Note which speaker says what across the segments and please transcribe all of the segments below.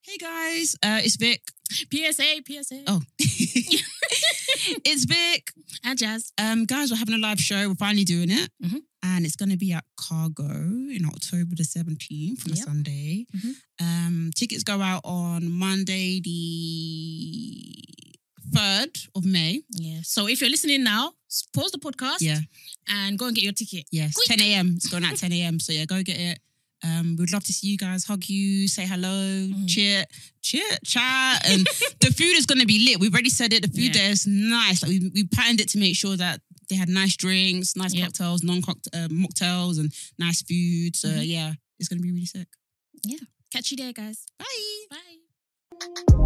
Speaker 1: Hey guys, uh, it's Vic.
Speaker 2: PSA, PSA.
Speaker 1: Oh. it's Vic.
Speaker 2: And Jazz.
Speaker 1: Um, guys, we're having a live show. We're finally doing it.
Speaker 2: Mhm.
Speaker 1: And it's going to be at Cargo in October the 17th on a
Speaker 2: Yep.
Speaker 1: Sunday.
Speaker 2: Mhm.
Speaker 1: Um, tickets go out on Monday the 3rd of May.
Speaker 2: Yeah. So if you're listening now, s- pause the podcast
Speaker 1: Yeah,
Speaker 2: and go and get your ticket.
Speaker 1: yes.
Speaker 2: Quick.
Speaker 1: 10 a.m. It's going out 10 a.m. So yeah, go get it. Um, we'd love to see you guys, hug you, say hello, cheer, cheer, chat. And the food is going to be lit. We've already said it. The food
Speaker 2: Yeah.
Speaker 1: there is nice. Like we, we patterned it to make sure that they had nice drinks, nice
Speaker 2: Yep.
Speaker 1: cocktails, non cocktail uh, mocktails, and nice food. So
Speaker 2: Mhm.
Speaker 1: yeah, it's going to be really sick.
Speaker 2: Catch you there, guys.
Speaker 1: Bye.
Speaker 2: Bye.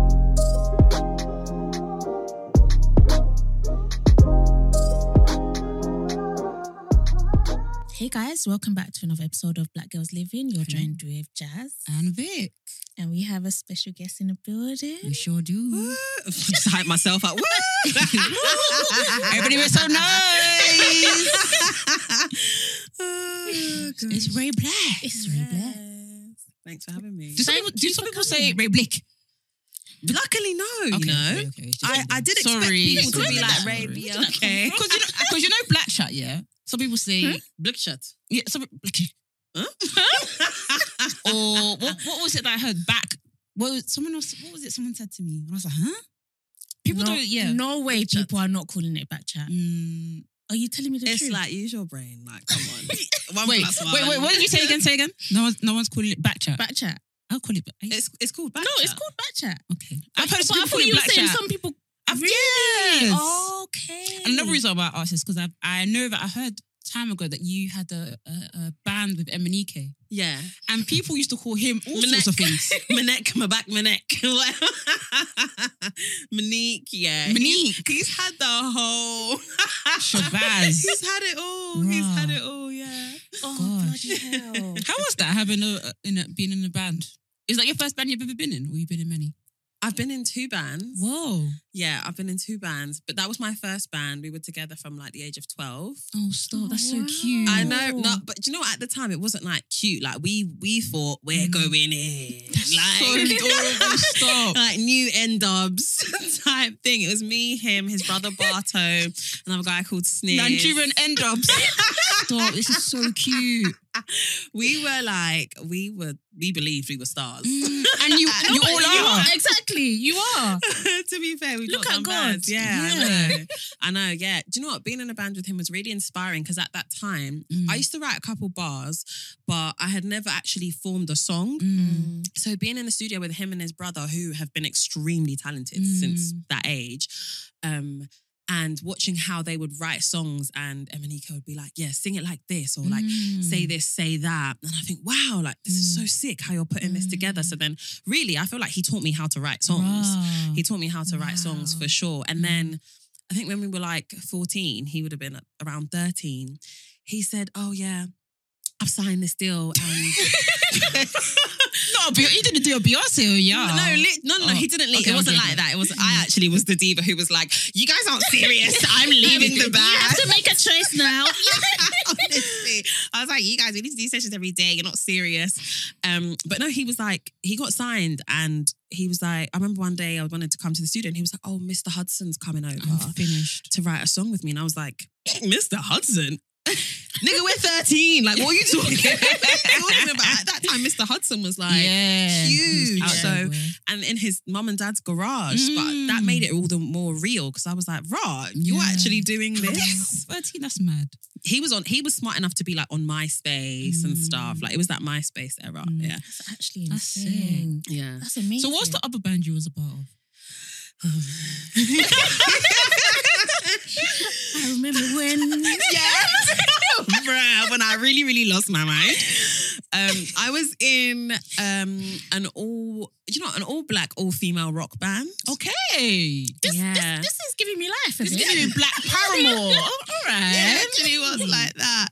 Speaker 2: Hey guys, welcome back to another episode of Black Girls Living.
Speaker 1: Hello.
Speaker 2: You're joined with Jazz,
Speaker 1: And Vic,
Speaker 2: and we have a special guest in the
Speaker 1: we
Speaker 2: building.
Speaker 1: sure do.
Speaker 3: just hype myself up.
Speaker 1: Everybody was so nice. it's Ray Black.
Speaker 2: It's Ray Black.
Speaker 3: Thanks for having me.
Speaker 1: Do some
Speaker 2: Thank
Speaker 1: people, do
Speaker 2: you
Speaker 1: some
Speaker 2: for
Speaker 1: people say
Speaker 2: coming.
Speaker 1: Ray Blick?
Speaker 3: Luckily, no. you know,
Speaker 1: okay, okay. It's just
Speaker 3: I,
Speaker 1: Ray
Speaker 3: I did expect
Speaker 1: Sorry,
Speaker 3: people to
Speaker 1: sorry.
Speaker 3: be like
Speaker 1: Sorry.
Speaker 3: Ray B.
Speaker 2: Where did that come
Speaker 3: Okay.
Speaker 2: from?
Speaker 1: Because you, know, 'cause you know black chat, yeah? Some people say,
Speaker 2: Hmm?
Speaker 3: Black chat.
Speaker 1: yeah, some, or what, what was it that I heard back? What was, someone else, what was it someone said to me? And I was like, huh? People
Speaker 2: no,
Speaker 1: don't, yeah.
Speaker 2: No way
Speaker 3: Back chat.
Speaker 2: people are not calling it back chat.
Speaker 1: Mm,
Speaker 2: Are you telling me the
Speaker 3: It's
Speaker 2: truth?
Speaker 3: like use your brain. Like, come on. One
Speaker 1: wait,
Speaker 3: plus one.
Speaker 1: wait, wait, what did you say again? Say again? No one's, no one's calling it back chat.
Speaker 2: back chat.
Speaker 1: I'll call it back.
Speaker 3: It's it's called back.
Speaker 2: No, it's
Speaker 3: chat.
Speaker 2: called back chat.
Speaker 1: okay. I've heard
Speaker 2: But
Speaker 1: some Oh.
Speaker 2: I
Speaker 1: people call
Speaker 2: thought
Speaker 1: it
Speaker 2: you were
Speaker 1: black
Speaker 2: saying
Speaker 1: chat.
Speaker 2: some people.
Speaker 1: I've, Yes.
Speaker 2: Okay.
Speaker 1: And another reason why I asked this because I I know that I heard time ago that you had a, a, a band with Emanike.
Speaker 3: yeah.
Speaker 1: And people used to call him all
Speaker 3: Manek.
Speaker 1: sorts of things.
Speaker 3: my neck, my back, my neck. Monique, yeah.
Speaker 1: Monique.
Speaker 3: He's, he's had the whole
Speaker 1: Shabazz.
Speaker 3: He's had it all. He's
Speaker 1: Wow.
Speaker 3: had it all, yeah.
Speaker 2: Oh,
Speaker 1: Gosh.
Speaker 2: bloody hell.
Speaker 1: How was that having a, in a being in a band? Is that your first band you've ever been in, or you've been in many?
Speaker 3: I've been in two bands.
Speaker 1: Whoa!
Speaker 3: Yeah, I've been in two bands, but that was my first band. We were together from like the age of 12.
Speaker 1: Oh, stop! That's so
Speaker 2: Wow.
Speaker 1: cute.
Speaker 3: I know, no,
Speaker 2: Ooh.
Speaker 3: but do you know, at the time it wasn't like cute. Like we we thought we're
Speaker 1: Mm.
Speaker 3: going in,
Speaker 1: That's so
Speaker 3: like
Speaker 1: adorable. Stop.
Speaker 3: like new end dubs type thing. It was me, him, his brother Barto, another guy called Sneer.
Speaker 1: Nigerian end ups. stop! This is so cute.
Speaker 3: We were like, we were, we believed we were stars.
Speaker 1: Mm, and you,
Speaker 3: No,
Speaker 1: you
Speaker 2: But
Speaker 1: all
Speaker 2: you
Speaker 1: are.
Speaker 2: Exactly. You are.
Speaker 3: to be fair, we
Speaker 2: Look
Speaker 3: got
Speaker 2: at
Speaker 3: done
Speaker 2: God.
Speaker 3: bad. Yeah,
Speaker 2: Yeah.
Speaker 3: I know. I know. Yeah. Do you know what? Being in a band with him was really inspiring because at that time,
Speaker 1: Mm.
Speaker 3: I used to write a couple bars, but I had never actually formed a song.
Speaker 1: Mm.
Speaker 3: So being in the studio with him and his brother, who have been extremely talented
Speaker 1: Mm.
Speaker 3: since that age, um, and watching how they would write songs, and Emanika would be like, "Yeah, sing it like this," or like
Speaker 1: Mm.
Speaker 3: say this, say that. And I think, wow, like this is so sick how you're putting this together.
Speaker 1: Mm.
Speaker 3: So then, really, I feel like he taught me how to write songs.
Speaker 1: Wow.
Speaker 3: He taught me how to write songs
Speaker 1: Wow.
Speaker 3: for sure.
Speaker 1: Mm.
Speaker 3: And then I think when we were like 14, he would have been around 13. He said, Oh, yeah, I've signed this deal. And
Speaker 1: no, but you didn't do a Beyonce, or yeah?
Speaker 3: No, li- no, no, no,
Speaker 1: Oh,
Speaker 3: he didn't leave.
Speaker 1: okay,
Speaker 3: it wasn't
Speaker 1: okay,
Speaker 3: like that. It was I actually was the diva who was like, "You guys aren't serious. I'm leaving the
Speaker 2: You have
Speaker 3: band."
Speaker 2: to make a choice now.
Speaker 3: Honestly, I was like, "You guys, we need to do sessions every day. You're not serious." Um, but no, he was like, he got signed, and he was like, I remember one day I wanted to come to the studio, and he was like, "Oh, Mr. Hudson's coming over
Speaker 1: I'm finished.
Speaker 3: to write a song with me," and I was like, "Mr. Hudson." Nigga, we're 13. Like, what are you talking, talking about? At that time, Mr. Hudson was like,
Speaker 1: yeah,
Speaker 3: huge.
Speaker 1: Out
Speaker 3: So-
Speaker 1: everywhere.
Speaker 3: and in his mum and dad's garage. But that
Speaker 1: Mm.
Speaker 3: made it all the more real because I was like, "Right, you're
Speaker 1: Yeah.
Speaker 3: actually doing this."
Speaker 1: Yes, thirteen. That's mad.
Speaker 3: he was on. He was smart enough to be like on MySpace and
Speaker 1: Mm.
Speaker 3: stuff. Like it was that MySpace era.
Speaker 1: Mm.
Speaker 3: Yeah,
Speaker 2: That's actually
Speaker 1: That's
Speaker 2: insane.
Speaker 3: yeah.
Speaker 2: That's amazing.
Speaker 1: So, what's the other band you was a part of?
Speaker 2: I remember when.
Speaker 3: yes, Bruh, when I really, really lost my mind. Um, I was in um an all, you know, an all black, all female rock band.
Speaker 1: Oh, Okay.
Speaker 2: This,
Speaker 3: Yeah.
Speaker 2: this, this is giving me life. a
Speaker 1: This
Speaker 2: bit.
Speaker 1: is giving Black Paramore. All right.
Speaker 3: Yeah, it actually was like that.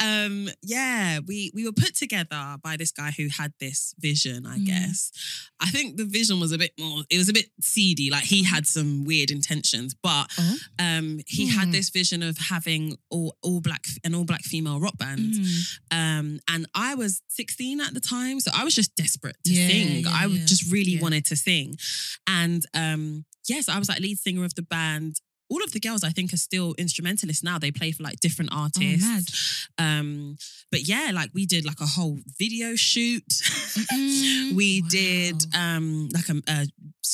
Speaker 3: Um, yeah, we we were put together by this guy who had this vision, I
Speaker 1: Mm.
Speaker 3: guess. I think the vision was a bit more, it was a bit seedy, like he had some weird intentions, but
Speaker 1: Oh.
Speaker 3: um he
Speaker 1: Hmm.
Speaker 3: had this vision of having all all black an all black female rock band.
Speaker 1: Mm.
Speaker 3: Um and I was 16 at the time, so I was just desperate to
Speaker 1: Yeah,
Speaker 3: sing.
Speaker 1: yeah,
Speaker 3: I
Speaker 1: yeah.
Speaker 3: would just really
Speaker 2: Yeah.
Speaker 3: wanted to sing. And um, yes, I was like lead singer of the band. All of the girls I think are still instrumentalists now. They play for like different
Speaker 2: Oh,
Speaker 3: artists.
Speaker 2: mad.
Speaker 3: Um, but yeah, like we did like a whole video shoot.
Speaker 1: Mm-mm.
Speaker 3: we
Speaker 2: Wow.
Speaker 3: did um like a, a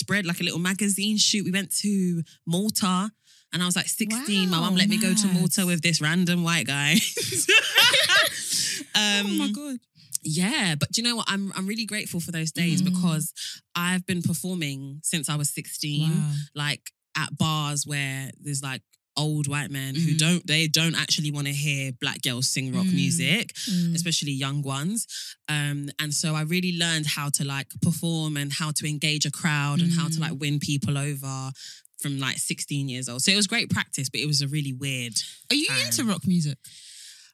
Speaker 3: spread, like a little magazine shoot. We went to Malta. And I was like 16.
Speaker 2: Wow,
Speaker 3: my mum let me go to
Speaker 2: mad.
Speaker 3: Malta with this random white guy. um,
Speaker 1: oh my god.
Speaker 3: yeah, but do you know what? I'm I'm really grateful for those days
Speaker 2: Mm.
Speaker 3: because I've been performing since I was 16, like at bars where there's like old white men who
Speaker 1: Mm.
Speaker 3: don't they don't actually want to hear black girls sing rock
Speaker 1: Mm.
Speaker 3: music,
Speaker 2: Mm.
Speaker 3: especially young ones. Um, and so I really learned how to like perform and how to engage a crowd and how to
Speaker 1: Mm.
Speaker 3: like win people over from like 16 years old. So it was great practice, but it was a really weird.
Speaker 1: Are you
Speaker 3: Um,
Speaker 1: into rock music?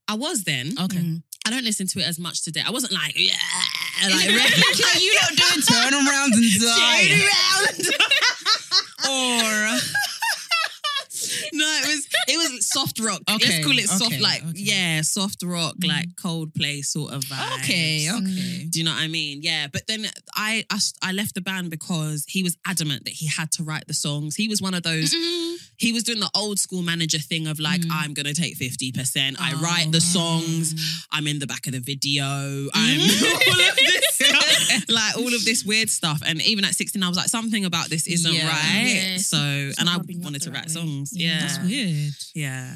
Speaker 3: I was then.
Speaker 1: Okay.
Speaker 2: Mm.
Speaker 3: I don't listen to it as much today. I wasn't like yeah, like,
Speaker 1: Like, you don't do it. Turn around and
Speaker 3: Turn
Speaker 1: die. or
Speaker 3: no, it was it was soft rock.
Speaker 1: Okay,
Speaker 3: Let's call it soft,
Speaker 1: okay,
Speaker 3: like
Speaker 1: okay. Mm-hmm.
Speaker 3: yeah, soft rock, like Coldplay sort of vibes.
Speaker 1: okay, okay.
Speaker 3: Do you know what I mean? Yeah, but then I, I I left the band because he was adamant that he had to write the songs. He was one of those.
Speaker 2: Mm-hmm.
Speaker 3: He was doing the old school manager thing of like,
Speaker 1: Mm-hmm. Mm. Oh.
Speaker 3: I'm gonna take fifty percent. I write the songs.
Speaker 2: Mm.
Speaker 3: I'm in the back of the video. I'm all of this stuff, like all of this weird stuff. And even at 16, I was like, something about this isn't
Speaker 1: Yeah.
Speaker 3: right.
Speaker 2: Yeah, it's
Speaker 3: so, and
Speaker 2: not
Speaker 3: I
Speaker 2: rubbing you up
Speaker 3: wanted
Speaker 2: the
Speaker 3: to
Speaker 2: right
Speaker 3: write
Speaker 2: way.
Speaker 3: songs.
Speaker 2: Yeah.
Speaker 3: Yeah.
Speaker 1: That's weird.
Speaker 3: Yeah.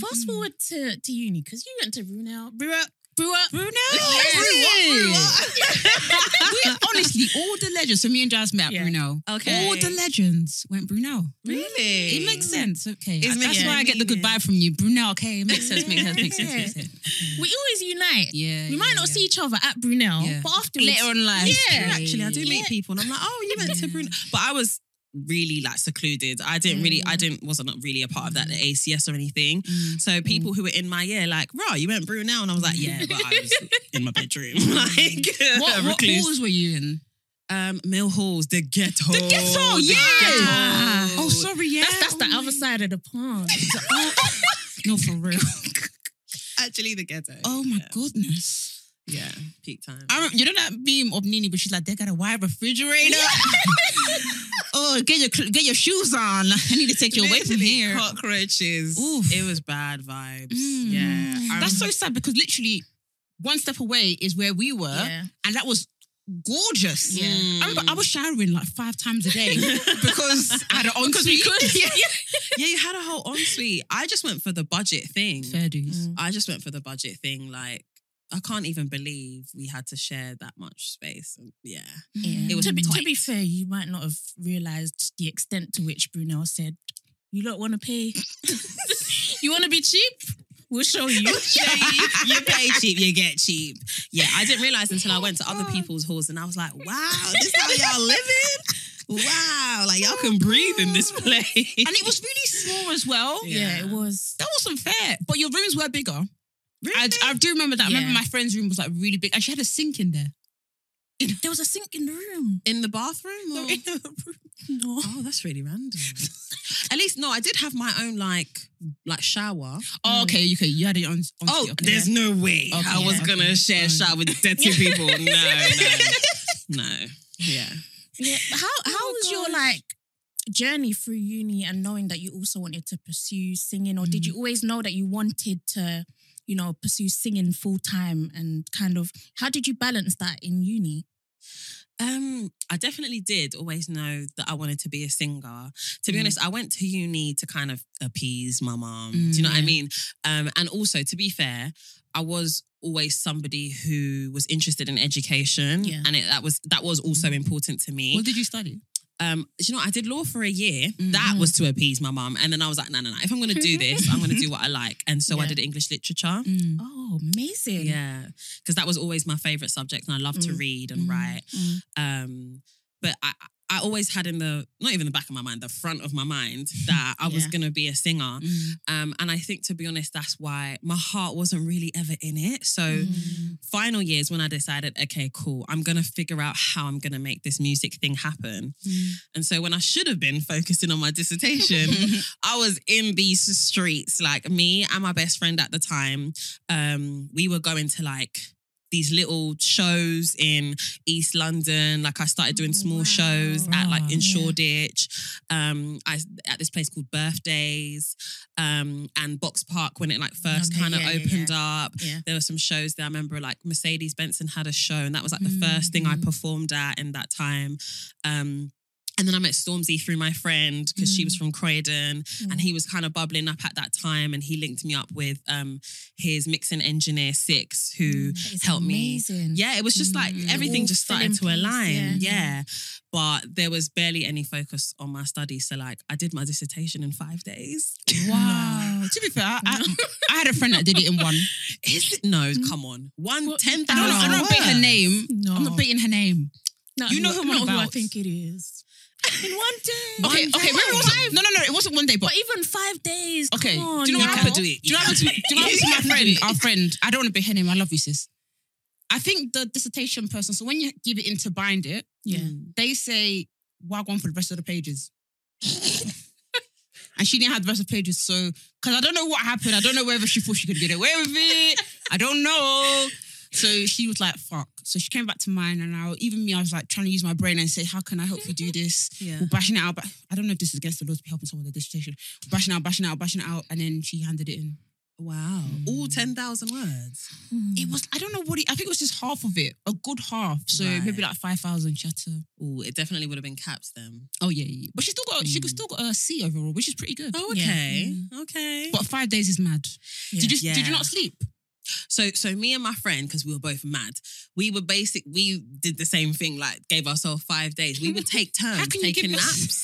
Speaker 2: Fast forward to, to uni because you went to Brunel. Brunel.
Speaker 1: Bruno,
Speaker 2: Yes.
Speaker 1: We- honestly, all the legends. So me and Jazz met at
Speaker 2: Yeah.
Speaker 1: Bruno.
Speaker 3: Okay.
Speaker 1: All the legends went Bruno.
Speaker 3: Really?
Speaker 1: It makes sense. Okay.
Speaker 3: It's
Speaker 1: That's
Speaker 3: making
Speaker 1: why I get the good
Speaker 2: meaning.
Speaker 1: vibe from you. Brunel, okay. It makes sense, makes sense, makes sense, makes sense.
Speaker 2: We always unite.
Speaker 1: Yeah.
Speaker 2: We might
Speaker 1: yeah,
Speaker 2: not
Speaker 1: yeah.
Speaker 2: see each other at Brunel,
Speaker 1: Yeah.
Speaker 2: but afterwards.
Speaker 1: later on in life.
Speaker 2: Yeah.
Speaker 3: Actually, I do meet
Speaker 2: Yeah.
Speaker 3: people and I'm like, oh, you went
Speaker 1: Yeah.
Speaker 3: to Bruno. But I was really like secluded. I didn't really, I
Speaker 2: Mm.
Speaker 3: didn't, wasn't really a part of that, the ACS or anything.
Speaker 1: Mm.
Speaker 3: So people who were in my year, like, raw, you went Brunel. And I was like, yeah, but I was in my bedroom. like,
Speaker 1: What, what
Speaker 3: recluse.
Speaker 1: halls were you in? Oh,
Speaker 3: Um, Mill Halls, the ghetto. The
Speaker 1: ghetto, yeah.
Speaker 3: ghetto.
Speaker 1: Oh, sorry, yeah.
Speaker 2: That's, that's the
Speaker 1: Oh
Speaker 2: other
Speaker 1: my-
Speaker 2: side of the pond.
Speaker 1: No, for real.
Speaker 3: Actually, the ghetto.
Speaker 1: Oh my
Speaker 3: yeah.
Speaker 1: goodness.
Speaker 3: Yeah, peak time.
Speaker 1: I remember, you know that meme of Nini, but she's like, they got a wide refrigerator. oh, get your cl- get your shoes on. I need to take you away from
Speaker 3: Literally
Speaker 1: here.
Speaker 3: Cockroaches.
Speaker 1: Oof.
Speaker 3: It was bad vibes.
Speaker 1: Mm.
Speaker 3: Yeah. I
Speaker 1: That's so
Speaker 3: remember-
Speaker 1: sad because literally one step away is where we were,
Speaker 2: yeah.
Speaker 1: and that was gorgeous.
Speaker 2: Yeah.
Speaker 1: I remember I was showering like five times a day
Speaker 3: Mm.
Speaker 1: because I had an on
Speaker 3: we could. yeah, you had a whole ensuite. I just went for the budget thing.
Speaker 1: Fair dues.
Speaker 2: Mm.
Speaker 3: I just went for the budget thing. Like, I can't even believe we had to share that much space. Yeah.
Speaker 1: Mm,
Speaker 3: It was
Speaker 2: Mm. to, be, to be
Speaker 3: tight.
Speaker 2: fair, you might not have realised the extent to which Brunel said, You don't want to pay. you want to be cheap? We'll show you.
Speaker 3: you pay cheap, you get cheap. Yeah, I didn't realize until I went to other people's halls and I was like, wow, this how y'all living? Wow, like y'all can breathe in this place.
Speaker 1: And it was really small as well.
Speaker 3: Yeah.
Speaker 2: yeah. it was.
Speaker 1: That wasn't fair. But your rooms were bigger. I, I do remember that. I
Speaker 2: Yeah.
Speaker 1: remember my friend's room was like really big, and she had a sink in there.
Speaker 2: There was a sink in the room.
Speaker 3: in the bathroom?
Speaker 1: No,
Speaker 3: Or?
Speaker 1: in
Speaker 2: No.
Speaker 3: Oh, that's really random. At least, no, I did have my own like like shower.
Speaker 1: Oh, okay, okay. You had it on. on okay.
Speaker 3: Oh, no
Speaker 1: Okay,
Speaker 3: way
Speaker 1: yeah, okay. Oh.
Speaker 3: with dirty people. No, no, no. Yeah.
Speaker 2: Yeah. How how was your
Speaker 1: gosh.
Speaker 2: like journey through uni and knowing that you also wanted to pursue singing, or did you always know that you wanted to, you know, pursue singing full time and kind of how did you balance that in uni?
Speaker 3: Um, I definitely did always know that I wanted to be a singer. To be
Speaker 1: Mm.
Speaker 3: honest, I went to uni to kind of appease my mom. Do you know what I
Speaker 1: Mm.
Speaker 3: mean? Um, and also to be fair, I was always somebody who was interested in education,
Speaker 2: Yeah. Mm.
Speaker 3: and it, that was that was also important to me.
Speaker 1: What did you study?
Speaker 3: Um, do you know, what? I did law for a year. That
Speaker 2: Mhm.
Speaker 3: was to appease my mom, and then I was like, no, no, no. If I'm going to do this, I'm going to do what I like. And so I
Speaker 2: Yeah.
Speaker 3: did English literature.
Speaker 2: Oh, amazing.
Speaker 3: Yeah, because that was always my favorite subject, and I love to
Speaker 2: Mm.
Speaker 3: read and
Speaker 1: Mm.
Speaker 3: write.
Speaker 2: Mm.
Speaker 3: Um, but I, I always had in the not even the back of my mind, the front of my mind that I was
Speaker 2: Yeah.
Speaker 3: gonna be a singer.
Speaker 1: Mm.
Speaker 3: Um, and I think to be honest, that's why my heart wasn't really ever in it. So
Speaker 1: Mm-hmm.
Speaker 2: Mm.
Speaker 3: final years when I decided, okay, cool, I'm gonna figure out how I'm gonna make this music thing happen.
Speaker 2: Mm,
Speaker 3: And so when I should have been focusing on my dissertation, I was in these streets, like me and my best friend at the time. Um, we were going to like these little shows in East London. Like I started doing
Speaker 2: Oh,
Speaker 3: small
Speaker 2: wow.
Speaker 3: shows at like
Speaker 1: Wow.
Speaker 3: in
Speaker 2: Yeah.
Speaker 3: Shoreditch. Um, I at this place called Birthdays, um, and Box Park when it like first
Speaker 2: Okay,
Speaker 3: kind of
Speaker 2: yeah, yeah, yeah.
Speaker 3: opened up.
Speaker 2: Yeah.
Speaker 3: There were some shows that I remember like Mercedes Benson had a show, and that was like the first thing I
Speaker 2: Mhm.
Speaker 3: performed at in that time. Um, and then I met Stormzy through my friend because she
Speaker 1: Mm.
Speaker 3: was from Croydon and he was kind of bubbling up at that time and he linked me up with um his mixing engineer six who helped me.
Speaker 2: me.
Speaker 3: yeah it was just like
Speaker 1: Mm.
Speaker 3: everything
Speaker 2: All
Speaker 3: just
Speaker 2: fill
Speaker 3: started
Speaker 2: in
Speaker 3: to
Speaker 2: place,
Speaker 3: align
Speaker 2: yeah.
Speaker 3: yeah. but there was barely any focus on my studies so like i did my dissertation in five days
Speaker 1: Wow. to be fair, I, I, I had a friend that did it in one.
Speaker 3: is it no
Speaker 2: Mm.
Speaker 3: come on one
Speaker 2: Well,
Speaker 3: ten
Speaker 1: I don't, know- I
Speaker 3: thousand
Speaker 1: don't beat her name.
Speaker 2: No.
Speaker 1: I'm not beating her name.
Speaker 2: No,
Speaker 1: You know
Speaker 2: not-
Speaker 1: who I'm
Speaker 2: not I
Speaker 1: about.
Speaker 2: think it is. In one day.
Speaker 1: Okay,
Speaker 2: One
Speaker 1: okay.
Speaker 2: day.
Speaker 1: Wait, it was, no, no, no. It wasn't one day, but
Speaker 2: But even five days.
Speaker 1: Okay,
Speaker 2: Come on,
Speaker 1: do you know
Speaker 3: you
Speaker 1: what
Speaker 3: can
Speaker 1: happened?
Speaker 3: do it
Speaker 1: Do you know what happened to, do you know what happened to my friend? Our friend. I don't want to be her name. I love you, sis. I think the dissertation person, so when you give it in to bind it,
Speaker 2: Yeah.
Speaker 1: they say Wagwan for the rest of the pages. and she didn't have the rest of the pages. So, because I don't know what happened. I don't know whether she thought she could get away with it. I don't know. So she was like, fuck. So she came back to mine, and I, even me, I was like trying to use my brain and say, how can I help you do this?
Speaker 3: yeah
Speaker 1: We're bashing it out. But I don't know if this is against the law to be helping someone with a dissertation. Bashing out, bashing out, bashing out, and then she handed it in.
Speaker 3: wow all
Speaker 1: Mm.
Speaker 3: ten thousand words
Speaker 2: Mm,
Speaker 1: It was I don't know what he, I think it was just half of it, a good half. So
Speaker 3: Right.
Speaker 1: maybe like five thousand chatter.
Speaker 3: oh it definitely would have been caps then
Speaker 1: Oh yeah, yeah. But she still got she
Speaker 3: Mm.
Speaker 1: still got a C overall, which is pretty good.
Speaker 3: oh
Speaker 2: Yeah.
Speaker 3: okay
Speaker 1: Mm.
Speaker 3: okay
Speaker 1: But five days is mad.
Speaker 2: Yeah.
Speaker 1: Did you did
Speaker 3: Yeah.
Speaker 1: you not sleep?
Speaker 3: So, so me and my friend, because we were both mad, we were basic. We did the same thing. Like, gave ourselves five days. We would take turns
Speaker 1: How can you give
Speaker 3: taking
Speaker 1: your-
Speaker 3: naps.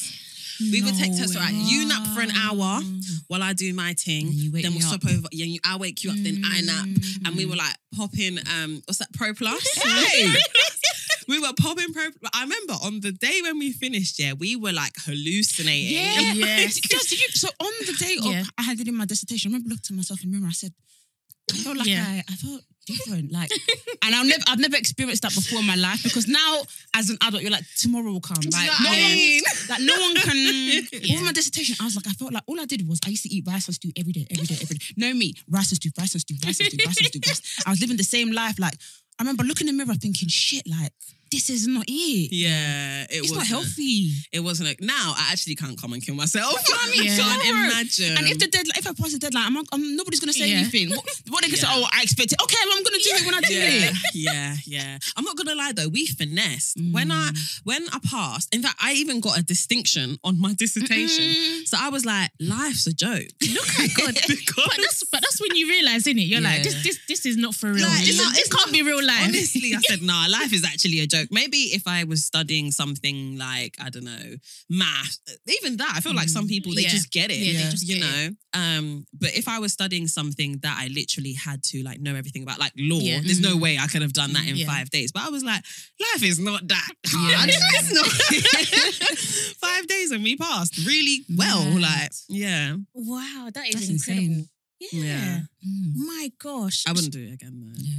Speaker 3: We would take turns.
Speaker 2: No
Speaker 3: So, like, you nap for an hour
Speaker 1: Mm.
Speaker 3: while I do my thing.
Speaker 1: And you wake
Speaker 3: then we'll
Speaker 1: me
Speaker 3: swap
Speaker 1: up.
Speaker 3: over. Yeah, you, I wake you up. Then I nap.
Speaker 1: Mm.
Speaker 3: And we were like popping. Um, what's that? Pro Plus.
Speaker 1: Hey!
Speaker 3: we were popping Pro. I remember on the day when we finished. Yeah, we were like hallucinating.
Speaker 1: Yeah.
Speaker 2: Yes.
Speaker 1: Just, did you, so on the day of
Speaker 2: Yeah.
Speaker 1: I had it in my dissertation, I remember looking at myself in the mirror. I said, I felt like
Speaker 2: Yeah.
Speaker 1: I, I felt different. Like, and I've never, I've never experienced that before in my life because now, as an adult, you're like, tomorrow will come. Like,
Speaker 3: Like,
Speaker 1: no,
Speaker 2: I
Speaker 1: one-
Speaker 3: mean,
Speaker 1: like no one can.
Speaker 2: Yeah.
Speaker 1: All my dissertation, I was like, I felt like all I did was I used to eat rice and stew every day, every day, every day. No me, rice and stew, rice and stew, rice and stew, rice and stew. Rice. I was living the same life. Like, I remember looking in the mirror, thinking, shit, like this is not it.
Speaker 3: yeah, it
Speaker 1: It's
Speaker 3: was
Speaker 1: not healthy.
Speaker 3: It wasn't. A, now I actually can't come and kill myself. I
Speaker 1: mean,
Speaker 2: Yeah.
Speaker 3: can't
Speaker 1: sure.
Speaker 3: imagine.
Speaker 1: And if the deadline, if I pass the deadline, I'm, not- I'm nobody's gonna say
Speaker 2: Yeah.
Speaker 1: anything. What, what they can say?
Speaker 3: Yeah.
Speaker 1: Oh, I expect it. Okay, well, I'm gonna do it when I do
Speaker 3: yeah,
Speaker 1: it.
Speaker 3: yeah, yeah. I'm not gonna lie though, we finessed.
Speaker 1: Mm.
Speaker 3: When I when I passed, in fact, I even got a distinction on my dissertation.
Speaker 1: Mm.
Speaker 3: So I was like, life's a joke. Look at God.
Speaker 2: But that's but that's when you realize, isn't it? You're like,
Speaker 3: Yeah.
Speaker 2: this this this is not for real.
Speaker 3: Like,
Speaker 2: this
Speaker 3: it's not-
Speaker 2: is- this can't be real life.
Speaker 3: Honestly, I said, nah, life is actually a joke. Maybe if I was studying something like, I don't know, math, even that, I feel like some people, they
Speaker 2: Mm, Yeah.
Speaker 3: just get it.
Speaker 2: Yeah, they just
Speaker 3: you
Speaker 2: get
Speaker 3: know? Um, but if I was studying something that I literally had to like know everything about, like law,
Speaker 2: Yeah. mm.
Speaker 3: there's no way I could have done that in
Speaker 2: Yeah.
Speaker 3: five days. But I was like, life is not that hard.
Speaker 1: Yeah.
Speaker 3: It's not- five days and we passed really well.
Speaker 1: Mad.
Speaker 3: Like, yeah.
Speaker 2: Wow, that is
Speaker 1: That's
Speaker 2: incredible.
Speaker 1: insane.
Speaker 2: Yeah.
Speaker 3: Yeah.
Speaker 1: Mm.
Speaker 2: My gosh.
Speaker 3: I wouldn't do it again though.
Speaker 1: Yeah.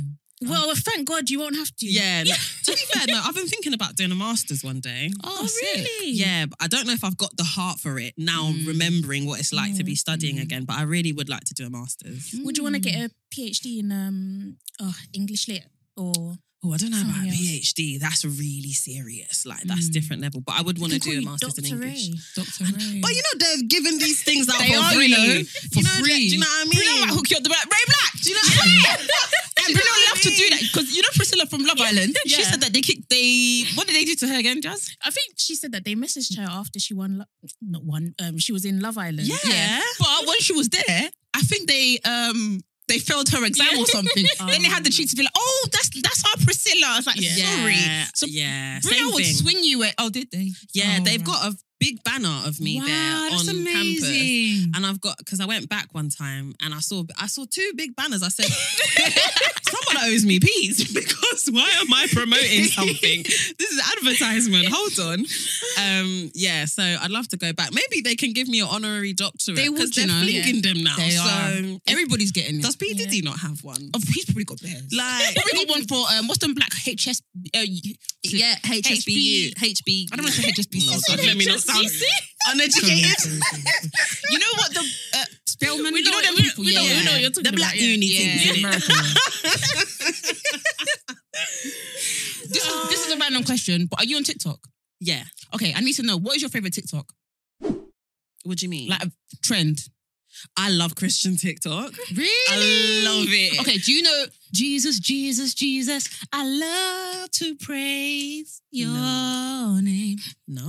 Speaker 2: well, thank God you won't have to.
Speaker 3: Yeah. no. to be fair, no, I've been thinking about doing a master's one day.
Speaker 1: Oh,
Speaker 2: Oh,
Speaker 1: sick.
Speaker 2: really?
Speaker 3: Yeah, but I don't know if I've got the heart for it now,
Speaker 1: Mm.
Speaker 3: remembering what it's like to be studying
Speaker 1: Mm.
Speaker 3: again. But I really would like to do a master's.
Speaker 2: Would you want to get
Speaker 3: Mm.
Speaker 2: a PhD in um oh, English lit or
Speaker 3: Oh, I don't know about
Speaker 2: Something
Speaker 3: a
Speaker 2: else.
Speaker 3: PhD. That's really serious. Like that's
Speaker 1: Mm.
Speaker 3: different level. But I would want to
Speaker 2: You can
Speaker 3: do a
Speaker 2: call you
Speaker 3: master's in
Speaker 2: Dr.
Speaker 3: English.
Speaker 2: Ray.
Speaker 1: Doctor Ray?
Speaker 3: But you know they're giving these things out
Speaker 1: They
Speaker 3: for
Speaker 1: are,
Speaker 3: free.
Speaker 1: you know,
Speaker 3: you
Speaker 1: for
Speaker 3: know,
Speaker 1: free.
Speaker 3: Do you know what I
Speaker 1: Bruno
Speaker 3: mean?
Speaker 1: might hook you up the back. Ray Black.
Speaker 3: do you know what I mean?
Speaker 1: And
Speaker 3: Do you
Speaker 1: Bruno
Speaker 3: know what I
Speaker 1: love to do
Speaker 3: mean?
Speaker 1: that because you know Priscilla from Love Island. She
Speaker 3: Yeah.
Speaker 1: said that they kicked. They what did they do to her again, Jazz?
Speaker 2: I think she said that they messaged her after she won, Lo- not won. Um, she was in Love Island.
Speaker 3: Yeah.
Speaker 1: But when she was there, I think they um they failed her exam or something. Then they had the cheat to be like, oh, that's that's our Priscilla. I was like,
Speaker 2: Yeah.
Speaker 1: sorry.
Speaker 3: Yeah.
Speaker 1: So
Speaker 3: yeah.
Speaker 1: Bruno
Speaker 3: Same
Speaker 1: would
Speaker 3: thing.
Speaker 1: swing you at. Oh, did they?
Speaker 3: Yeah,
Speaker 1: Oh,
Speaker 3: they've
Speaker 1: right.
Speaker 3: got a big banner of me
Speaker 1: wow,
Speaker 3: there
Speaker 1: that's
Speaker 3: on campus.
Speaker 1: amazing.
Speaker 3: And I've got because I went back one time and I saw I saw two big banners. I said, "Someone owes me peas because why am I promoting something? This is advertisement. Hold on." Um, yeah, so I'd love to go back. Maybe they can give me an honorary doctorate
Speaker 1: They would,
Speaker 3: because
Speaker 1: you
Speaker 3: they're
Speaker 1: know.
Speaker 3: flinging them now.
Speaker 1: They
Speaker 3: so
Speaker 1: are. Everybody's getting it.
Speaker 3: does P
Speaker 2: Yeah.
Speaker 3: Diddy not have one?
Speaker 1: oh, he's probably got bears.
Speaker 3: Like
Speaker 1: Probably got one for um, what's the black HS? Uh, yeah,
Speaker 3: HSBU, HB.
Speaker 1: I don't want to say HSBC.
Speaker 3: No, God, let me not sound
Speaker 1: HSBC.
Speaker 3: uneducated.
Speaker 1: you know what the uh, Spellman?
Speaker 2: We
Speaker 1: you
Speaker 2: know-
Speaker 1: know them
Speaker 2: we-
Speaker 1: people.
Speaker 2: we
Speaker 1: yeah,
Speaker 2: know- we know
Speaker 1: yeah.
Speaker 2: what you're talking
Speaker 1: the black
Speaker 2: about, yeah.
Speaker 1: uni
Speaker 3: Yeah,
Speaker 1: things.
Speaker 3: the
Speaker 1: innit? random question, but are you on TikTok?
Speaker 3: Yeah.
Speaker 1: Okay, I need to know what is your favorite TikTok
Speaker 3: What do you mean?
Speaker 1: like trend?
Speaker 3: I love Christian TikTok.
Speaker 1: Really,
Speaker 3: I love it.
Speaker 1: Okay, do you know Jesus, Jesus, Jesus? I love to praise your name.
Speaker 3: No.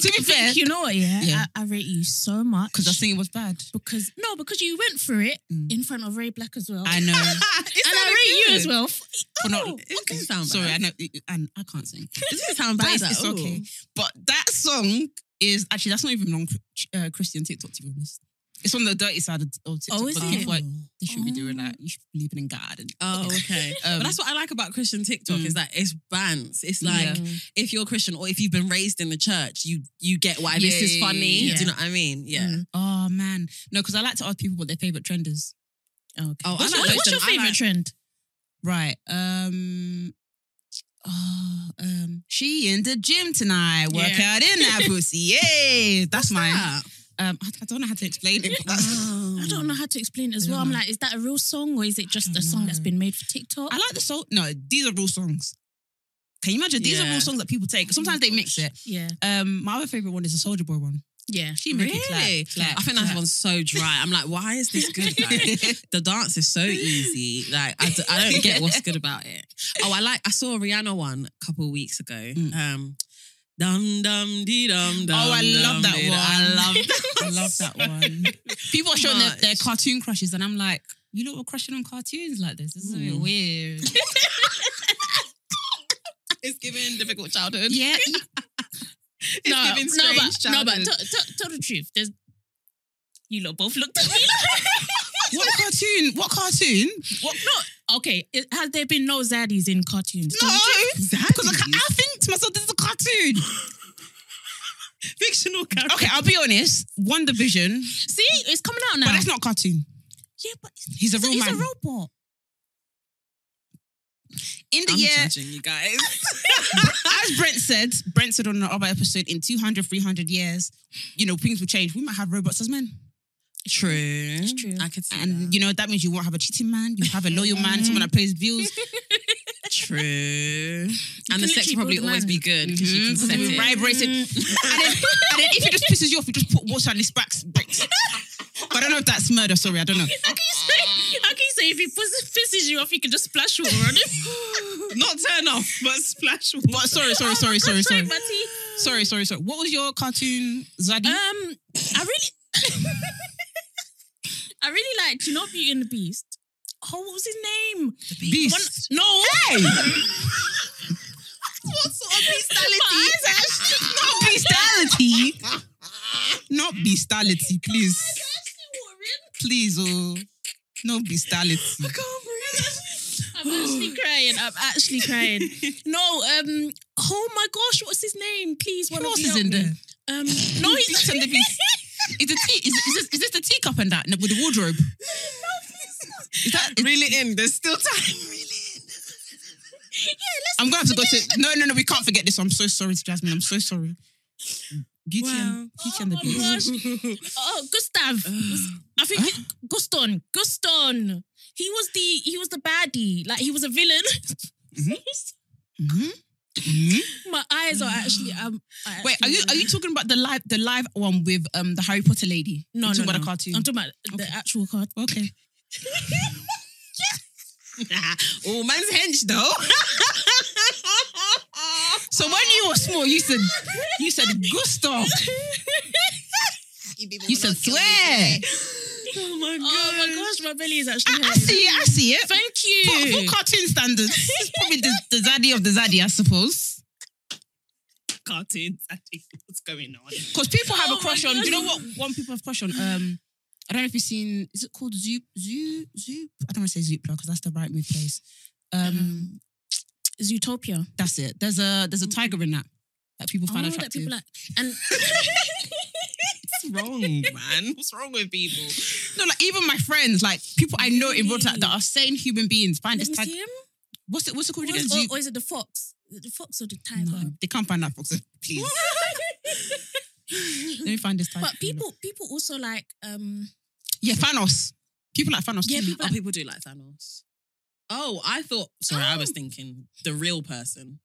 Speaker 1: To be fair-
Speaker 2: you know what? Yeah,
Speaker 1: Yeah.
Speaker 2: I, I rate you so much
Speaker 1: Because I think it was bad.
Speaker 2: because no, because you went through it
Speaker 1: Mm.
Speaker 2: in front of Ray Black as well,
Speaker 1: I know.
Speaker 2: and I rate you as well. F-
Speaker 1: For not,
Speaker 2: Oh,
Speaker 3: it doesn't sound
Speaker 1: Sorry,
Speaker 3: bad.
Speaker 1: I know. it- And I can't sing.
Speaker 3: It doesn't sound
Speaker 1: But
Speaker 3: bad.
Speaker 1: it's, it's
Speaker 3: at all.
Speaker 1: okay. But that song is actually that's not even on uh, Christian TikTok to be honest. It's on the dirty side of of TikTok.
Speaker 2: Oh, is
Speaker 1: but
Speaker 2: it?
Speaker 1: people are Like, they shouldn't be doing
Speaker 2: Oh.
Speaker 1: that. You should be believing in God. And,
Speaker 3: Oh, okay.
Speaker 1: Um,
Speaker 3: but that's what I like about Christian TikTok
Speaker 1: Mm.
Speaker 3: is that it's bands. It's like if you're Christian or if you've been raised in the church, you you get why this
Speaker 1: Yeah,
Speaker 3: is
Speaker 1: yeah,
Speaker 3: funny.
Speaker 2: yeah, yeah.
Speaker 3: Do you know what I mean? Yeah.
Speaker 2: Mm.
Speaker 1: oh man, no, because I like to ask people what their favorite trend is.
Speaker 2: Okay.
Speaker 3: Oh, I
Speaker 2: what's
Speaker 3: like
Speaker 2: your,
Speaker 3: those
Speaker 2: what's your
Speaker 3: trends. I
Speaker 2: favorite
Speaker 3: like-
Speaker 2: trend?
Speaker 1: Right. Um. Oh, um, she in the gym tonight. Work
Speaker 2: Yeah.
Speaker 1: out in that pussy. Yeah, that's mine.
Speaker 3: that?
Speaker 1: Um, I, I don't know how to explain it. But that's,
Speaker 3: Oh.
Speaker 2: I don't know how to explain it as
Speaker 1: I
Speaker 2: well.
Speaker 1: don't
Speaker 2: I'm
Speaker 1: know.
Speaker 2: like, is that a real song or is it just
Speaker 1: don't
Speaker 2: a song that's
Speaker 1: Mm. know.
Speaker 2: been made for TikTok?
Speaker 1: I like the soul. No, these are real songs. Can you imagine? These are
Speaker 3: Yeah.
Speaker 1: real songs that people take. Sometimes they
Speaker 2: Oh
Speaker 1: mix it.
Speaker 2: yeah,
Speaker 1: Um, my other favorite one is the Soldier Boy one.
Speaker 2: yeah.
Speaker 1: She make it clap,
Speaker 3: Really?
Speaker 1: clap,
Speaker 3: I think
Speaker 1: clap.
Speaker 3: that one's so dry. I'm like, why is this good? Like, the dance is so easy. Like, I, d- I don't get what's good about it. Oh, I like. I saw a Rihanna one a couple of weeks ago.
Speaker 1: Mm.
Speaker 3: Um, dum dum dee dum dum.
Speaker 1: Oh, I love
Speaker 3: dum,
Speaker 1: that
Speaker 3: dee,
Speaker 1: one. I
Speaker 3: dum.
Speaker 1: love, I love that one. People are showing their, their
Speaker 3: Much.
Speaker 1: cartoon crushes, and I'm like, you lot were crushing on cartoons like this. This is a bit
Speaker 3: Mm.
Speaker 1: weird.
Speaker 3: It's giving difficult childhood.
Speaker 1: yeah, you-
Speaker 3: It's
Speaker 2: no,
Speaker 3: giving
Speaker 2: no,
Speaker 3: strange
Speaker 2: but, no, but
Speaker 3: childhood.
Speaker 2: t- t- tell the truth. There's you lot both looked at me.
Speaker 1: what cartoon? What cartoon?
Speaker 2: what? No, okay. It, has there been no zaddies in cartoons?
Speaker 1: No, because I, ca-
Speaker 3: Zaddies?
Speaker 1: I think to myself, this is a cartoon.
Speaker 3: Fictional character.
Speaker 1: Okay, I'll be honest. One Division,
Speaker 2: See, it's coming out now.
Speaker 1: but that's not a cartoon.
Speaker 2: yeah, but it's,
Speaker 1: He's a
Speaker 2: it's
Speaker 1: real
Speaker 2: a,
Speaker 1: man.
Speaker 2: robot.
Speaker 1: In the
Speaker 3: I'm
Speaker 1: year
Speaker 3: judging you guys.
Speaker 1: as Brent said, Brent said on another episode, in 200, 300 years, you know, things will change. We might have robots as men.
Speaker 3: True.
Speaker 2: It's true.
Speaker 3: I could see
Speaker 1: And,
Speaker 3: that.
Speaker 1: you know, that means you won't have a cheating man, you have a loyal man, someone that plays bills.
Speaker 3: True.
Speaker 2: can
Speaker 3: and the sex
Speaker 2: literally
Speaker 3: will probably
Speaker 2: build
Speaker 3: always
Speaker 2: mine.
Speaker 3: be good because you can
Speaker 1: Mhm, 'cause
Speaker 3: set
Speaker 1: we
Speaker 3: it. Mm.
Speaker 1: vibrate it. And then, and then if it just pisses you off, you just put water on his back. But I don't know if that's murder. Sorry, I don't know.
Speaker 2: How can you say? How can you say if he piss- pisses you off, you can just splash water on him?
Speaker 3: Not turn off, but splash. Oh,
Speaker 1: But sorry, sorry, sorry, sorry, sorry.
Speaker 2: Sorry, Matty.
Speaker 1: Sorry, sorry, sorry. What was your cartoon,
Speaker 3: Uh,
Speaker 1: Zaddy?
Speaker 2: Um, I really, I really liked. You know, Beauty and the Beast. Oh, what was his name? The one-
Speaker 1: Beast.
Speaker 2: no,
Speaker 1: What sort of bestiality?
Speaker 2: My eyes
Speaker 1: not bestiality. Not bestiality, please. Please, oh. No bestiality.
Speaker 2: I'm actually crying. I'm actually crying. No, um, oh my gosh, what's his name? Please, one
Speaker 1: What
Speaker 2: of
Speaker 1: else is
Speaker 2: you help
Speaker 1: in
Speaker 2: me.
Speaker 1: there?
Speaker 2: Um, no, he's
Speaker 1: Beast and the Beast. Is, the tea, is, is, this, is this the teacup and that with the wardrobe? Is that, is-
Speaker 3: Really in. There's still time. Really in.
Speaker 1: I'm going to have to go to. No, no, no, we can't forget this. I'm so sorry to Jasmine. I'm so sorry. Beauty, and, Beauty and the
Speaker 2: Oh my
Speaker 1: Beast.
Speaker 2: gosh. Oh,
Speaker 1: Uh,
Speaker 2: Gustav. I think Guston. Guston. He was the he was the baddie. Like he was a villain.
Speaker 1: Mhm. Mhm.
Speaker 2: my eyes are actually um. I
Speaker 1: Wait, are
Speaker 2: actually-
Speaker 1: you are you talking about the live the live one with um the Harry Potter lady? You're
Speaker 2: No, no,
Speaker 1: talking about
Speaker 2: no.
Speaker 1: a cartoon.
Speaker 2: I'm talking about
Speaker 1: Okay.
Speaker 2: the actual card.
Speaker 1: okay.
Speaker 3: oh, man's hench though.
Speaker 1: So when you were small, you said you said Gusto. You said swear.
Speaker 3: oh my god.
Speaker 2: Oh my gosh, my belly is
Speaker 1: I,
Speaker 2: actually.
Speaker 1: Ah, I
Speaker 2: hurting.
Speaker 1: see it. I see it.
Speaker 2: Thank
Speaker 1: For,
Speaker 2: you.
Speaker 1: for cartoon standards, it's probably the, the zaddy of the zaddy, I suppose.
Speaker 3: Cartoons. I think what's going on.
Speaker 1: Because people have
Speaker 2: Oh
Speaker 1: a
Speaker 2: my
Speaker 1: crush on. Do you know what
Speaker 2: goodness.
Speaker 1: one people have crush on? Um, I don't know if you've seen. Is it called Zoop Zoop Zoop? I don't want to say Zoopla because that's the right move place. Um,
Speaker 2: Um, Zootopia.
Speaker 1: that's it. There's a there's a tiger in that that people find
Speaker 2: Oh,
Speaker 1: attractive.
Speaker 2: that people like. And
Speaker 3: What's wrong, man? What's wrong with people?
Speaker 1: No, like even my friends, like people I know in real time that are sane human beings, find
Speaker 2: let
Speaker 1: this
Speaker 2: me
Speaker 1: tag.
Speaker 2: see Oh, him.
Speaker 1: What's it? What's it called again?
Speaker 2: Or,
Speaker 1: Zoop-
Speaker 2: or is it the fox? The fox or the tiger?
Speaker 1: No, they can't find that fox. Please, let me find this tag.
Speaker 2: but people, people also like um.
Speaker 1: yeah, Thanos. People like Thanos.
Speaker 2: Yeah,
Speaker 1: too.
Speaker 2: people
Speaker 3: Oh, Oh. people do like Thanos. Oh, I thought. Sorry, I was thinking the real person.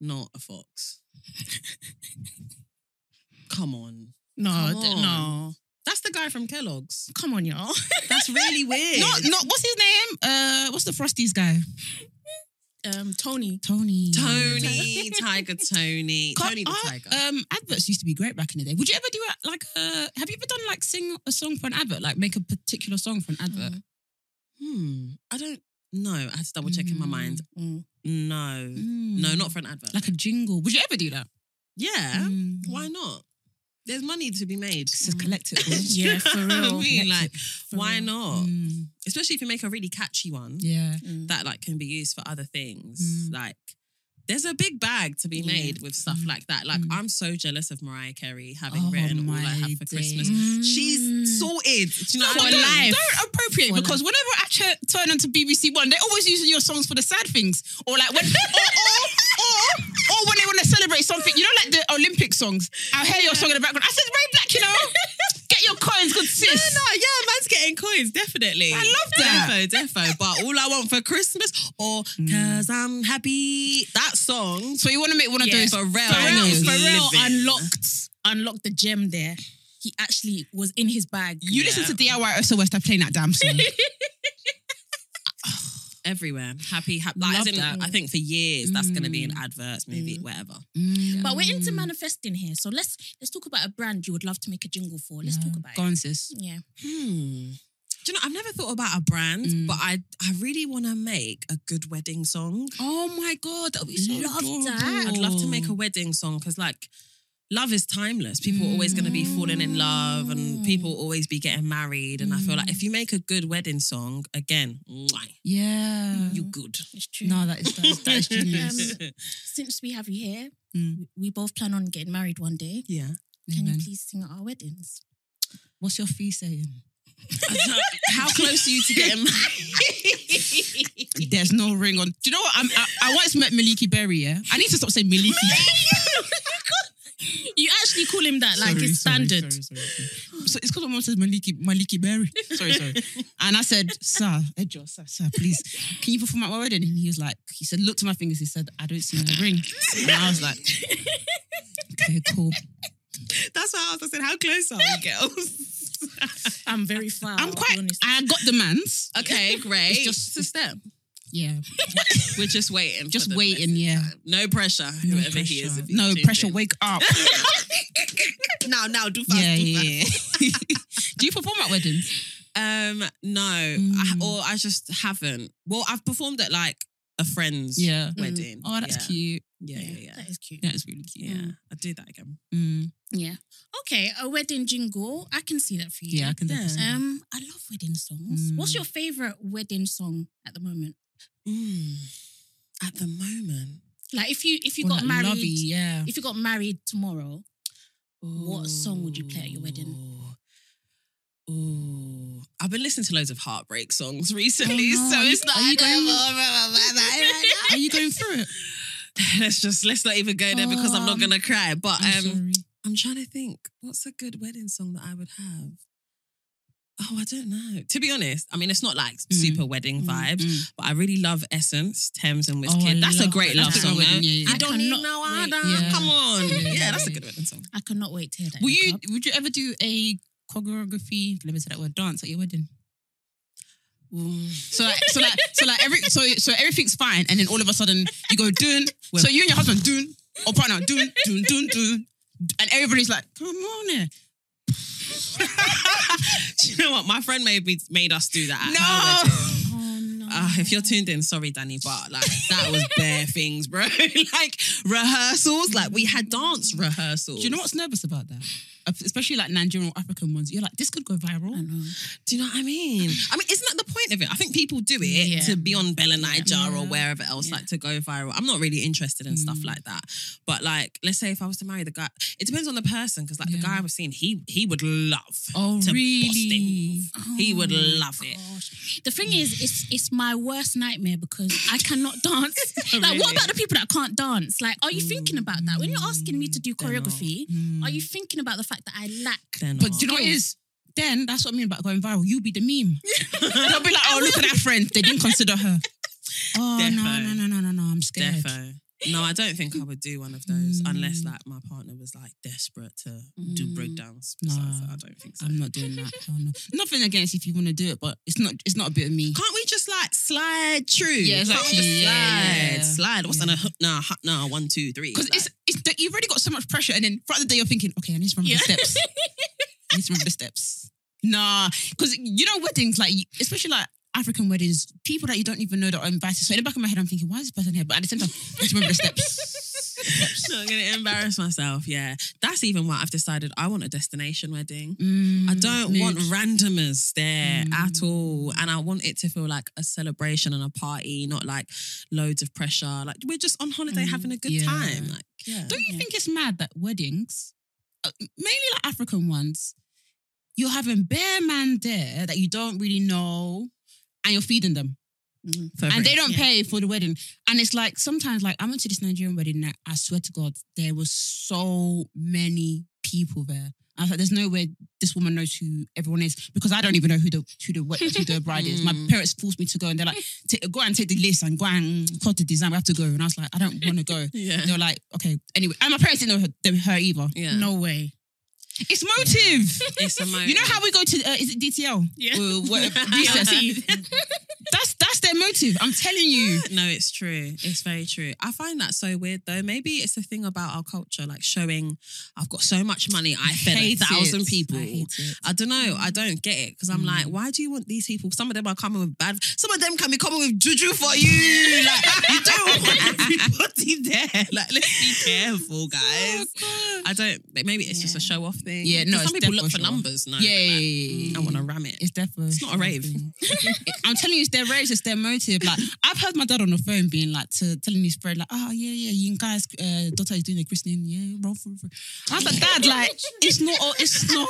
Speaker 3: not a fox. Come on.
Speaker 2: No,
Speaker 3: Come
Speaker 2: d-
Speaker 3: on.
Speaker 2: no.
Speaker 3: That's the guy from Kellogg's.
Speaker 2: Come on, y'all.
Speaker 3: That's really weird.
Speaker 1: No, no. What's his name? Uh, what's the Frosties guy?
Speaker 2: Um, Tony.
Speaker 1: Tony.
Speaker 3: Tony, uh, Tiger Tony.
Speaker 1: Co-
Speaker 3: Tony the
Speaker 1: our,
Speaker 3: Tiger.
Speaker 1: Um, adverts used to be great back in the day. Would you ever do a, like uh, Have you ever done like sing a song for an advert? Like make a particular song for an advert?
Speaker 2: Mm.
Speaker 3: hmm. I don't know. I had to double check in my mind.
Speaker 2: Mm.
Speaker 3: No. No, not for an advert.
Speaker 1: like a jingle. Would you ever do that?
Speaker 3: yeah.
Speaker 1: Mm.
Speaker 3: Why not? There's money to be made.
Speaker 1: It's a collective.
Speaker 2: Yeah, for
Speaker 3: You know what I
Speaker 2: real.
Speaker 3: mean? Like,
Speaker 2: For
Speaker 3: why
Speaker 2: real.
Speaker 3: not?
Speaker 1: Mm.
Speaker 3: Especially if you make a really catchy one
Speaker 1: Yeah.
Speaker 2: Mm.
Speaker 3: that like can be used for other things.
Speaker 1: Mm.
Speaker 3: Like there's a big bag to be
Speaker 2: Yeah.
Speaker 3: made with stuff
Speaker 1: Mm.
Speaker 3: like that. Like
Speaker 1: Mm.
Speaker 3: I'm so jealous of Mariah Carey having
Speaker 1: Oh,
Speaker 3: written all I
Speaker 1: my
Speaker 3: have for
Speaker 1: day.
Speaker 3: Christmas.
Speaker 2: Mm.
Speaker 3: She's sorted. Do you know
Speaker 1: No,
Speaker 3: what I
Speaker 1: don't,
Speaker 3: mean?
Speaker 1: don't appropriate
Speaker 2: For
Speaker 1: because whenever I ch- turn onto BBC One, they're always using your songs for the sad things or like when or, or, or, or when they want to celebrate something. You know, like the Olympic songs. I hear your song in the background. I said, Ray Black, you know, get your coins, good
Speaker 3: No,
Speaker 1: sis.
Speaker 3: no, yeah, man's getting coins, definitely.
Speaker 1: I love that.
Speaker 3: Defo, defo. But all I want for Christmas or
Speaker 1: Mm.
Speaker 3: because I'm happy. That song.
Speaker 1: So you want to make one of
Speaker 3: Yeah.
Speaker 1: those?
Speaker 3: Pharrell,
Speaker 1: Pharrell,
Speaker 3: is
Speaker 2: Pharrell
Speaker 3: living.
Speaker 2: unlocked Mm. unlocked the gem there. He actually was in his bag.
Speaker 1: You
Speaker 3: Yeah.
Speaker 1: listen to DIY SOS, they're playing that damn song.
Speaker 3: everywhere. Happy, happy. Like, as
Speaker 1: Love
Speaker 3: in,
Speaker 1: that.
Speaker 3: I think for years that's going to be in
Speaker 1: Mm.
Speaker 3: adverts, movie, whatever.
Speaker 2: But we're into manifesting here, so let's let's talk about a brand you would love to make a jingle for. Let's talk about
Speaker 1: Go
Speaker 2: it.
Speaker 1: on, sis.
Speaker 2: Yeah,
Speaker 3: Hmm. Do you know? I've never thought about a brand,
Speaker 1: Mm.
Speaker 3: but I I really want to make a good wedding song.
Speaker 1: Oh my god, that would be
Speaker 2: Love that.
Speaker 3: I'd love to make a wedding song because like. Love is timeless. People are always going to be falling in love and
Speaker 2: Mm.
Speaker 3: people will always be getting married. And I feel
Speaker 1: Mm.
Speaker 3: like if you make a good wedding song, again, mwah,
Speaker 1: yeah.
Speaker 3: you good.
Speaker 2: it's true.
Speaker 1: No, that is that is, that is
Speaker 2: Um,
Speaker 1: genius.
Speaker 2: Since we have you here,
Speaker 1: Mm.
Speaker 2: we both plan on getting married one day.
Speaker 3: yeah.
Speaker 2: Can
Speaker 1: Amen.
Speaker 2: you please sing at our weddings?
Speaker 1: What's your fee saying?
Speaker 3: How close are you to getting married?
Speaker 1: There's no ring on. Do you know what? I'm, I, I once met Maliki Berry. Yeah, I need to stop saying Maliki.
Speaker 2: You actually call him that, like
Speaker 1: Sorry,
Speaker 2: it's
Speaker 1: sorry,
Speaker 2: standard.
Speaker 1: sorry, sorry, sorry. So it's because my mom says Maliki Maliki Berry. Sorry, sorry. And I said, sir, Edjo, sir, sir, please, can you perform at my wedding? And he was like, he said, look to my fingers. He said, I don't see no ring. And I was like, okay, cool.
Speaker 3: That's why I was. I said, how close are we, girls?
Speaker 2: I'm very far.
Speaker 1: I'm
Speaker 2: I'll be
Speaker 1: quite.
Speaker 2: honest.
Speaker 1: I got the man's.
Speaker 3: okay, great.
Speaker 1: It's just-
Speaker 3: a step.
Speaker 1: Yeah,
Speaker 3: We're just waiting. for
Speaker 1: just
Speaker 3: the
Speaker 1: waiting.
Speaker 3: message.
Speaker 1: Yeah,
Speaker 3: No pressure.
Speaker 1: no
Speaker 3: whoever
Speaker 1: pressure.
Speaker 3: he is. if he's
Speaker 1: no
Speaker 3: tuned
Speaker 1: pressure.
Speaker 3: in.
Speaker 1: Wake up.
Speaker 3: now, now, do fast.
Speaker 1: yeah,
Speaker 3: do
Speaker 1: yeah.
Speaker 3: fast.
Speaker 1: yeah. Do you perform at weddings?
Speaker 3: Um, no, I,
Speaker 1: Mm.
Speaker 3: or I just haven't. Well, I've performed at like a friend's
Speaker 1: Yeah.
Speaker 3: wedding.
Speaker 1: Oh, that's
Speaker 3: Yeah.
Speaker 1: cute.
Speaker 3: Yeah, yeah, yeah.
Speaker 2: That is cute.
Speaker 1: That is really cute.
Speaker 3: Yeah, I'll do that again.
Speaker 1: Mm.
Speaker 2: Yeah. Okay, a wedding jingle. I can see that for you.
Speaker 1: Yeah, I can
Speaker 3: Yeah.
Speaker 1: definitely.
Speaker 2: Um, I love wedding songs.
Speaker 1: Mm.
Speaker 2: What's your favorite wedding song at the moment?
Speaker 3: Mm. At the moment,
Speaker 2: Like, if you if you
Speaker 1: Or
Speaker 2: got
Speaker 1: like
Speaker 2: married,
Speaker 1: Lovey, yeah.
Speaker 2: if you got married tomorrow, What song would you play at your wedding?
Speaker 3: Ooh. I've been listening to loads of heartbreak songs recently,
Speaker 1: Oh, no.
Speaker 3: so it's not.
Speaker 1: Are you going-
Speaker 3: uh, going?
Speaker 1: Are you going through it?
Speaker 3: let's just let's not even go there because I'm not
Speaker 1: Um,
Speaker 3: gonna cry. But
Speaker 1: I'm
Speaker 3: um,
Speaker 1: sorry.
Speaker 3: I'm trying to think what's a good wedding song that I would have. Oh, I don't know. To be honest, I mean, it's not like super wedding
Speaker 2: Mm.
Speaker 3: vibes,
Speaker 1: Mm.
Speaker 3: but I really love Essence, Thames, and
Speaker 1: Oh, I
Speaker 3: Wizkid. that's a
Speaker 1: love
Speaker 3: great
Speaker 1: that.
Speaker 3: love
Speaker 1: That's a
Speaker 3: song.
Speaker 1: good
Speaker 3: though.
Speaker 1: wedding, yeah, yeah.
Speaker 3: I don't
Speaker 2: I
Speaker 3: need
Speaker 2: cannot
Speaker 3: no
Speaker 2: wait.
Speaker 3: other.
Speaker 1: Yeah.
Speaker 3: Come on,
Speaker 1: Yeah,
Speaker 3: yeah,
Speaker 1: yeah,
Speaker 3: that's a
Speaker 1: yeah.
Speaker 3: good wedding song.
Speaker 2: I cannot wait to hear that.
Speaker 1: Will
Speaker 2: in the
Speaker 1: you
Speaker 2: club.
Speaker 1: would you ever do a choreography? Let me say that word dance at your wedding. So like so like so like every so so everything's fine, and then all of a sudden you go doon. so you and your husband doon or partner doon doon doon doon, and everybody's like, come on. eh."
Speaker 3: Do you know what? My friend made me made us do that. at her wedding.
Speaker 1: No.
Speaker 2: Oh no!
Speaker 3: Uh, if you're tuned in, sorry, Danny, but like that was bare things, bro. like rehearsals, like we had dance rehearsals.
Speaker 1: Do you know what's nervous about that? Especially like Nigerian or African ones. You're like, this could go
Speaker 2: I
Speaker 1: viral.
Speaker 2: know.
Speaker 3: Do you know what I mean? I mean, isn't that the point of it? I think people do it
Speaker 2: Yeah.
Speaker 3: to be on Bella Niger or
Speaker 1: Yeah. Mm.
Speaker 3: wherever else,
Speaker 2: Yeah.
Speaker 3: like to go viral. I'm not really interested in stuff like that. But like, let's say if I was to marry the guy, it depends on the person because like the
Speaker 1: Yeah.
Speaker 3: guy I was seeing, he he would love.
Speaker 1: Oh,
Speaker 3: To bust
Speaker 1: really?
Speaker 3: it. He would
Speaker 2: Oh,
Speaker 3: love it.
Speaker 2: gosh. The thing is, it's it's my worst nightmare because I cannot dance. Like,
Speaker 3: Really?
Speaker 2: what about the people that can't dance? Like, are you thinking about that when you're asking me to do
Speaker 3: They're not.
Speaker 2: choreography?
Speaker 1: Mm.
Speaker 2: Are you thinking about the fact that I lack?
Speaker 3: Then
Speaker 1: But do you know what it is? Then that's what I mean about going viral. You be the meme. They'll be like, oh, look at that friend. They didn't consider her. Oh, no,
Speaker 3: Defo.
Speaker 1: no, no, no, no, no. I'm scared.
Speaker 3: Defo. No, I don't think I would do one of those
Speaker 1: Mm.
Speaker 3: unless like my partner was like desperate to do
Speaker 1: Mm.
Speaker 3: breakdowns.
Speaker 1: No.
Speaker 3: So I don't think so.
Speaker 1: I'm not doing that. Hell no. Nothing against if you want to do it, but it's not. It's not a bit of me.
Speaker 3: Can't we just like slide through?
Speaker 1: Yeah,
Speaker 3: Can't
Speaker 1: exactly.
Speaker 3: we just slide,
Speaker 1: Yeah, yeah, yeah.
Speaker 3: slide. What's
Speaker 1: Yeah.
Speaker 3: on a hook? Nah, hook, nah, one, two, three.
Speaker 1: Because it's, it's that you've already got so much pressure, and then throughout the day you're thinking, okay, I need to remember
Speaker 2: Yeah.
Speaker 1: the steps. I need to remember the steps. Nah, because you know weddings, like you- especially like African weddings, people that you don't even know that are invited. So in the back of my head, I'm thinking, why is this person here? But at the same time, I need to remember the steps.
Speaker 3: Like, not gonna embarrass myself. Yeah, that's even why I've decided I want a destination wedding.
Speaker 1: Mm,
Speaker 3: I don't
Speaker 1: mood.
Speaker 3: want randomers there
Speaker 1: Mm.
Speaker 3: at all. And I want it to feel like a celebration and a party, not like loads of pressure. Like we're just on holiday
Speaker 1: Mm,
Speaker 3: having a good
Speaker 1: yeah.
Speaker 3: time. Like, yeah.
Speaker 1: Don't you think it's mad that weddings, uh, mainly like African ones, you're having bare man there eh, that you don't really know, and you're feeding them.
Speaker 3: For
Speaker 1: and they don't
Speaker 2: Yeah.
Speaker 1: pay for the wedding. And it's like sometimes, like I went to this Nigerian wedding, and I swear to God, there was so many people there. I was like, "There's no way this woman knows who everyone is because I don't even know who the who the wed- who the bride is." My
Speaker 2: Hmm.
Speaker 3: Mm.
Speaker 1: parents forced me to go, and they're like, "Ta- "Go and take the list and go and cut the design. We have to go." And I was like, "I don't want to go."
Speaker 3: Yeah.
Speaker 1: They were like, "Okay, anyway." And my parents didn't know her, them- her either.
Speaker 3: Yeah.
Speaker 2: No way.
Speaker 1: It's motive.
Speaker 3: It's a
Speaker 1: You know how we go to uh, is it DTL?
Speaker 2: Yeah.
Speaker 1: Uh, what- DSS. that's that's their motive. I'm telling you.
Speaker 3: No, it's true. It's very true. I find that so weird though. Maybe it's a thing about our culture, like showing I've got so much money, I fed a
Speaker 1: Hate
Speaker 3: thousand
Speaker 1: it.
Speaker 3: people.
Speaker 1: I
Speaker 3: I,
Speaker 1: hate it.
Speaker 3: don't know. I don't get it because I'm
Speaker 1: Mm.
Speaker 3: like, why do you want these people? Some of them are coming with bad. Some of them can be coming with juju for you. Like you don't want everybody there. Like let's be careful, guys. I don't. Maybe it's just a show off thing.
Speaker 1: Oh, Yeah, no,
Speaker 3: 'Cause Some
Speaker 1: it's
Speaker 3: people
Speaker 1: definitely
Speaker 3: look for
Speaker 1: a show-off.
Speaker 3: numbers. No,
Speaker 1: yeah, yeah,
Speaker 3: but, like,
Speaker 1: yeah, yeah,
Speaker 3: I want to ram it.
Speaker 1: It's definitely.
Speaker 3: It's not a rave.
Speaker 1: I'm telling you, it's their rage, it's their motive. Like I've heard my dad on the phone being like to telling his friend, like, oh yeah, yeah, you guys, uh, daughter is doing a christening, yeah, roll for it. I was like, Dad, like it's not, it's not,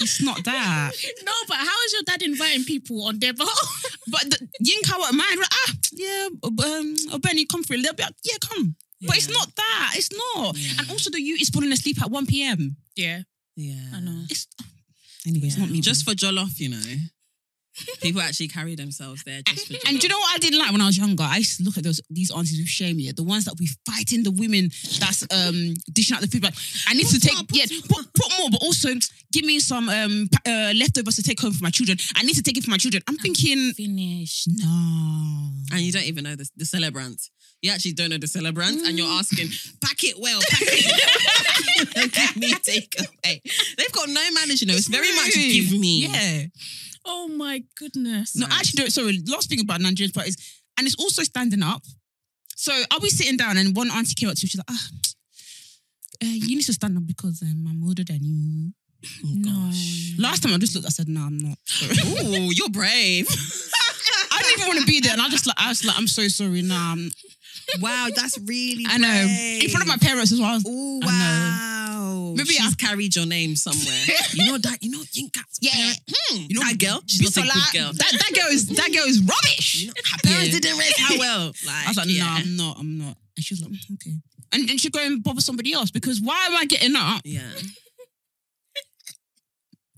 Speaker 1: it's not that.
Speaker 2: No, but how is your dad inviting people on their behalf?
Speaker 1: But the, Yinka, what mine? Like, ah, yeah, um, oh, Benny, come for it. They'll be like, yeah, come. But it's
Speaker 3: Yeah.
Speaker 1: not that. It's not.
Speaker 3: Yeah.
Speaker 1: And also, the you is falling asleep at 1 p.m.
Speaker 2: Yeah,
Speaker 3: Yeah,
Speaker 2: I know.
Speaker 1: It's anyway, it's not me.
Speaker 3: Just
Speaker 1: bro.
Speaker 3: for jollof, you know. People actually carry themselves there just for jollof.
Speaker 1: And do you know what I didn't like when I was younger? I used to look at those these aunties with shame, yeah, the ones that we fighting the women that's um dishing out the food. Like, I need to
Speaker 3: Put
Speaker 1: take
Speaker 3: more, put
Speaker 1: yeah, put, put more, but also give me some um pa- uh, leftovers to take home for my children. I need to take it for my children. I'm thinking,
Speaker 2: finished.
Speaker 1: no,
Speaker 3: and you don't even know the, the celebrant. You actually don't know the celebrant, and you're asking, pack it well, pack it. give me takeaway. They've got no manners, you know. It's, very much
Speaker 1: rude.
Speaker 3: give me.
Speaker 1: Yeah,
Speaker 2: Oh my goodness.
Speaker 1: no,
Speaker 3: Nice.
Speaker 1: I actually don't. Sorry, last thing about Nigerians, but is and it's also standing up. So I'll be sitting down, and one auntie came up to me. She's like, ah. Uh, you need to stand up because um, I'm older than you.
Speaker 3: Oh gosh.
Speaker 1: Last time I just looked, I said, "No, I'm not."
Speaker 3: Ooh, you're brave.
Speaker 1: I didn't even want to be there, and I just like I was like, I'm so sorry. Nah, I'm,
Speaker 3: wow, that's really.
Speaker 1: I know. In front of my parents as well. I was,
Speaker 3: Oh
Speaker 1: I
Speaker 3: wow.
Speaker 1: Maybe
Speaker 3: She's
Speaker 1: I-
Speaker 3: carried your name somewhere. you know that. You know Yinka.
Speaker 1: Yeah.
Speaker 3: You know that girl. She's not a
Speaker 1: Bisola,
Speaker 3: good girl.
Speaker 1: That that girl is that girl is rubbish.
Speaker 3: You know, her parents
Speaker 1: Yeah.
Speaker 3: didn't raise her Oh, well. Like,
Speaker 1: I was like,
Speaker 3: yeah.
Speaker 1: no, I'm not. I'm not. And she was like, "Mm, okay. And then she go and bother somebody else because why am I getting up?
Speaker 3: Yeah.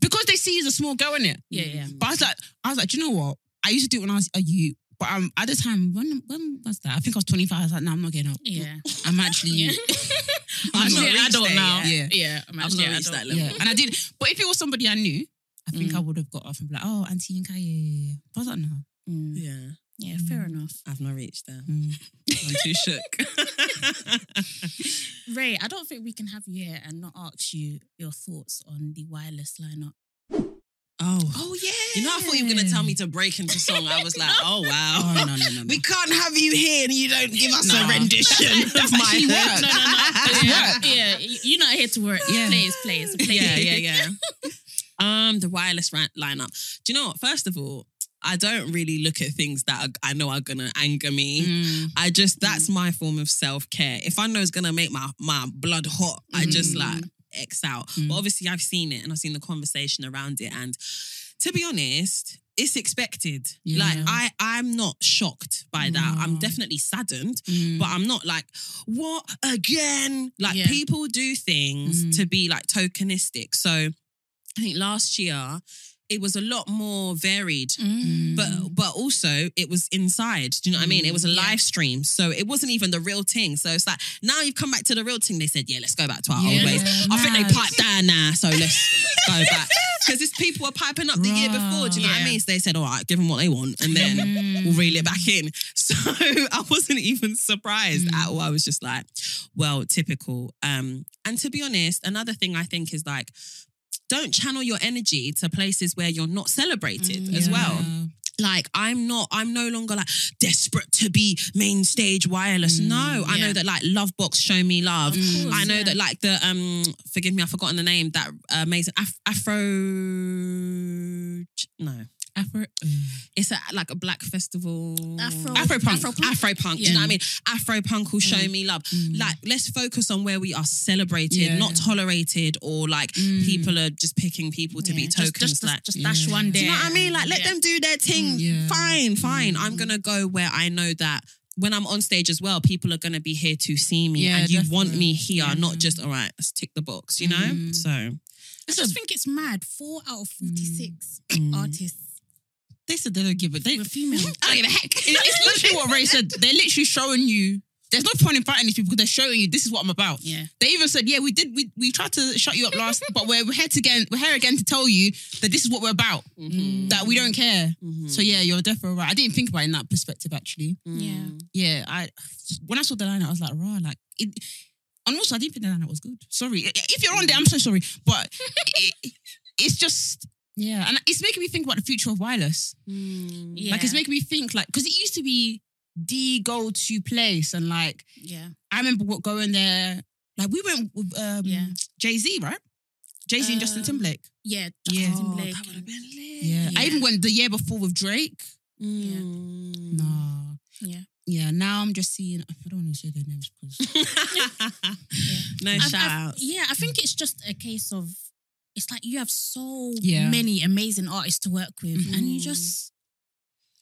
Speaker 1: Because they see you as a small girl in it.
Speaker 2: Yeah, yeah.
Speaker 1: But I was like, I was like, do you know what? I used to do it when I was a youth. But um, at the time, when when was that? I think I was 25. I was like, no, I'm not getting up.
Speaker 2: Yeah.
Speaker 1: I'm actually.
Speaker 2: Yeah.
Speaker 1: I'm
Speaker 3: I've not
Speaker 1: actually an
Speaker 3: reached
Speaker 1: adult
Speaker 3: there
Speaker 1: now.
Speaker 3: yet.
Speaker 1: Yeah.
Speaker 2: Yeah, I'm
Speaker 3: I've
Speaker 2: actually
Speaker 3: not
Speaker 2: an
Speaker 3: reached
Speaker 2: adult.
Speaker 3: that level.
Speaker 1: Yeah, and I did. But if it was somebody I knew, I think
Speaker 3: Mm.
Speaker 1: I would have got off and be like, "Oh, Auntie Yinka, yeah, yeah, yeah." But I don't know.
Speaker 2: Mm.
Speaker 3: Yeah.
Speaker 2: Yeah, fair enough.
Speaker 3: I've not reached there.
Speaker 1: Mm.
Speaker 3: I'm too shook.
Speaker 2: Ray, I don't think we can have you here and not ask you your thoughts on the wireless lineup.
Speaker 1: Oh.
Speaker 3: oh yeah. You know, I thought you were gonna tell me to break into song. I was like, oh wow.
Speaker 1: Oh no no no! no.
Speaker 3: We can't have you here and you don't give us
Speaker 1: No.
Speaker 3: a rendition
Speaker 1: That's
Speaker 3: of my
Speaker 1: actually work.
Speaker 3: hood.
Speaker 1: No,
Speaker 2: It's
Speaker 1: Yeah.
Speaker 2: work. Yeah, y- you're not here to work.
Speaker 1: Yeah.
Speaker 2: Please, please, please.
Speaker 3: yeah, yeah, yeah. Um, the wireless rant lineup. Do you know what? First of all, I don't really look at things that are, I know are gonna anger me.
Speaker 1: Mm.
Speaker 3: I just that's my form of self care. If I know it's gonna make my my blood hot, I just
Speaker 1: Mm.
Speaker 3: like X out.
Speaker 1: Mm.
Speaker 3: But obviously, I've seen it and I've seen the conversation around it. And to be honest, it's expected.
Speaker 1: Yeah.
Speaker 3: Like I I'm not shocked by that. I'm
Speaker 1: No.
Speaker 3: definitely saddened.
Speaker 1: Mm.
Speaker 3: But I'm not like, what again? Like
Speaker 2: Yeah.
Speaker 3: people do things
Speaker 1: Mm.
Speaker 3: to be like tokenistic. So I think last year it was a lot more varied.
Speaker 2: Mm.
Speaker 3: But but also it was inside. Do you know what I mean? It was a live stream, so it wasn't even the real thing. So it's like now you've come back to the real thing. They said, yeah, let's go back to our
Speaker 2: Yeah,
Speaker 3: old ways. I think
Speaker 2: mad.
Speaker 3: they piped down now, so let's go back because these people were piping up the year before. Do you know what I
Speaker 2: Yeah.
Speaker 3: mean? So they said, all right, give them what they want, and then
Speaker 2: Mm.
Speaker 3: we'll reel it back in. So I wasn't even
Speaker 2: Mm.
Speaker 3: surprised at all. I was just like, well, typical. Um, and to be honest, another thing I think is like, don't channel your energy to places where you're not celebrated
Speaker 2: Mm,
Speaker 3: as well. Like I'm not, I'm no longer like desperate to be main stage wireless.
Speaker 1: Mm,
Speaker 3: no, I know
Speaker 2: yeah.
Speaker 3: that like Love Box show me love.
Speaker 1: Mm.
Speaker 2: course,
Speaker 3: I know
Speaker 2: yeah.
Speaker 3: that like the um, forgive me, I've forgotten the name. That amazing Af- Afro, no,
Speaker 1: Afro.
Speaker 3: it's a, like a black festival.
Speaker 2: uh. Afro-
Speaker 3: Afro punk.
Speaker 2: Afropunk?
Speaker 3: Afro punk. Do you
Speaker 2: Yeah.
Speaker 3: know what I mean? Afro punk will show
Speaker 1: Mm.
Speaker 3: me love.
Speaker 1: Mm.
Speaker 3: Like, let's focus on where we are celebrated,
Speaker 1: Yeah.
Speaker 3: not tolerated, or like
Speaker 1: Mm.
Speaker 3: people are just picking people to be
Speaker 2: Yeah,
Speaker 3: tokens.
Speaker 2: Just, just,
Speaker 3: like,
Speaker 2: just dash
Speaker 1: Yeah.
Speaker 2: one day.
Speaker 3: do you know what I mean? Like, let
Speaker 2: Yeah.
Speaker 3: them do their thing.
Speaker 1: Mm. Yeah.
Speaker 3: Fine, fine. I'm
Speaker 1: Mm.
Speaker 3: gonna go where I know that when I'm on stage as well, people are gonna be here to see me,
Speaker 1: Yeah,
Speaker 3: and you want
Speaker 1: definitely.
Speaker 3: me here,
Speaker 1: Yeah.
Speaker 3: not just all right. Let's tick the box, you know.
Speaker 1: Mm.
Speaker 3: So
Speaker 2: I just think it's mad. Four out
Speaker 3: Mm.
Speaker 2: of forty-six artists
Speaker 1: They said they don't give a. They,
Speaker 2: were female.
Speaker 1: I don't give a heck. It- It's literally what Ray said. They're literally showing you. There's no point in fighting these people because they're showing you this is what I'm about.
Speaker 2: Yeah.
Speaker 1: They even said, "Yeah, we did. We, we tried to shut you up last, but we're, we're here to again. We're here again to tell you that this is what we're about.
Speaker 3: mm-hmm.
Speaker 2: Mhm.
Speaker 1: That we don't care."
Speaker 3: Mhm.
Speaker 1: So yeah, you're definitely right. I didn't think about it in that perspective actually.
Speaker 3: Mm.
Speaker 1: Yeah, I when I saw the lineup, I was like, "Raw!" Like, it, and also I didn't think the lineup was good. Sorry, if you're on there, I'm so sorry, but it, it's just yeah, and it's making me think about the future of wireless.
Speaker 3: Mm.
Speaker 2: Yeah.
Speaker 1: Like it's making me think like because it used to be the go-to place, and like
Speaker 2: Yeah.
Speaker 1: I remember what going there. Like we went with um,
Speaker 2: Yeah.
Speaker 1: Jay Z, right? Jay Z and Justin
Speaker 2: Um,
Speaker 1: Timberlake.
Speaker 2: Yeah.
Speaker 1: Yeah.
Speaker 2: Justin
Speaker 3: Oh,
Speaker 2: Timberlake.
Speaker 3: that would have been lit.
Speaker 1: I
Speaker 2: yeah.
Speaker 1: even went the year before with Drake.
Speaker 3: Mm.
Speaker 1: Nah.
Speaker 2: Yeah.
Speaker 1: Yeah, now I'm just seeing. I don't want to say their names because
Speaker 3: No
Speaker 2: I- I-
Speaker 3: shout outs.
Speaker 2: yeah, I think it's just a case of it's like you have so
Speaker 1: Yeah. Mm-hmm.
Speaker 2: many amazing artists to work with, and you
Speaker 3: Mhm.
Speaker 2: just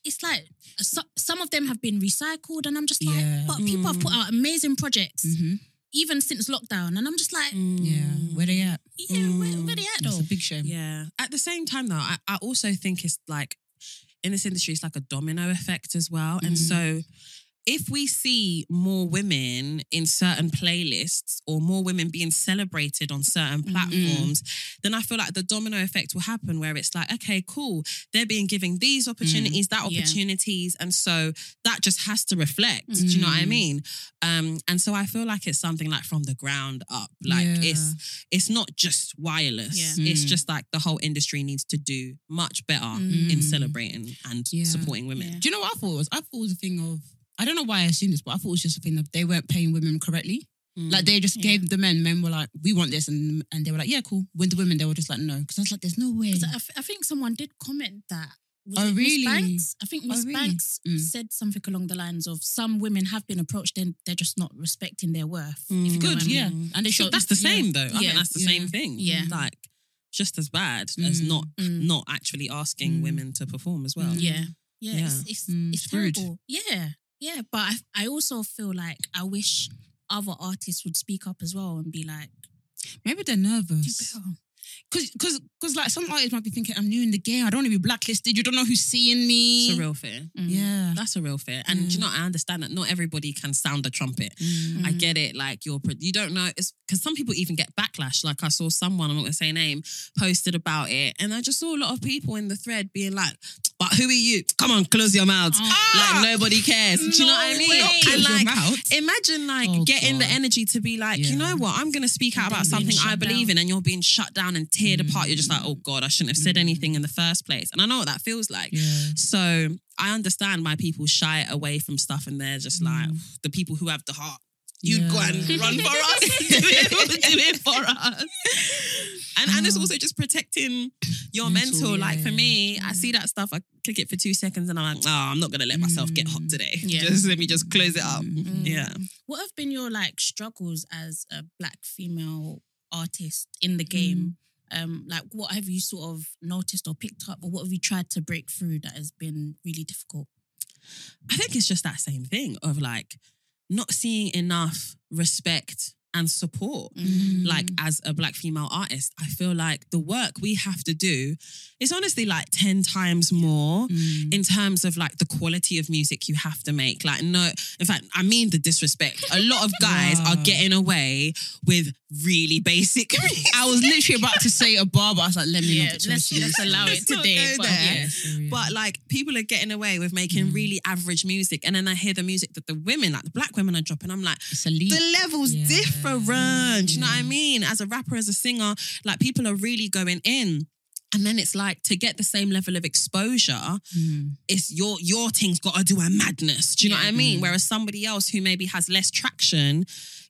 Speaker 2: it's like so, some of them have been recycled, and I'm just like,
Speaker 1: Yeah. Mm.
Speaker 2: but people have put out amazing projects
Speaker 1: mm-hmm.
Speaker 2: even since lockdown, and I'm just like, Mm.
Speaker 3: Mm.
Speaker 1: yeah, where they at?
Speaker 2: yeah, where, where they at
Speaker 1: That's
Speaker 2: though?
Speaker 1: a big shame.
Speaker 3: Yeah. At the same time, though, I, I also think it's like in this industry, it's like a domino effect as well. And so if we see more women in certain playlists or more women being celebrated on certain platforms, then I feel like the domino effect will happen where it's like, okay, cool, they're being given these opportunities, that
Speaker 2: Yeah.
Speaker 3: opportunities. And so that just has to reflect. Do you know what I
Speaker 1: Mm.
Speaker 3: mean? Um, and so I feel like it's something like from the ground up. Like it's it's not just wireless.
Speaker 2: Yeah.
Speaker 3: It's
Speaker 1: Mm.
Speaker 3: just like the whole industry needs to do much better
Speaker 2: Mm.
Speaker 3: in celebrating and
Speaker 1: Yeah.
Speaker 3: supporting women.
Speaker 2: Yeah.
Speaker 1: Do you know what I thought it was? I thought it was a thing of I don't know why I assumed this, but I thought it was just a thing of they weren't paying women correctly. Like they just
Speaker 2: Yeah.
Speaker 1: gave the men. Men were like, "We want this," and and they were like, "Yeah, cool." When the women, they were just like, "No," because I was like, "There's no way."
Speaker 2: 'Cause I, f- I think someone did comment that. Was
Speaker 1: Oh,
Speaker 2: it Miss
Speaker 1: really?
Speaker 2: Banks? I think Miss
Speaker 1: really?
Speaker 2: Banks
Speaker 1: Mm.
Speaker 2: said something along the lines of some women have been approached and they're just not respecting their worth. If you
Speaker 3: Mm.
Speaker 2: get what
Speaker 1: Good,
Speaker 2: I mean.
Speaker 1: yeah, and they
Speaker 2: So
Speaker 1: should.
Speaker 3: that's the same though.
Speaker 2: Yeah.
Speaker 3: I think that's the
Speaker 1: Yeah.
Speaker 3: same thing.
Speaker 2: Yeah.
Speaker 3: Like just as bad as
Speaker 1: Mm.
Speaker 3: not
Speaker 2: Mm.
Speaker 3: not actually asking
Speaker 1: Mm.
Speaker 3: women to perform as well.
Speaker 1: Mm.
Speaker 2: Yeah. Yeah.
Speaker 3: Yeah.
Speaker 2: It's it's,
Speaker 1: Mm,
Speaker 2: it's
Speaker 1: it's rude.
Speaker 2: terrible. Yeah. Yeah. But I I also feel like I wish other artists would speak up as well and be like,
Speaker 1: Maybe they're nervous because because because like some artists might be thinking, "I'm new in the game. I don't want to be blacklisted. You don't know who's seeing me."
Speaker 3: It's a real fear.
Speaker 2: Mm.
Speaker 1: yeah.
Speaker 3: That's a real fear. And do you know, I understand that not everybody can sound a trumpet. I
Speaker 1: Mm-hmm.
Speaker 2: Mm.
Speaker 3: get it. Like you're, pro- you don't know. It's because some people even get backlash. Like I saw someone, I'm not gonna say name, posted about it, and I just saw a lot of people in the thread being like, "But who are you? Come on, close your mouths.
Speaker 1: Ah!
Speaker 3: like nobody cares." Do you know what I
Speaker 1: No
Speaker 3: mean?
Speaker 1: way. Not close
Speaker 3: And
Speaker 1: your
Speaker 3: like,
Speaker 1: mouth.
Speaker 3: imagine like
Speaker 1: Oh,
Speaker 3: getting the
Speaker 1: God.
Speaker 3: energy to be like, you
Speaker 1: Yeah.
Speaker 3: know what? I'm gonna speak
Speaker 2: And
Speaker 3: out
Speaker 2: then
Speaker 3: about
Speaker 2: being
Speaker 3: something I
Speaker 2: shut
Speaker 3: believe in, and you're being shut down and teared apart. You're just like,
Speaker 1: Mm.
Speaker 3: oh God, I shouldn't have said
Speaker 1: Mm.
Speaker 3: anything in the first place. And I know what that feels like.
Speaker 1: Yeah.
Speaker 3: So I understand why people shy away from stuff and they're just like
Speaker 2: mm.
Speaker 3: the people who have the heart. You go
Speaker 1: Yeah.
Speaker 3: and run for us. do, it, do it for us. And, and it's
Speaker 1: Oh.
Speaker 3: also just protecting your
Speaker 1: Mental,
Speaker 3: mental. Like for
Speaker 1: yeah.
Speaker 3: me, I see that stuff, I click it for two seconds and I'm like, oh, I'm not going to let myself get hot
Speaker 1: Mm.
Speaker 3: today.
Speaker 2: Yeah.
Speaker 3: Just let me just close it up.
Speaker 1: Mm.
Speaker 3: Yeah.
Speaker 2: What have been your like struggles as a black female artist in the game? Um, like what have you sort of noticed or picked up or what have you tried to break through that has been really difficult?
Speaker 3: I think it's just that same thing of like not seeing enough respect and support
Speaker 2: Mm.
Speaker 3: like as a black female artist i feel like the work we have to do is honestly like 10 times more in terms of like the quality of music you have to make like no in fact i mean the disrespect a lot of guys
Speaker 1: Wow.
Speaker 3: are getting away with really basic
Speaker 1: I was literally about to say a bar, but I was like, let me
Speaker 2: Yeah,
Speaker 1: not get too
Speaker 2: let's-
Speaker 1: much
Speaker 2: let's
Speaker 1: into
Speaker 2: allow
Speaker 1: this.
Speaker 2: it
Speaker 3: Let's not
Speaker 2: today,
Speaker 3: go
Speaker 2: but
Speaker 3: there.
Speaker 2: yeah.
Speaker 3: But like people are getting away with making
Speaker 1: Mm.
Speaker 3: really average music. And then I hear the music that the women, like the black women are dropping. I'm like,
Speaker 1: it's a leap.
Speaker 3: the level's
Speaker 1: Yeah.
Speaker 3: different. Do you know what
Speaker 1: Yeah.
Speaker 3: I mean? As a rapper, as a singer, like people are really going in. And then it's like to get the same level of exposure,
Speaker 1: Mm.
Speaker 3: it's your your thing's gotta do a madness. Do you know
Speaker 2: Yeah.
Speaker 3: what I mean?
Speaker 1: Mhm.
Speaker 3: Whereas somebody else who maybe has less traction